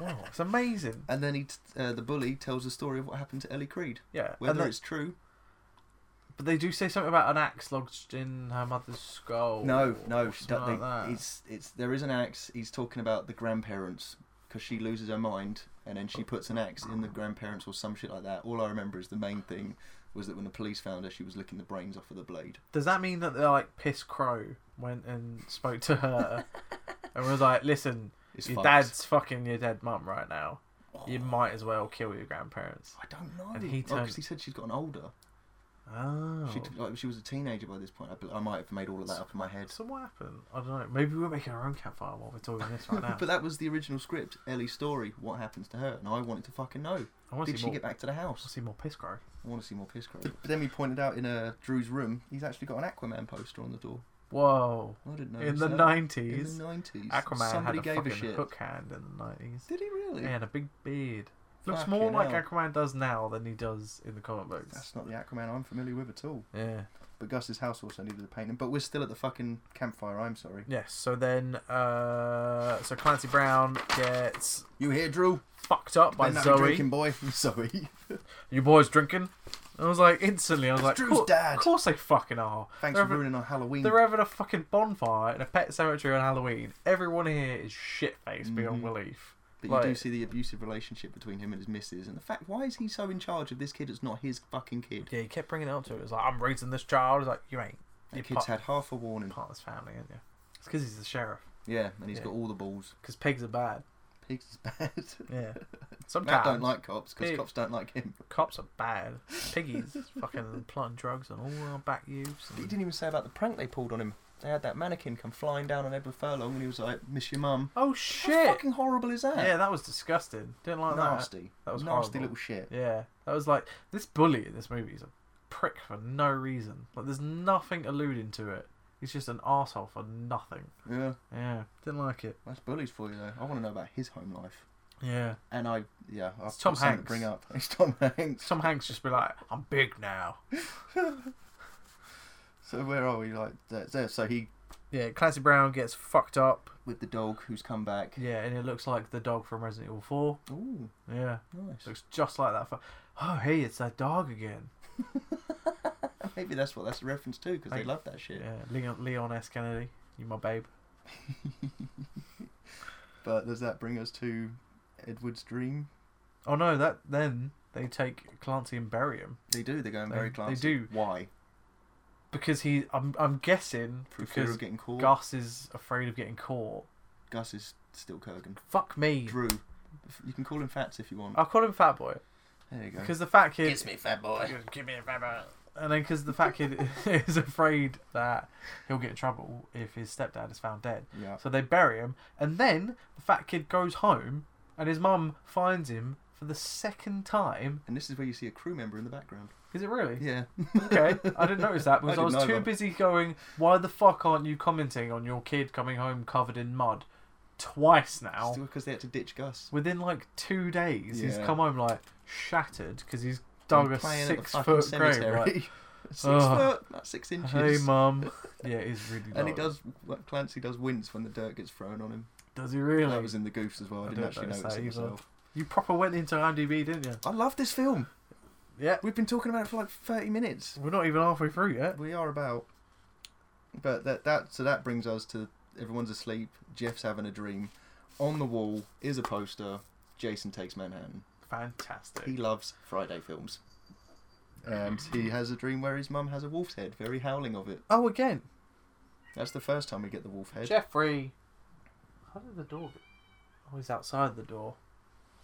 wow, it's amazing.
And then he, t- uh, the bully, tells the story of what happened to Ellie Creed.
Yeah, and
Whether
that-
it's true.
but they do say something about an axe lodged in her mother's skull.
No,
or
no, she
something
don't,
like
they,
that.
it's it's there is an axe. He's talking about the grandparents because she loses her mind and then she puts an axe in the grandparents or some shit like that. All I remember is the main thing was that when the police found her, she was licking the brains off of the blade.
Does that mean that they like piss crow went and spoke to her and was like, "Listen,
It's
your
fucked." Oh,
dad's fucking your dead mum right now. You might as well kill your grandparents."
I don't know.
And he
Oh, 'cause
turned-
he said she's gotten older.
Oh,
She like, she was a teenager by this point. I, bel- I might have made all of that up in my head.
so what happened? I don't know. Maybe we're making our own campfire while we're talking this
*laughs*
right now.
But that was the original script, Ellie's story. What happens to her? And I wanted to fucking know.
I want
Did
to see
she
more.
get back to the house?
I see more piss crow.
I want to see more piss crow. But then we pointed out in uh, Drew's room, he's actually got an Aquaman poster on the door.
Whoa.
I didn't know.
In the
In
nineties,
the nineties,
Aquaman
somebody
had a
gave
fucking
a shit.
hook hand in the nineties.
Did he really?
Yeah, and a big beard. Looks
Fucking
more like
hell.
Aquaman does now than he does in the comic books.
That's not the Aquaman I'm familiar with at all.
Yeah.
But Gus's house also needed a painting. But we're still at the fucking campfire. I'm sorry.
Yes. So then, uh, so Clancy Brown gets
You here, Drew?
fucked up by
Better not be
Zoe.
drinking boy. *laughs* Zoe.
You boys drinking? I was like, instantly, I was like,
Drew's
"Cour-
dad." Mm.
Of course they fucking are.
Thanks
they're,
for
having,
ruining our Halloween.
they're having a fucking bonfire in a pet cemetery on Halloween. Everyone here is shit faced beyond
Mm-hmm.
belief.
But
Like-
you do see the abusive relationship between him and his missus, and the fact why is he so in charge of this kid that's not his fucking kid?
Yeah, he kept bringing it up to it. It was like, I'm raising this child. It's like, you ain't.
The
You're
kid's
part,
had half a warning.
part of this family, ain't you? It's because he's the sheriff.
Yeah, and he's
Yeah.
got all the balls.
Because pigs are bad.
He's *laughs* bad.
Yeah.
Matt
Sometimes
don't like cops because
Ew.
cops don't like him.
cops are bad. Piggies
*laughs*
fucking plotting drugs and all our back use.
But he didn't even say about the prank they pulled on him. They had that mannequin come flying down on Edward Furlong, and he was like, "Miss your mum."
Oh
How
shit!
fucking horrible is that?
Yeah, that was disgusting. Didn't like
nasty.
that. That was
nasty
horrible.
little shit.
Yeah, that was like this bully in this movie is a prick for no reason. Like there's nothing alluding to it. He's just an asshole for nothing.
Yeah,
Yeah, didn't like it.
that's bullies for you though. I want to know about his home life.
Yeah,
And I, yeah, I've
Tom
got something
Hanks.
To bring up. *laughs* It's Tom Hanks.
Tom Hanks just be like, I'm big now.
So where are we? Like, that's there. So he
Yeah, Clancy Brown gets fucked up.
with the dog who's come back.
Yeah, and it looks like the dog from Resident Evil Four.
Ooh,
Yeah,
nice.
looks just like that. Fu- oh hey, it's that dog again.
Maybe that's what that's a reference to because they
Thank-
love that shit.
Yeah, Leon Leon S Kennedy, you my babe.
But does that bring us to Edward's dream?
Oh no, that then they take Clancy and bury him
They do. They're going
They-
very
they
classy.
do.
Why?
because he. I'm I'm guessing
For fear
because
of getting caught.
Gus is afraid of getting caught.
Gus is still Kurgan.
Fuck me.
Drew. You can call him Fats if you want.
I'll call him Fat Boy
there you go.
Ah, because the fat kid.
me, fat boy.
*laughs* Give me a fat boy. And then because the fat kid is *laughs* afraid that he'll get in trouble if his stepdad is found dead.
Yeah.
So they bury him, and then the fat kid goes home, and his mum finds him for the second time.
And this is where you see a crew member in the background.
Is it really?
Yeah.
Okay, I didn't notice that because I,
I
was
didn't
too
either.
busy going, why the fuck aren't you commenting on your kid coming home covered in mud twice now?
Still because they had to ditch Gus.
Within like two days, he's
Yeah.
come home like shattered because he's dug a
Playing at the
six
fucking
foot grave. Like,
*laughs* six
Ugh.
foot, not six inches.
hey,
*laughs*
mum. Yeah, it's really.
and he
low.
does. like, Clancy does wince when the dirt gets thrown on him.
Does he really?
That was in the goofs as well. I,
I
didn't
didn't
actually
notice
notice
that
it
either.
myself.
You proper went into IMDb, didn't you?
I love this film.
Yeah.
We've been talking about it for like thirty minutes.
We're not even halfway through yet.
We are about. But that that so that brings us to everyone's asleep. Jeff's having a dream. On the wall is a poster. Jason takes Manhattan.
Fantastic.
He loves Friday films. And he has a dream where his mum has a wolf's head, very howling of it.
Oh, again.
That's the first time we get the wolf head.
Jeffrey. How did the door? go- Oh, he's outside the door.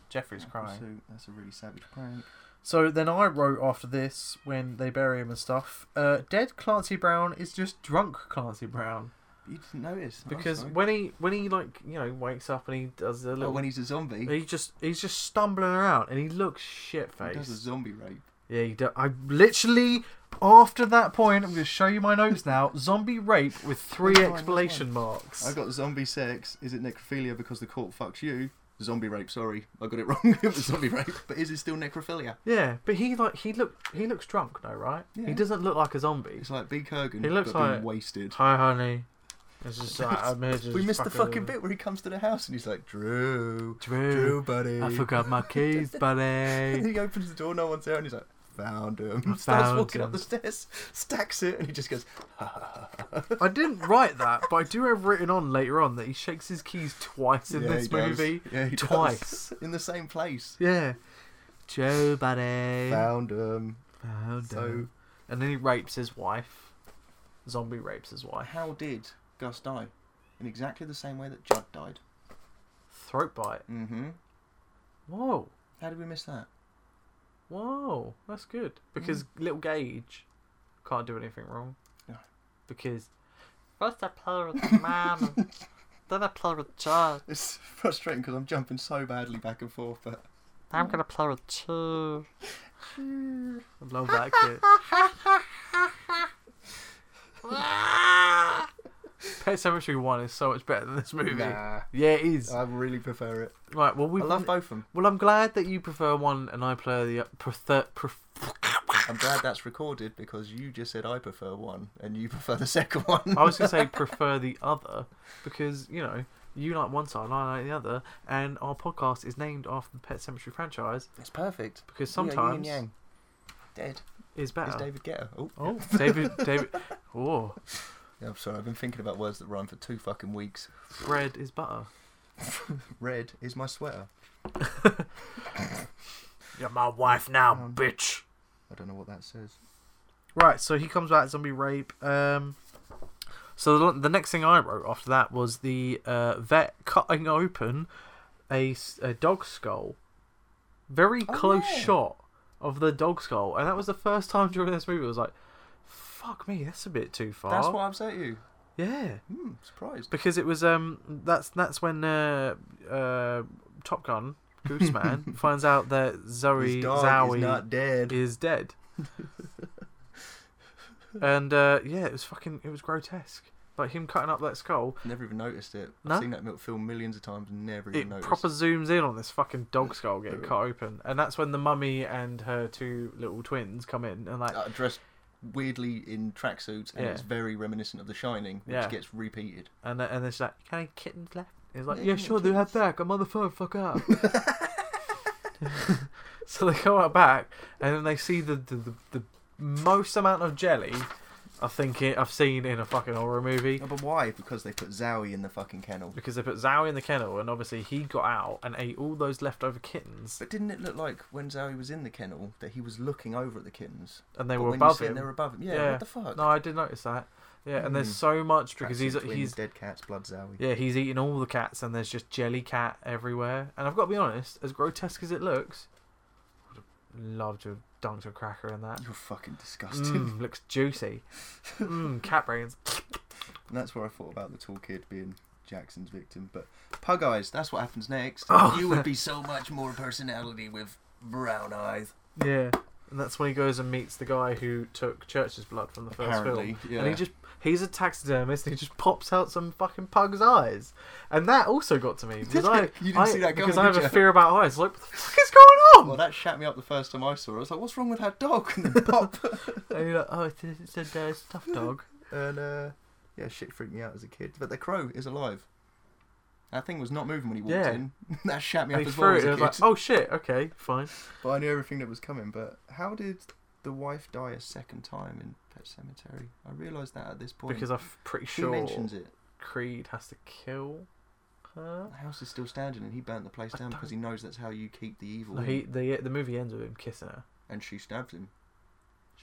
Jeffrey's crying.
So that's a really savage prank.
So then I wrote after this when they bury him and stuff. Uh, dead Clancy Brown is just drunk Clancy Brown
You didn't notice I'm
because
sorry.
when he when he like you know wakes up and he does a
oh,
little
when he's a zombie, he
he just he's just stumbling around and he looks shit
does a
faced.
zombie rape.
Yeah, he do- I literally after that point I'm going to show you my notes now. Zombie rape with three
That's fine, that's
exclamation
fine.
marks.
I got zombie sex. Is it necrophilia because the court fucks you? Zombie rape. Sorry, I got it *laughs* wrong. it was zombie rape. *laughs* But is it still necrophilia?
Yeah, but he like he look he looks drunk though, right? He
Yeah.
doesn't look like a zombie.
It's like B. Kurgan,
He looks
but being
like-
wasted.
Hi, honey. This is uh, I'm here to
*laughs* We missed the
fucking-
fucking bit where he comes to the house and he's like, Drew,
Drew,
Drew, *laughs* buddy.
I forgot my
*laughs*
keys, buddy.
he opens the door, no one's there, and he's like, found him. *laughs* Starts
found
walking
him.
up the stairs, *laughs* stacks it, and he just goes,
I didn't write that, but I do have written on later on that he shakes his keys twice in
"Yeah, he
this
does.
movie.
Yeah, he does."
twice.
*laughs* In the same place.
Yeah. Joe, buddy.
Found him.
Found
So-
him. And then he rapes his wife. Zombie rapes his wife.
How did Gus die? In exactly the same way that Judd died.
Throat bite.
Mm hmm.
Whoa.
How did we miss that?
Whoa. That's good. Because little Gage can't do anything wrong.
Mm. No.
Because. First I play with the man,
*laughs*
then I play with Judd.
It's frustrating because I'm jumping so badly back and forth, but
I'm gonna play with two. I love that
*laughs*
kid. Pet Cemetery One is so much better than this movie.
Nah.
Yeah, it is.
I really prefer it.
right. Well, we
I love both of them.
Well, I'm glad that you prefer one and I prefer the prefer. pref *laughs*
I'm glad that's recorded because you just said I prefer one and you *laughs* prefer the second one.
I was gonna say prefer the other because you know you like one side, I like the other, and our podcast is named after the Pet Cemetery franchise
It's perfect.
because
We are yin and
sometimes
yang. Dead.
is better.
It's David Guetta. Oh,
Oh, David, David. *laughs* Oh,
Yeah, I'm sorry. I've been thinking about words that rhyme for two fucking weeks. *laughs*
bread is butter.
Red is my sweater.
You're my wife now, bitch.
I don't know what that says.
Right, so he comes back zombie rape. Um, so the, the next thing I wrote after that was the uh, vet cutting open a, s- a dog skull, very
Oh,
close shot of the dog skull, and that was the first time during this movie I was like, "Fuck me, that's a bit too far."
That's what upset you.
Yeah,
Hmm, surprised.
because it was um that's that's when uh uh Top Gun
*laughs*
Gooseman finds out that Zoe
His dog
Zowie
is not dead. *laughs*
is dead. and uh, yeah, it was fucking it was grotesque. Like him cutting up that skull,
Never even noticed it.
No?
I've seen that milk film millions of times. Never even
it
noticed.
proper zooms in on this fucking dog skull getting cut open, and that's when the mummy and her two little twins come in and like
uh, dressed weirdly in tracksuits, and
Yeah.
it's very reminiscent of The Shining, which
Yeah.
gets repeated.
and and then she's like, "Can I get kittens left?" And he's like,
Yeah,
"Yeah,
yeah,
sure, they're out back. I'm on the phone.
*laughs*
Fuck up." *laughs* so they go out back, and then they see the the, the, the most amount of jelly. I think it, I've seen in a fucking horror movie.
but why? Because they put Zowie in the fucking kennel.
because they put Zowie in the kennel, and obviously he got out and ate all those leftover kittens,
But didn't it look like when Zowie was in the kennel that he was looking over at the kittens?
and they
But
were
when
above
you said
him.
They were above him. Yeah. What the fuck?
No, I did notice that. Yeah, and
Hmm.
there's so much because
Tracksuit
he's
twins,
he's
dead cats, blood Zowie.
yeah he's eating all the cats, and there's just jelly cat everywhere. And I've got to be honest, as grotesque as it looks, I would have loved to have dunked a cracker in that.
You're fucking disgusting.
Mm, looks juicy. Mm, cat brains.
And *laughs* that's where I thought about the tall kid being Jackson's victim. But pug eyes, that's what happens next.
Oh.
You would be so much more personality with brown eyes.
Yeah. And that's when he goes and meets the guy who took Church's blood from the first
Apparently,
film.
yeah.
And he just he's a taxidermist and he just pops out some fucking pug's eyes. And that also got to me. Because I,
it? You didn't
I-
see that coming,
Because I have
did
a
you?
fear about eyes. Like, what the fuck is going
Well,
on?
that shat me up the first time I saw it. I was like, what's wrong with that dog? And
*laughs*
then pop.
And you're like, oh, it's a, it's a uh, stuffed dog.
and, uh, yeah, shit freaked me out as a kid. But the crow is alive. That thing was not moving when he walked
Yeah.
in. *laughs* that shat me
And
up
he
as
threw
well
it
as
and I
a
was
kid.
like, oh shit, okay, fine.
But I knew everything that was coming. But how did the wife die a second time in Pet Cemetery? I realised that at this point.
Because I'm pretty
she
sure
mentions it.
Creed has to kill her.
The house is still standing, and he burnt the place
I
down because he knows that's how you keep the evil.
No,
in.
he, the, the movie ends with him kissing her.
And she stabbed him.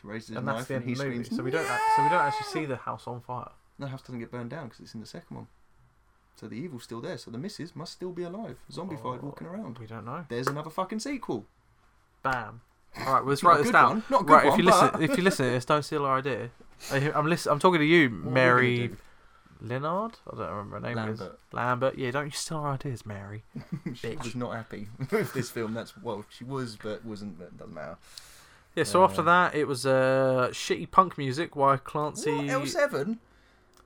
She raises his
and
knife,
that's the
and
end
he
of the movie.
screams.
So we, don't, act- so we don't actually see the house on fire.
The house doesn't get burned down because it's in the second one. So the evil's still there. So the missus must still be alive, zombified,
Oh,
walking around.
We don't know.
There's another fucking sequel.
Bam. All right, well, let's
Not a
write this
good
down.
one, not a good
right, if
one,
you
but-
listen, if you listen, to this, don't steal our idea. I- I'm listen, I'm talking to you,
What are we
Mary
gonna
Leonard. I don't remember her name.
Lambert.
Is. Lambert. Yeah, don't you steal our ideas, Mary.
do? *laughs* she
Bitch.
was not happy *laughs* with this film. That's well, she was, but wasn't. But it doesn't matter.
Yeah. So
Uh,
after that, it was uh, shitty punk music. Why Clancy?
What L seven?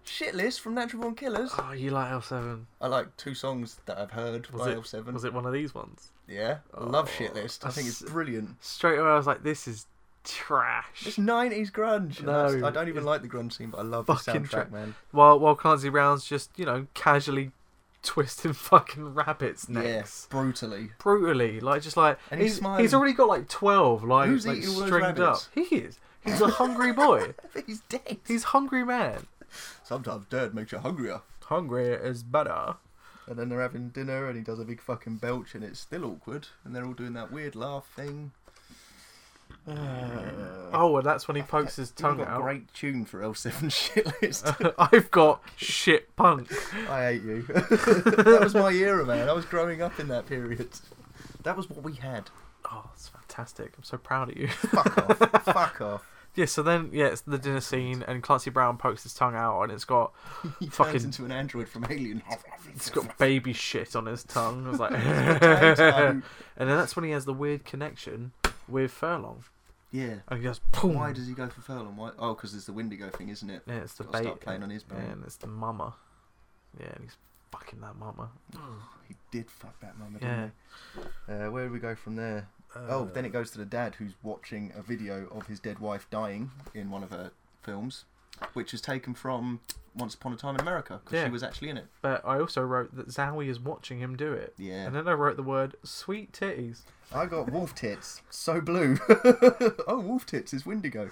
Shit list from Natural Born Killers.
Oh, you like L Seven?
I like two songs that I've heard
Was
by
it
L seven.
Was it one of these ones?
Yeah, I love shit list. I
that's-
think it's brilliant.
Straight away, I was like, this is trash.
It's nineties grunge. and
No,
that's- I don't even
it's
like the grunge scene, but I love the
fucking
soundtrack,
trash.
man.
While while Clancy Brown's just you know casually twisting *laughs* fucking rabbits' necks.
Yes, brutally.
brutally, like just like
And he's
he's,
smiling.
he's already got like twelve like,
Who's
like
eating all those
stringed up.
rabbits?
He is. He's a hungry boy.
*laughs* He's dead.
He's hungry man.
Sometimes dead makes you hungrier.
Hungry is better.
And then they're having dinner, and he does a big fucking belch, and it's still awkward. And they're all doing that weird laugh *sighs* thing.
Oh, and that's when he pokes his
You've
tongue
got
out.
a great tune for L7 *laughs* shit list.
*laughs* I've got shit punk.
I hate you. *laughs* that was my era, man. I was growing up in that period. That was what we had.
Oh, it's fantastic. I'm so proud of you. *laughs*
Fuck *laughs* off. Fuck off.
yeah. So then, yeah, it's the dinner scene, and Clancy Brown pokes his tongue out, and it's got
He
Fucking-
turns into an android from *laughs* Alien.
it's got baby shit on his tongue.
*laughs*
I was like,
Potato.
*laughs* and then that's when he has the weird connection with Furlong,
Yeah.
and he goes,
Why
boom.
does he go for Furlong? Why? Oh, because there's the Wendigo thing, isn't it?
Yeah, it's the
Gotta
bait.
start playing on his
yeah,
brain.
and it's the mama. Yeah, and he's fucking that mama.
He did fuck that mama, didn't
Yeah. Uh,
he? Uh, where do we go from there? oh, then it goes to the dad who's watching a video of his dead wife dying in one of her films, which is taken from Once Upon a Time in America because
Yeah.
she was actually in it.
But I also wrote that Zowie is watching him do it.
Yeah.
And then I wrote the word sweet titties.
I got wolf tits, so blue. *laughs* oh, wolf tits is
*laughs*
Wendigo.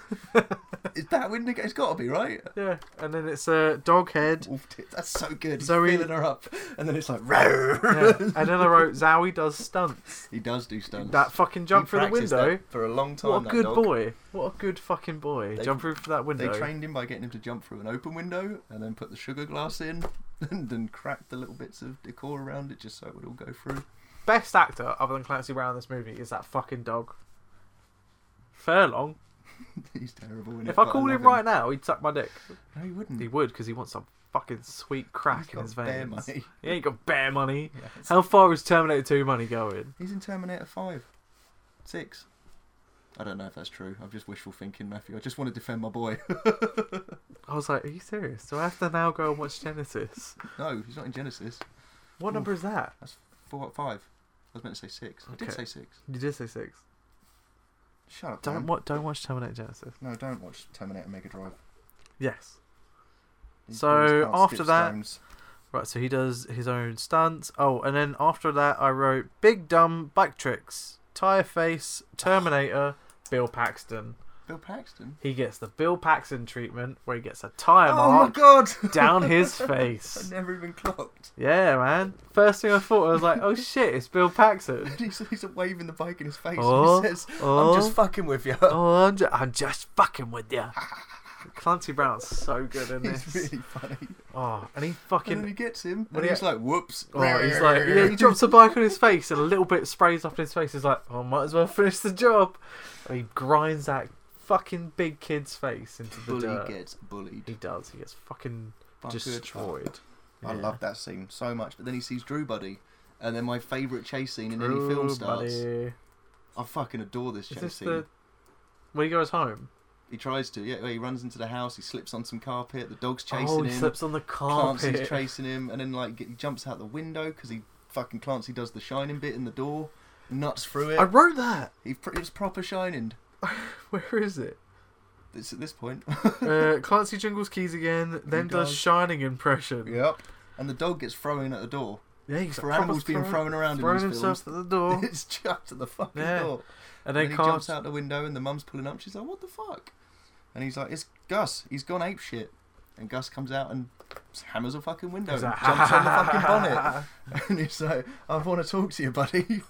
is that Wendigo? It's got to be right.
Yeah. And then it's a uh, dog
*laughs*
head.
Wolf tits. That's so good. He's
Zoe-
feeling her up, and then it's like, *laughs* "Roar."
Yeah. and then I wrote Zowie does stunts.
he does do stunts.
That fucking jump
He
through the
practiced
window.
that for a long time.
What a
that
good
dog.
boy. What a good fucking boy.
They-
jump through that
They
window.
trained him by getting him to jump through an open window and then put the sugar glass in. *laughs* Island and cracked the little bits of decor around it just so it would all go through. *laughs*
Best actor other than Clancy Brown in this movie is that fucking dog. Furlong.
He's terrible. In
If I called him right now, he'd suck my dick.
now, no, he wouldn't.
He would, because he wants some fucking sweet crack
Hmm. He's
in
got
his
bear
veins.
money.
He ain't got
*laughs*
bear money. How far is Terminator 2 money going?
He's in Terminator Five, six. I don't know if that's true. I'm just wishful thinking, Matthew. I just want to defend my boy. *laughs*
I was like, are you serious? Do I have to now go and watch Genesis?
no, he's not in Genesis.
What number is that?
That's four, five. I was meant to say six. I did
Okay.
say six.
You did say six.
Shut up.
Don't
man.
wa- don't watch Terminator Genesis.
No, don't watch Terminator Mega Drive.
Yes.
These
So,
boys can't
after
skip
that-
stones.
Right, so he does his own stunts. Oh, and then after that, I wrote Big Dumb Back Tricks, Tire Face, Terminator, Bill Paxton.
Bill Paxton.
He gets the Bill Paxton treatment where he gets a tire
Oh my *laughs*
mark
god!
down *laughs* his
I
face.
never even
*laughs*
clocked.
Yeah, man. First thing I thought, I was like, oh shit, it's Bill Paxton. *laughs*
He's, he's waving the bike in his face.
Oh,
and he says,
oh.
"I'm just fucking with you."
Oh, I'm, ju- I'm just fucking with *laughs* you. Clancy Brown's so good
*laughs*
in
It's
this.
really funny.
Oh, and he
And then he
fucking.
gets him,
Well,
and he's
yeah.
like, "Whoops!"
Oh, he's like, yeah, he drops a bike on his face and a little bit sprays off in his face. He's like, oh, might as well finish the job. And he grinds that fucking big kid's face into the
Bully
dirt.
gets bullied.
uh, He does. He gets fucking
Fuckered
destroyed.
I
Yeah.
love that scene so much. But then he sees Drew Buddy, and then my favourite chase scene in any film
Ooh,
starts.
buddy.
I fucking adore this
Is
chase
this
scene.
the. When he goes home?
He tries to, yeah. He runs into the house. He slips on some carpet. The dog's chasing
oh,
him.
he slips on the
Clancy's
carpet.
chasing him, and then like he jumps out the window because he fucking Clancy does the shining bit in the door, nuts through it.
I wrote that.
He pr- it's proper shining.
*laughs* Where is it?
It's at this point.
Uh, Clancy jingles keys again, then does.
does. *laughs*
shining impression.
yep. And the dog gets thrown at the door.
Yeah, he's
For
like,
animals
proper
being
throw-
thrown around in
throwing
these
himself
films.
at
*laughs*
the door,
it's chucked at the fucking
Yeah.
door. And
and then
then he
Clark's
jumps out the window, and the mum's pulling up. She's like, "What the fuck?" And he's like, "It's Gus. He's gone ape shit." And Gus comes out and hammers a fucking window,
He's
and
like,
jumps on the
*laughs*
fucking bonnet, *laughs* and he's like, "I want to talk to you, buddy."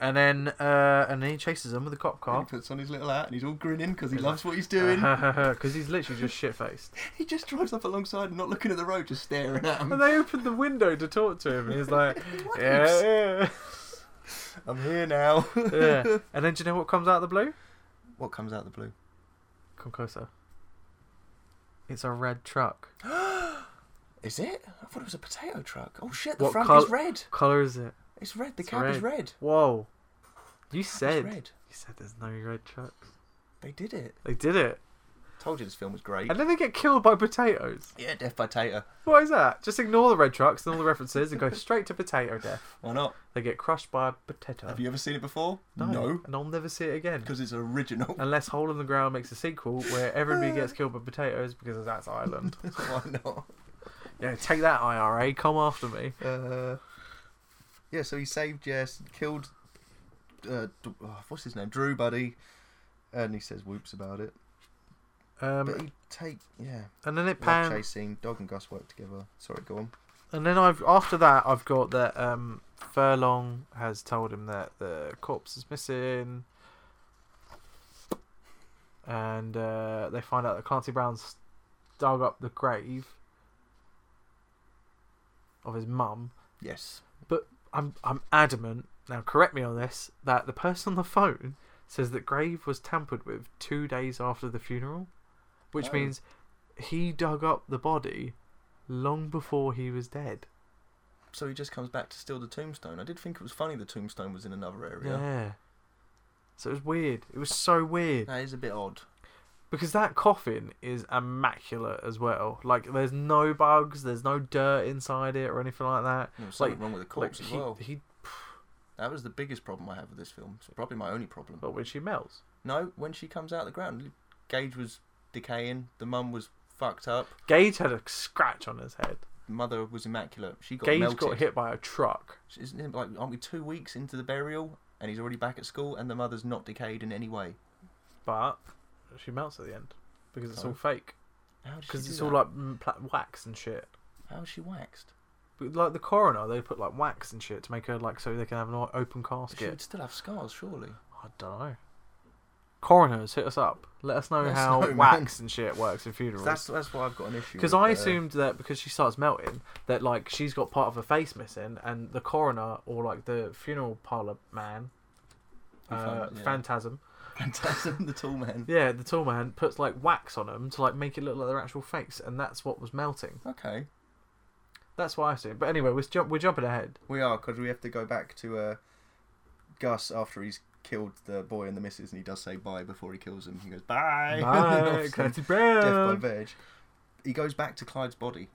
and then uh, and then he chases him with a cop
He
car
puts on his little hat and he's all grinning because he loves what he's doing.
"Uh-huh." *laughs* because he's literally just
*laughs*
shit faced.
He just drives up alongside, and not looking at the road, just staring at
And
him.
they opened the window to talk to him, and he's like,
*laughs* What is-
yeah,
I'm here now. *laughs*
yeah, yeah. And then do you know what comes out of the blue?
what comes out of the blue?
Come closer. It's a red truck.
Is it? I thought it was a potato truck. Oh shit!
What col- Color is it?
It's red. The
It's Whoa. You said
red.
you said there's no red trucks.
They did it.
They did it,
Told you this film was great.
and then they get killed by potatoes.
Yeah, Death by Tater.
What is that? Just ignore the red trucks and all the references, and go *laughs* straight to potato death.
Why not?
They get crushed by a potato.
Have you ever seen it before?
And I'll never see it again.
Because it's original.
Unless Hole in the Ground makes a sequel where
*laughs*
everybody gets killed by potatoes because that's Ireland.
Why not?
yeah, take that IRA, come after me.
Uh, yeah, so he saved Jess, killed. Uh, D- oh, what's his name? Drew Buddy. And he says whoops about it. But
Um,
he take. Yeah.
and then it
Pan-
pans.
chase scene. Dog and Gus work together. Sorry, go on.
And then I've after that I've got that um, Furlong has told him that the corpse is missing, and uh, they find out that Clancy Brown's dug up the grave of his mum.
Yes.
But I'm I'm adamant now. Correct me on this. That the person on the phone says that grave was tampered with two days after the funeral, which
Oh.
means he dug up the body long before he was dead.
So he just comes back to steal the tombstone. I did think it was funny the tombstone was in another
Yeah.
area.
So it was weird. It was so weird
That is a bit odd.
because that coffin is immaculate as well. Like there's no bugs, there's no dirt inside it or anything like that.
There was
like
something wrong with the corpse
like,
as
he,
well.
He,
That was the biggest problem I have with this film. It's probably my only problem.
but when she melts,
No, when she comes out of the ground, Gage was decaying. The mum was fucked up.
Gage had a scratch on his head.
Mother was immaculate. She got
Gage
melted.
got hit by a truck.
Isn't it like aren't we two weeks into the burial and he's already back at school and the mother's not decayed in any way?
but she melts at the end because it's
Oh.
all fake.
How did she
Because
do
it's
that?
all like mm, pla- wax and shit.
how is she waxed?
But like the coroner, they put like wax and shit to make her like so they can have an o- open
She would
casket.
still have scars, surely.
I don't know. Coroners, hit us up. Let us know
us
how
know, man.
wax and shit works in funerals.
That's that's why I've got an issue.
Because
with,
I
uh,
assumed that because she starts melting, that like she's got part of her face missing, and the coroner or like the funeral parlor man, uh,
found it, yeah.
phantasm,
Phantasm, the tall man.
yeah, the tall man puts like wax on them to like make it look like their actual face, and that's what was melting.
Okay,
That's what I assumed. But anyway, we're jump we're
*laughs*
jumping ahead.
we are because we have to go back to uh, Gus after he's killed the boy and the missus, and he does say bye before he kills him. He goes bye. *laughs*
Bye, Clancy
Death by
*laughs* Brown.
veg. He goes back to Clyde's body,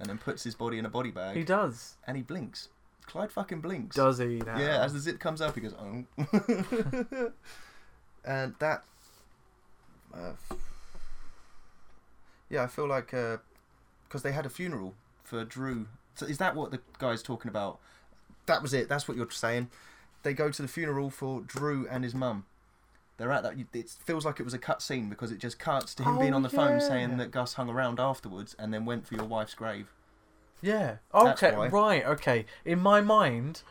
and then puts his body in a body bag,
He does.
and he blinks. Clyde fucking blinks.
Does he now?
Yeah, as the zip comes up, he goes, oh. *laughs* and that. Uh, yeah, I feel like. Because they had a funeral for Drew. So is that what the guy's talking about? That was it. That's what you're saying. They go to the funeral for Drew and his mum. They're at that. It feels like it was a cut scene because it just cuts to him being
Oh,
on the phone
yeah.
saying that Gus hung around afterwards and then went for your wife's grave.
Yeah.
That's
Okay.
why.
Right. Okay. In my mind,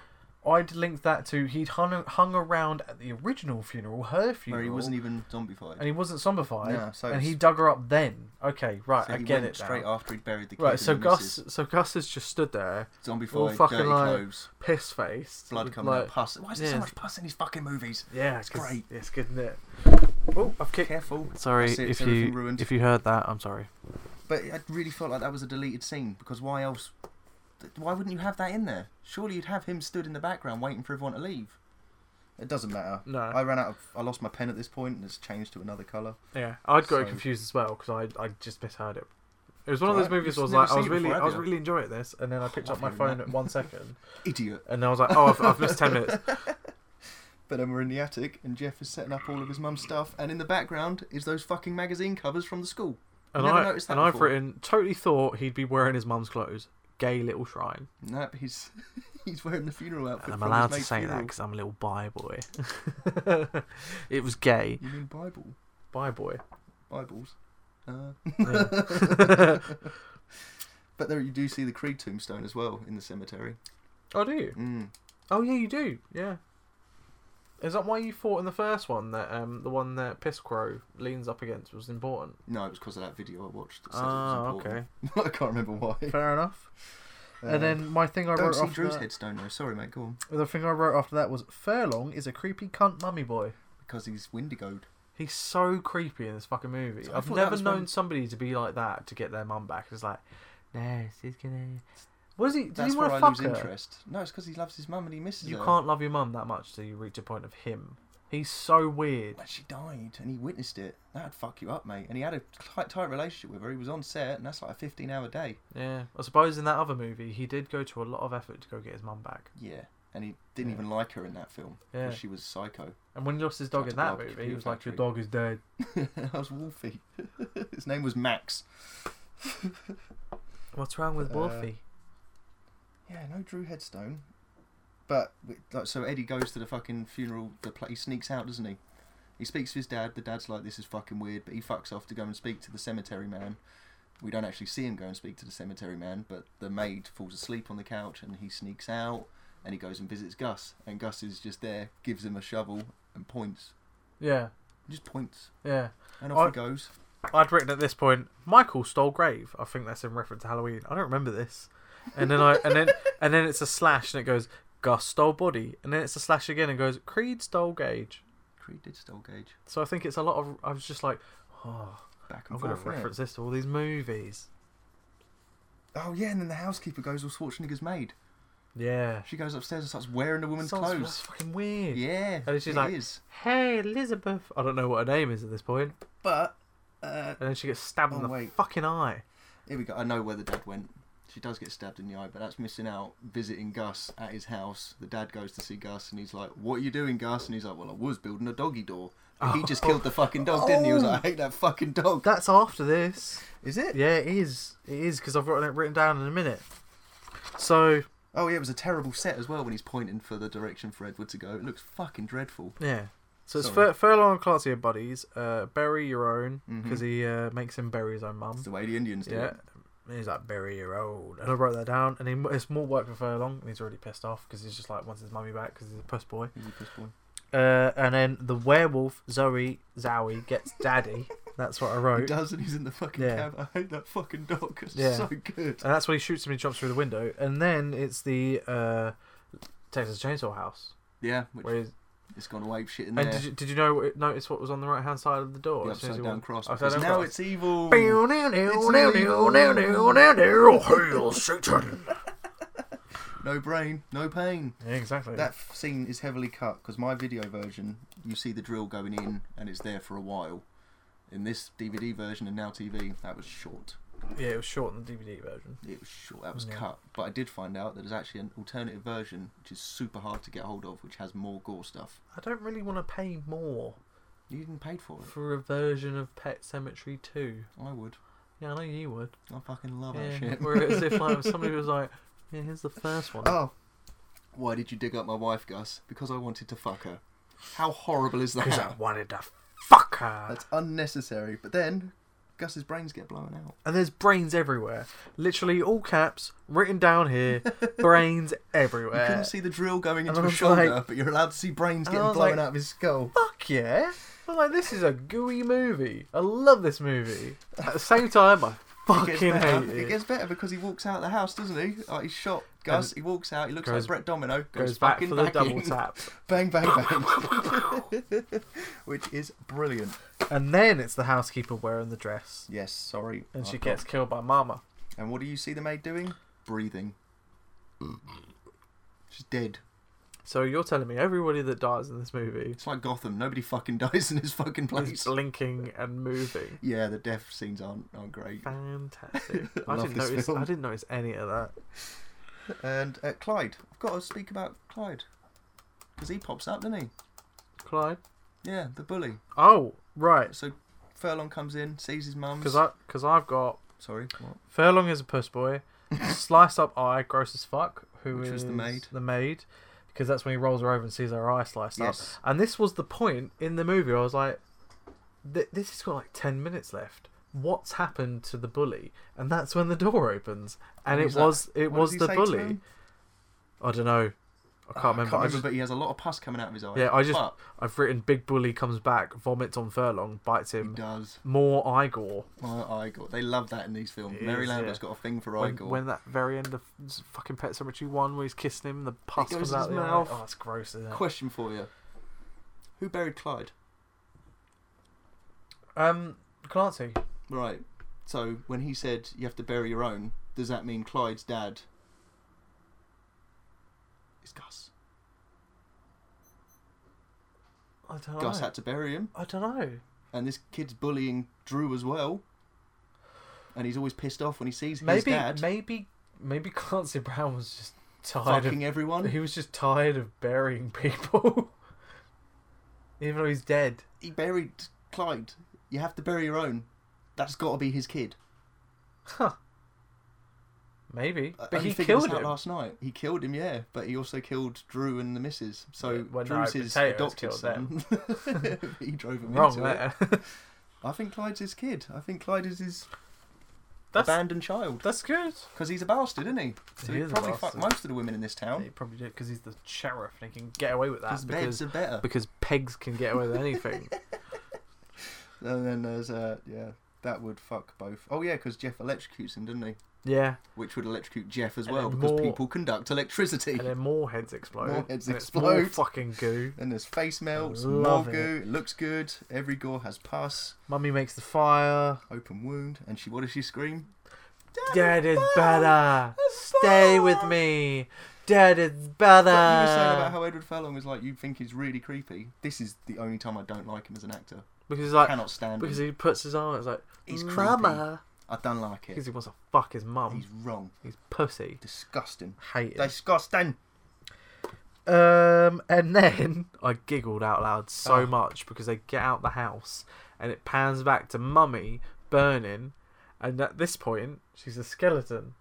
I'd link that to he'd hung, hung around at the original funeral, her funeral,
Where he wasn't even zombified.
and he wasn't zombified,
No, so
and he
it's-
dug her up then. Okay. Right.
So
I
he
get
went
it.
straight
now.
after he'd buried the kid.
Right.
and
So
the
Gus.
missus.
So Gus has just stood there, all
zombified,
fucking
dirty
like
clothes.
piss faced,
Blood coming out, pus. Why is there
yeah.
so much pus in these fucking movies?
Yeah.
It's
'cause
great.
It's good, isn't it? Oh, I've kicked.
Careful.
Sorry
That's it,
if
everything
you
ruined.
if you heard that. I'm sorry.
But I really felt like that was a deleted scene because why else? th- Why wouldn't you have that in there? Surely you'd have him stood in the background waiting for everyone to leave. It doesn't matter.
No.
I ran out of. I lost my pen at this point and it's changed to another colour.
Yeah, I'd got it
So-
confused as well because I I just misheard it. It was one of
It's
those
alright, you've
movies where I was
never
like, I
seen
was
it
really,
before,
I was
have you?
really enjoying this, and then I picked up my
I've
phone
not. *laughs*
at one second,
Idiot.
and I was like, oh, I've, I've missed
*laughs*
ten minutes.
But then we're in the attic and Jeff is setting up all of his mum's stuff and in the background is those fucking magazine covers from the school.
And
Never
I
noticed that
and I've
before.
written totally thought he'd be wearing his mum's clothes. Gay little shrine.
Nope, he's *laughs* he's wearing the funeral outfit.
And I'm
from his
allowed to
mate's
say that
funeral.
because I'm a little bi boy. *laughs* it was gay.
You mean Bible?
Bi boy. *laughs*
Bibles. Uh, *laughs*
Yeah.
but there you do see the Creed tombstone as well in the cemetery.
oh, do you?
Mm.
Oh, yeah, you do. Yeah. Is that why you thought in the first one that um the one that Piss Crow leans up against was important?
No, it was because of that video I watched. That said
Oh,
it was
okay.
important. *laughs* I can't remember why.
Fair enough.
Um,
and then my thing I
don't
wrote
see
after
Drew's
that,
headstone though. Sorry, mate. Go on.
the thing I wrote after that was Furlong is a creepy cunt mummy boy.
Because he's Wendigoed.
He's so creepy in this fucking movie.
So I
I've
thought that
never
was
known
one-
somebody to be like that to get their mum back. It's like, no, she's gonna. What is he? Does
That's
he
where
want to
I
fuck
lose
her?
interest. No, it's because he loves his mum and he misses
You
her.
can't love your mum that much till you reach a point of him. He's so weird.
But she died and he witnessed it. That'd fuck you up, mate. And he had a tight, tight relationship with her. He was on set and that's like a 15 hour day.
Yeah, I suppose in that other movie he did go to a lot of effort to go get his mum back.
Yeah. And he didn't
Yeah.
even like her in that film.
Yeah.
Because she was psycho. *laughs*
And when he lost his dog
Tried
in
to blow
that
up
movie, he
computer
was like, "Your
factory.
dog is dead."
that was Wolfie. *laughs* His name was Max.
What's wrong with
Uh,
Wolfie?
Yeah, no Drew Headstone. But we- like, so Eddie goes to the fucking funeral. The pla- he sneaks out, doesn't he? He speaks to his dad. The dad's like, "This is fucking weird," but he fucks off to go and speak to the cemetery man. We don't actually see him go and speak to the cemetery man, but the maid falls asleep on the couch, and he sneaks out, and he goes and visits Gus, and Gus is just there, gives him a shovel, and points,
Yeah,
just points,
yeah.
and off
I-
he goes.
I'd written at this point, Michael stole grave. I think that's in reference to Halloween. I don't remember this. And then I
*laughs*
and then and then it's a slash and it goes Gus stole body, and then it's a slash again and goes Creed stole gauge.
Creed did stole Gage
So I think it's a lot of. I was just like, oh,
back and
I'm gonna
forth. innit?
reference this to all these movies.
Oh yeah, and then the housekeeper goes all Schwarzenegger's maid.
Yeah,
She goes upstairs and starts wearing the woman's
Sounds-
clothes.
That's fucking weird.
Yeah,
And then she's
it
like,
is.
"Hey, Elizabeth." I don't know what her name is at this point.
But uh,
And then she gets stabbed in
Oh,
the
wait.
fucking eye.
here we go. I know where the dad went. She does get stabbed in the eye, but that's missing out visiting Gus at his house. The dad goes to see Gus, and he's like, "What are you doing, Gus?" And he's like, "Well, I was building a doggy door." And He
Oh.
just killed the fucking dog, didn't he? He was like, "I hate that fucking dog."
That's after this.
Is it?
Yeah, it is. It is because I've got it written down in a minute. So
Oh yeah, it was a terrible set as well when he's pointing for the direction for Edward to go. It looks fucking dreadful.
Yeah. So it's
Sorry.
Fur- Furlong and Clancy are buddies. Uh, bury your own
Mm-hmm.
because he uh, makes him bury his own mum.
It's the way the Indians do
Yeah.
it.
And he's like bury your own, and I wrote that down. And he, it's more work for Furlong, and he's already pissed off because he's just like wants his mummy back because he's a puss boy.
He's a piss boy.
Uh, and then the werewolf Zoe Zowie gets
*laughs*
daddy. That's what I
He
wrote.
does, and he's in the fucking
Yeah.
cab. I hate that fucking dog. It's
Yeah.
so good.
And that's when he shoots him and he jumps through the window. And then it's the uh, Texas Chainsaw House.
Yeah, which
Where he's-
it's gone ape shit in there.
and did you, did you know notice what was on the right hand side of the door?
the
As soon as
upside
he
down
walked-
cross.
Upside
because
down
now
cross.
it's evil.
Hail Satan!
No brain, no pain.
Yeah, exactly.
That f- scene is heavily cut because my video version, you see the drill going in, and it's there for a while. In this DVD version and now TV, that was short.
Yeah, it was short in the DVD version.
It was short. That was
Yeah.
cut. But I did find out that there's actually an alternative version, which is super hard to get hold of, which has more gore stuff.
I don't really want to pay more
You didn't pay for it.
for a version of Pet Cemetery 2.
I would.
Yeah, I know you would.
I fucking love that
Yeah.
shit. *laughs*
Whereas if like somebody was like, yeah, here's the first one.
Oh. Why did you dig up my wife, Gus? Because I wanted to fuck her. How horrible is that?
Because I wanted to fuck her.
That's unnecessary. But then, Gus's brains get blown out.
And there's brains everywhere. Literally all caps written
*laughs*
down here. brains
You couldn't
everywhere.
see the drill going into
I
his
was
shoulder,
like-
but you're allowed to see brains
I
getting
was
blown
like-
out of his skull.
Fuck yeah! I'm like, this is a gooey movie. I love this movie. At the same time, I
*laughs*
fucking
It gets,
hate
better.
it.
it gets better because he walks out of the house, doesn't he? Like he's shot. Gus, he walks out, he looks
goes-
like Brett Domino, goes,
Goes back for
fucking
the double
in.
tap.
*laughs* Bang, bang, bang. *laughs* Which is brilliant.
And then it's the housekeeper wearing the dress.
Yes, sorry.
And
I
she
got-
gets killed by Mama.
And what do you see the maid doing? Breathing. She's dead.
So you're telling me everybody that dies in this movie
It's like Gotham. Nobody fucking *laughs* dies in this fucking
is
place.
blinking and moving.
Yeah, the death scenes aren't aren't great.
Fantastic.
*laughs* I
I,
love
didn't
this
notice
film.
I didn't notice any of that.
And uh, Clyde, I've got to speak about Clyde because he pops up, doesn't he?
Clyde?
Yeah, the bully.
Oh, right.
So Furlong comes in, sees his mum's.
Because I because I've got
Sorry, what?
Furlong is a puss boy, sliced up eye, gross as fuck. Who
Which was the
is
maid.
The maid, because that's when he rolls her over and sees her eye sliced
Yes.
up. And this was the point in the movie. Where I was like, th- this has got like ten minutes left. What's happened to the bully? And that's when the door opens, and
Who's
it
that?
was it
What does
was
he
the
say to
bully.
him?
I don't know. I can't remember.
Can't remember,
Um, I just-
but he has a lot of pus coming out of his eye.
yeah, I just
But
I've written big bully comes back, vomits on Furlong, bites
he
him.
does.
More eye gore.
Oh, Igor. They love that in these films.
It
Mary
is,
Lambert's
yeah.
got a thing for
when,
Igor.
when that very end of s- fucking Pet Cemetery one, where he's kissing him, the pus
It goes
comes
in
out
his
of the
mouth.
eye. Oh, it's gross, isn't it?
Question for you: Who buried Clyde?
Um, Clancy.
Right. So when he said you have to bury your own, does that mean Clyde's dad is Gus?
I don't know.
Gus had to bury him,
I don't know.
and this kid's bullying Drew as well. And he's always pissed off when he sees his
Maybe,
dad
maybe, maybe Clancy Brown was just tired
fucking
of.
everyone.
*laughs* He was just tired of burying people, *laughs* even though he's dead.
He buried Clyde. You have to bury your own. That's got to be his kid.
Huh. Maybe,
I
but
Uh, only
he
figured
killed
this out
him.
last night. He killed him, yeah, but he also killed Drew and the missus. So
Yeah, well, no,
Drew's his
Potatoes
adopted
killed
son. *laughs* he drove him
Wrong
into it.
there. *laughs*
I think Clyde's his kid. I think Clyde is his
that's
abandoned child
that's good.
because he's a bastard, isn't he? So
He
he,
is a
probably fucked
bastard.
most of the women in this
He
town.
probably did because he's the sheriff and he can get away with
His
that
beds
because
are better.
because pegs can get away with anything.
And then there's uh yeah, that would fuck both. Oh yeah, because Jeff electrocutes him, didn't he?
yeah,
Which would electrocute Jeff as
And
well
then
because
more-
people conduct electricity. *laughs*
and then more heads explode.
More heads
and it's More
explode.
fucking goo.
Then there's face melts, more
love
goo.
it.
It. looks good. Every gore has pus,
Mummy makes the fire.
open wound, and she what does she scream?
Dad is better. Stay with me. Dad is better.
But you were saying about how Edward Furlong was like you think he's really creepy. This is the only time I don't like him as an actor.
because he's like,
Cannot stand
because
him.
he puts his arm. It's like
He's
mama,
I don't like
because
it.
he wants to fuck his mum.
He's
He's,
wrong.
pussy.
Disgusting.
Hate it.
Disgusting.
Um, and then *laughs* I giggled out loud so
Oh.
much because they get out the house and it pans back to mummy burning, and at this point she's a skeleton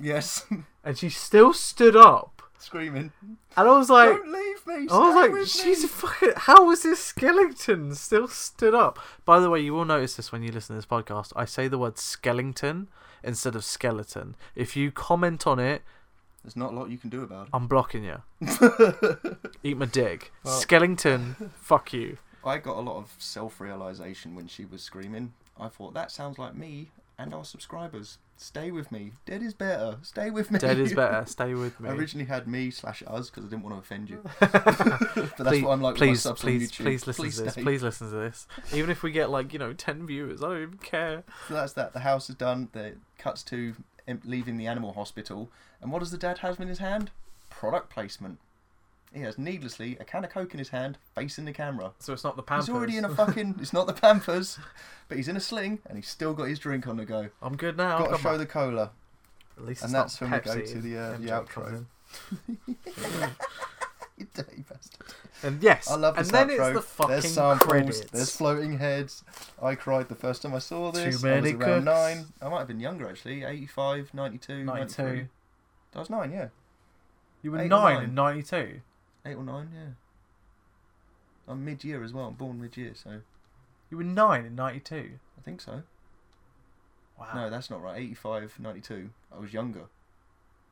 Yes. *laughs*
and she still stood up.
Screaming.
And I was like,
Don't leave me.
I was
stay
like,
with
she's
me."
fucking. How is this skeleton still stood up? By the way, you will notice this when you listen to this podcast. I say the word skeleton instead of skeleton. If you comment on it,
There's not a lot you can do about it. *laughs*
I'm blocking you. Eat my dick.
Well- *laughs*
Skellington, fuck you.
I got a lot of self realization when she was screaming. I thought, that sounds like me and our subscribers. Stay with me. Dead is better. Stay with me.
Dead is better. Stay with me.
I
*laughs*
originally had me slash us because I didn't want to offend you. but that's what I'm like with my
please,
subs on
please,
YouTube.
please listen to this.
stay.
Please listen to this. Even if we get like you know ten viewers, I don't even care.
So that's that. The house is done. The cuts to him leaving the animal hospital. And what does the dad have in his hand? Product placement. He has needlessly a can of coke in his hand, facing the camera.
So it's not the Pampers.
He's already in
*laughs*
a fucking. It's not the Pampers, but he's in a sling and he's still got his drink on the go.
I'm good now.
got to
I've
show
my-
the cola. *laughs*
At least
and
it's not
that's when we go
Pepsi
to the, uh,
if
the
MJ
outro.
comes in.
You dirty bastard.
And yes,
I love this
and then
outro.
it's the fucking
there's samples,
credits.
There's floating heads. I cried the first time I saw this.
Too
I
many
was around
cooks.
nine. I might have been younger actually. 85, 92,
92.
93. I was nine, yeah.
You were
Eight or
nine
nine?
in '92.
Eight or nine, yeah. I'm mid year as well. I'm born mid year, so I
You were nine in '92.
think so.
Wow.
No, that's not right. 85, 92. I was younger.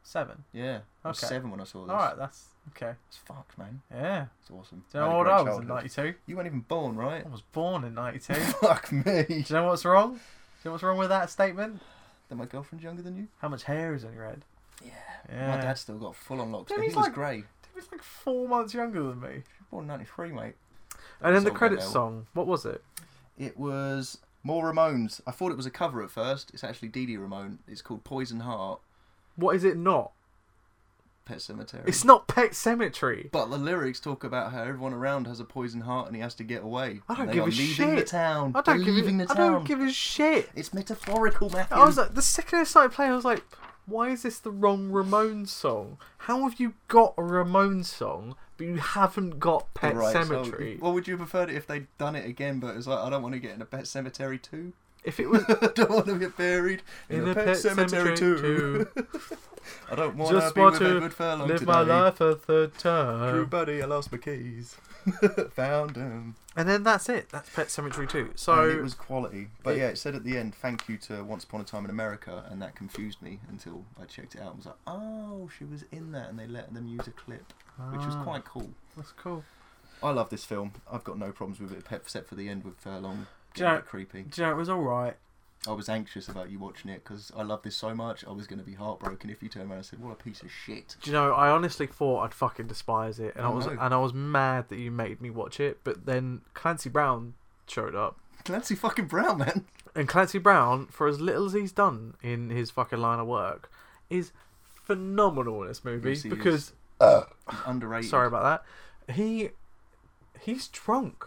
Seven.
Yeah. I was
Okay.
seven when I saw this.
All right, that's okay.
It's fucked, man.
Yeah.
It's awesome.
Do you
Had
know
a
how old
great
I was in
childhood.
'92?
You weren't even born,
*laughs*
right?
I was born in '92. *laughs* Do
Fuck me.
you know what's wrong? Do you know what's wrong with that statement?
That my girlfriend's younger than you?
How much hair is on your head? Yeah. Yeah.
My dad's still got full on locks,
Yeah,
but he
he's
was
like-
grey.
He was like four months younger than me.
Born '93, mate.
And then the
song by
credits
Mel.
song. What was it?
It was more Ramones. I thought it was a cover at first. It's actually Dee Dee Ramone. It's called Poison Heart,
What is it not?
Pet Cemetery.
It's not Pet Cemetery.
But the lyrics talk about how everyone around has a poison heart and he has to get away.
I don't
And they
give
are
a
leaving
shit.
the town.
I don't
They're
give
leaving
a,
the town.
I don't give a shit.
It's metaphorical, Matthew.
I was like, the second I started playing, I was like, why is this the wrong Ramones song? How have you got a Ramones song, but you haven't got Pet
Right, so
Cemetery?
what would you have preferred it if they'd done it again? But it's like I don't want to get in a pet cemetery too.
if *laughs* it was
*laughs* I don't want to get buried in, a pet, cemetery, too. *laughs* I don't want
just
to be
want
with
to
Edward Furlong
live
today.
my life um, a third
True
time.
buddy, I lost my keys. *laughs* Found them.
And then that's it. That's Pet Cemetery too. So
And it was quality. But
It-
yeah, it said at the end, thank you to Once Upon a Time in America, and that confused me until I checked it out and was like, oh, she was in that, and they let them use a clip, which was
Ah,
quite cool.
That's cool.
I love this film. I've got no problems with it, except for the end with Furlong.
Do
Getting
you
a
know-
bit creepy.
Do you know it was all right?
I was anxious about you watching it because I love this so much. I was going to be heartbroken if you turned around and said, "What a piece of shit."
Do you know? I honestly thought I'd fucking despise it, and I
Oh,
was
no.
and I was mad that you made me watch it. But then Clancy Brown showed up,
Clancy fucking Brown,
*laughs*
man.
and Clancy Brown, for as little as he's done in his fucking line of work, is phenomenal in this movie
Yes, he
because
He's underrated. *laughs*
sorry about that, he he's drunk.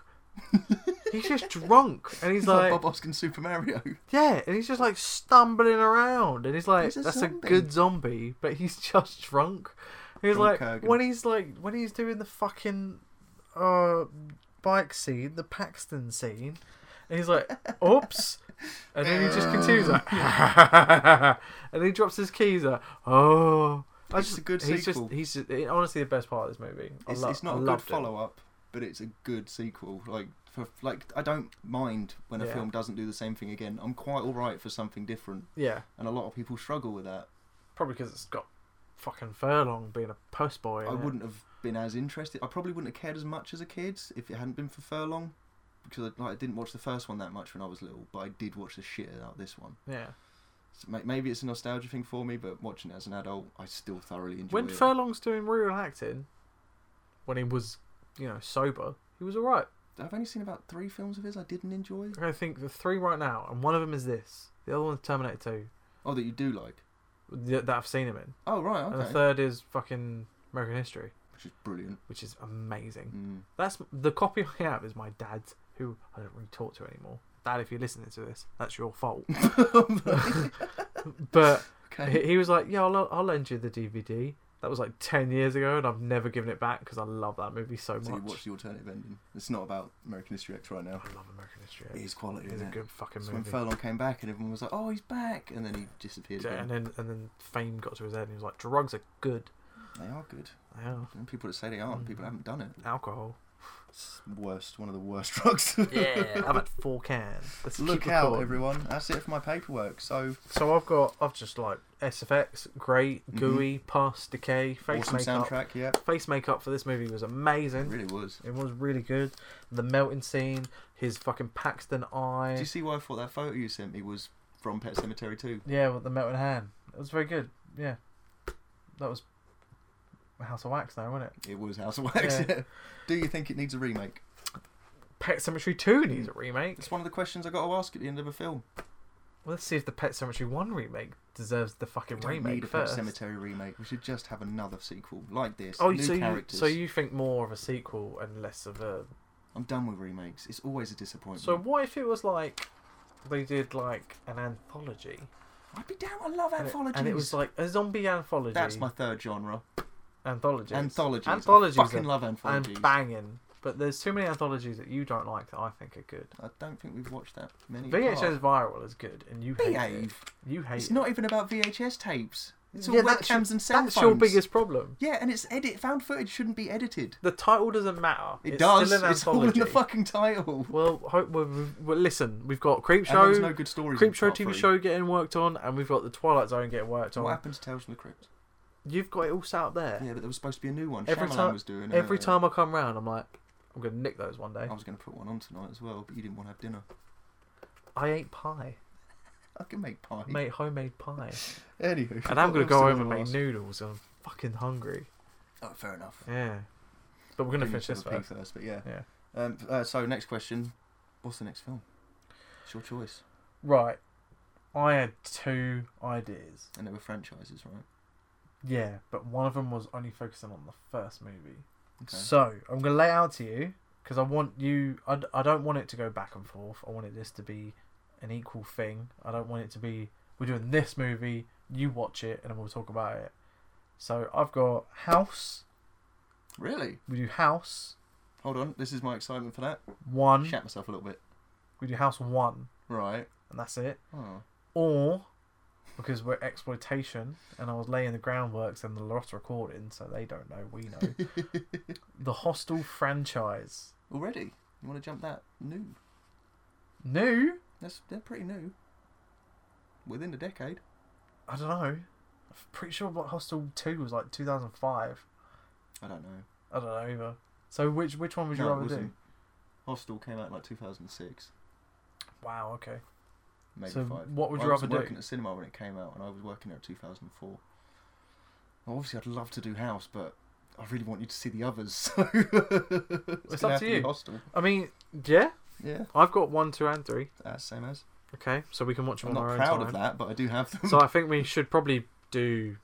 *laughs* he's just drunk, and he's
He's
like,
like Bob Hoskins Super Mario.
yeah, and he's just like stumbling around, and he's like,
He's a
that's
zombie.
a good zombie, but he's *laughs* just drunk. He's
Drunk
like,
Kurgan.
when he's like, when he's doing the fucking uh bike scene, the Paxton scene, and he's like, oops, and then
*laughs*
he just continues like, *laughs* and he drops his keys like, oh. I
It's
just,
a good
he's
sequel.
Just, he's just, it- honestly the best part of this movie. I
It's,
lo-
it's not
I
a good
loved it.
follow-up, but it's a good sequel. Like, for, like I don't mind when a
Yeah.
film doesn't do the same thing again. I'm quite all right for something different,
Yeah,
and a lot of people struggle with that.
probably because it's got fucking Furlong being a postboy. in
I
it.
wouldn't have been as interested. I probably wouldn't have cared as much as a kid if it hadn't been for Furlong, because I, like, I didn't watch the first one that much when I was little, but I did watch the shit out of this one.
Yeah.
So ma- maybe it's a nostalgia thing for me, but watching it as an adult, I still thoroughly enjoy
When
it.
Furlong's doing real acting, when he was, you know, sober, he was alright.
I've only seen about three films of his I didn't enjoy.
I think the three right now, and one of them is this. The other one's Terminator Two
Oh, that you do like.
th- that I've seen him in,
Oh, right,
and the
okay.
third is fucking American History,
Which is brilliant.
which is amazing.
Mm.
That's the copy I have is my dad's, who I don't really talk to anymore. Dad, if you're listening to this, that's your fault. *laughs*
*laughs*
but he,
Okay.
he was like, "Yeah, I'll, I'll lend you the DVD." That was like ten years ago, and I've never given it back because I love that movie so
So you
much.
watch the alternative ending. It's not about American History X right now.
I love American History.
It is quality,
It's a
isn't it?
good fucking
So
movie.
when Furlong came back and everyone was like, "Oh, he's back," and then he disappeared.
Yeah, and
Again.
then and then fame got to his head, and he was like, "Drugs are good.
They are good.
Yeah, Mm.
And people that say they aren't, people that haven't done it.
alcohol.
It's worst, one of the worst *laughs* drugs.
I've had four cans. Let's
Look
keep
out,
recording.
everyone. That's it for my paperwork. So
So I've got, I've just like SFX, great, gooey, pus, decay, face
Mm-hmm. awesome
makeup.
soundtrack. Yeah,
Face makeup for this movie was amazing.
really was.
It was really good. The melting scene, his fucking Paxton eye.
Do you see why I thought that photo you sent me was from Pet Cemetery 2?
Yeah, with the melting hand. It was very good. Yeah, that was House of Wax, though, wasn't it?
It was House of Wax.
Yeah.
Yeah. *laughs* Do you think it needs a remake?
Pet Cemetery Two needs a remake.
It's one of the questions I got to ask at the end of a film.
Well, let's see if the Pet Cemetery One remake deserves the fucking
Don't
remake
need a
first.
Pet Cemetery remake. We should just have another sequel like this.
Oh,
new
so you,
characters.
so you think more of a sequel and less of a
I'm done with remakes. It's always a disappointment.
So what if it was like they did like an anthology?
I'd be down. I love
And it-
anthologies.
And it was like a zombie anthology.
that's my third genre.
anthology.
Anthologies. I
Anthologies.
fucking
are-
love anthologies.
And banging. But there's too many anthologies that you don't like that I think are good.
I don't think we've watched that many.
VHS
apart.
viral is good, and you hate it.
Behave.
You hate
It's
it.
not even about VHS tapes. It's all
Yeah, that's your-
webcams and cell
That's your
phones.
biggest problem.
Yeah, and it's edit. Found footage shouldn't be edited.
The title doesn't matter.
It
it's
does.
Still an
it's all in the
anthology.
fucking title.
Well, hope we well, listen. We've got Creepshow.
And there was no good stories in
Creepshow
part
TV
three.
show getting worked on, and we've got the Twilight Zone getting worked on.
What happened to Tales from the Crypt?
You've got it all set up there.
Yeah, but there was supposed to be a new one.
every
Shyamalan
time
was doing.
every
uh,
time I come round, I'm like, I'm gonna nick those one day.
I was going to put one on tonight as well, but you didn't want to have dinner.
I ate pie,
I can make pie.
made
*laughs*
homemade pie,
Anywho,
and I'm gonna
what
go
else
home
do
and
I
make
wanna
noodles. I'm fucking hungry.
ask? Oh, fair enough.
Yeah, but we're gonna
Give
finish
yourself
this
a pee first,
first.
but yeah.
Yeah.
Um, uh, so next question: What's the next film? It's your choice,
Right, I had two ideas.
and they were franchises, right?
Yeah, but one of them was only focusing on the first movie.
Okay.
So I'm gonna lay it out to you because I want you. I, d- I don't want it to go back and forth. I wanted this to be an equal thing. I don't want it to be we're doing this movie. You watch it and then we'll talk about it. So I've got House.
Really?
We do House
Hold on, this is my excitement for that.
One.
Shat myself a little bit.
We do House One,
Right.
and that's it.
Oh.
Or because we're exploitation, and I was laying the groundworks and the lot recording, so they don't know. We know the Hostel franchise.
Already? You want to jump that? New.
New.
That's they're pretty new. Within a decade.
I don't know. I'm pretty sure what Hostel Two was like 2005.
I don't know.
I don't know either. So which which one would you
No, it
rather do?
wasn't. Hostel came out in like 2006,
Wow. Okay.
maybe
So
five.
what would you
I was
rather do?
working at cinema when it came out, and I was working there in 2004. Well, obviously, I'd love to do House, but I really want you to see the others. *laughs* So it's
It's
gonna have
up to
be
you.
Hostel.
I mean, yeah.
Yeah,
I've got one, two, and three.
that's same as.
Okay, so we can watch them
I'm
on our
not
own
proud
time.
of that, but I do have them.
So I think we should probably do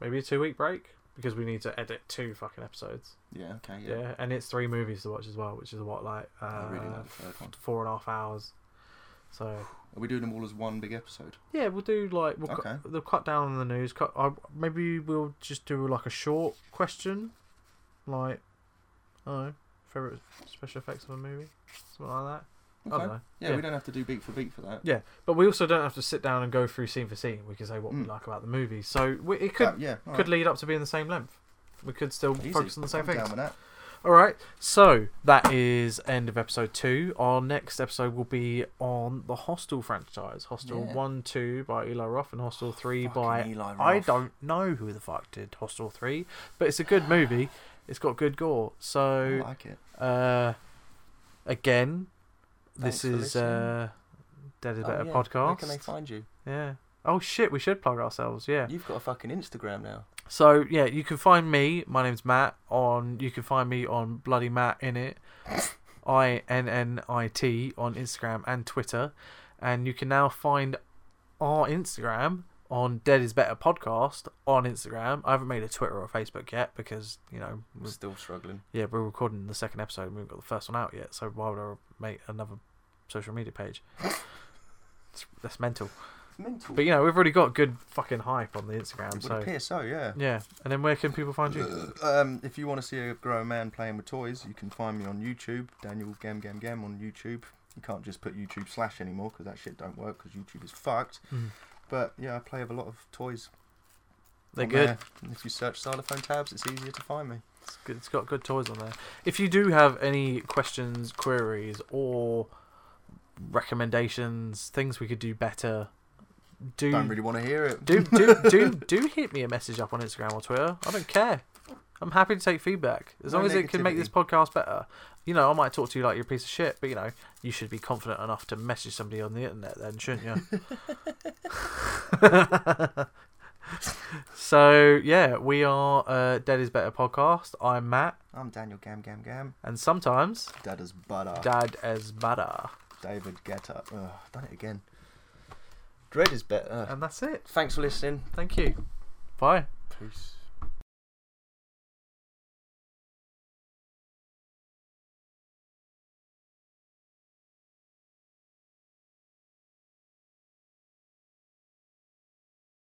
maybe a two week break because we need to edit two fucking episodes.
yeah. Okay.
Yeah.
Yeah.
and it's three movies to watch as well, which is what like uh,
I really like the third one.
four and a half hours. So
Are we doing them all as one big episode?
Yeah, we'll do like we'll
Okay.
cut, they'll cut down on the news. Cut, uh, maybe we'll just do like a short question, like I don't know, favorite special effects of a movie, something like that. I
Okay.
don't know.
Yeah,
Yeah.
we don't have to do beat for beat for that.
Yeah, but we also don't have to sit down and go through scene for scene. We can say what we
Mm.
like about the movie, so we, it could
Uh, yeah, all
could
right.
lead up to being the same length. We could still
Easy.
focus on the same
I'm
thing.
Down with that.
All right, so that is end of episode two. Our next episode will be on the Hostel franchise, Hostel
Yeah.
One, Two by Eli Roth, and Hostel Three
Fucking
by
Eli
I
Roth.
don't know who the fuck did Hostel Three, but it's a good movie. It's got good
I
gore. So,
like it.
uh, again,
Thanks
this
for
is
listening.
uh, Dead is
Oh,
Better
yeah. Where
podcast.
can they find you?
yeah. Oh shit, we should plug ourselves. Yeah.
You've got a fucking Instagram now.
So yeah, you can find me. My name's Matt. On you can find me on bloody Matt in it, *laughs* I N N I T on Instagram and Twitter, and you can now find our Instagram on Dead Is Better podcast on Instagram. I haven't made a Twitter or Facebook yet because you know
We're
we're,
still struggling.
yeah we're recording the second episode and we haven't got the first one out yet. So why would I make another social media page? It's- That's mental.
It's mental.
But you know we've already got good fucking hype on the Instagram.
it would
So.
appear so, yeah.
Yeah, and then where can people find you?
Um, if you want to see a grown man playing with toys, you can find me on YouTube, Daniel Gam Gam Gam on YouTube. You can't just put YouTube slash anymore because that shit don't work because YouTube is fucked.
Mm.
But yeah, I play with a lot of toys.
They're
on
good.
there. And If you search xylophone tabs, it's easier to find me.
It's, good, it's got good toys on there. If you do have any questions, queries, or recommendations, things we could do better, do
Don't really want to hear it.
do do do do hit me a message up on Instagram or Twitter. I don't care. I'm happy to take feedback as
No
long as it can make this podcast better. You know, I might talk to you like you're a piece of shit, but you know, you should be confident enough to message somebody on the internet, then, shouldn't you? so yeah, we are uh, Dead Is Better podcast. I'm Matt,
I'm Daniel Gam Gam Gam.
and sometimes
Dad is butter.
Dad is better,
David Guetta. Ugh, done it again. Dread is better.
and that's it.
Thanks for listening.
Thank you. Bye.
Peace.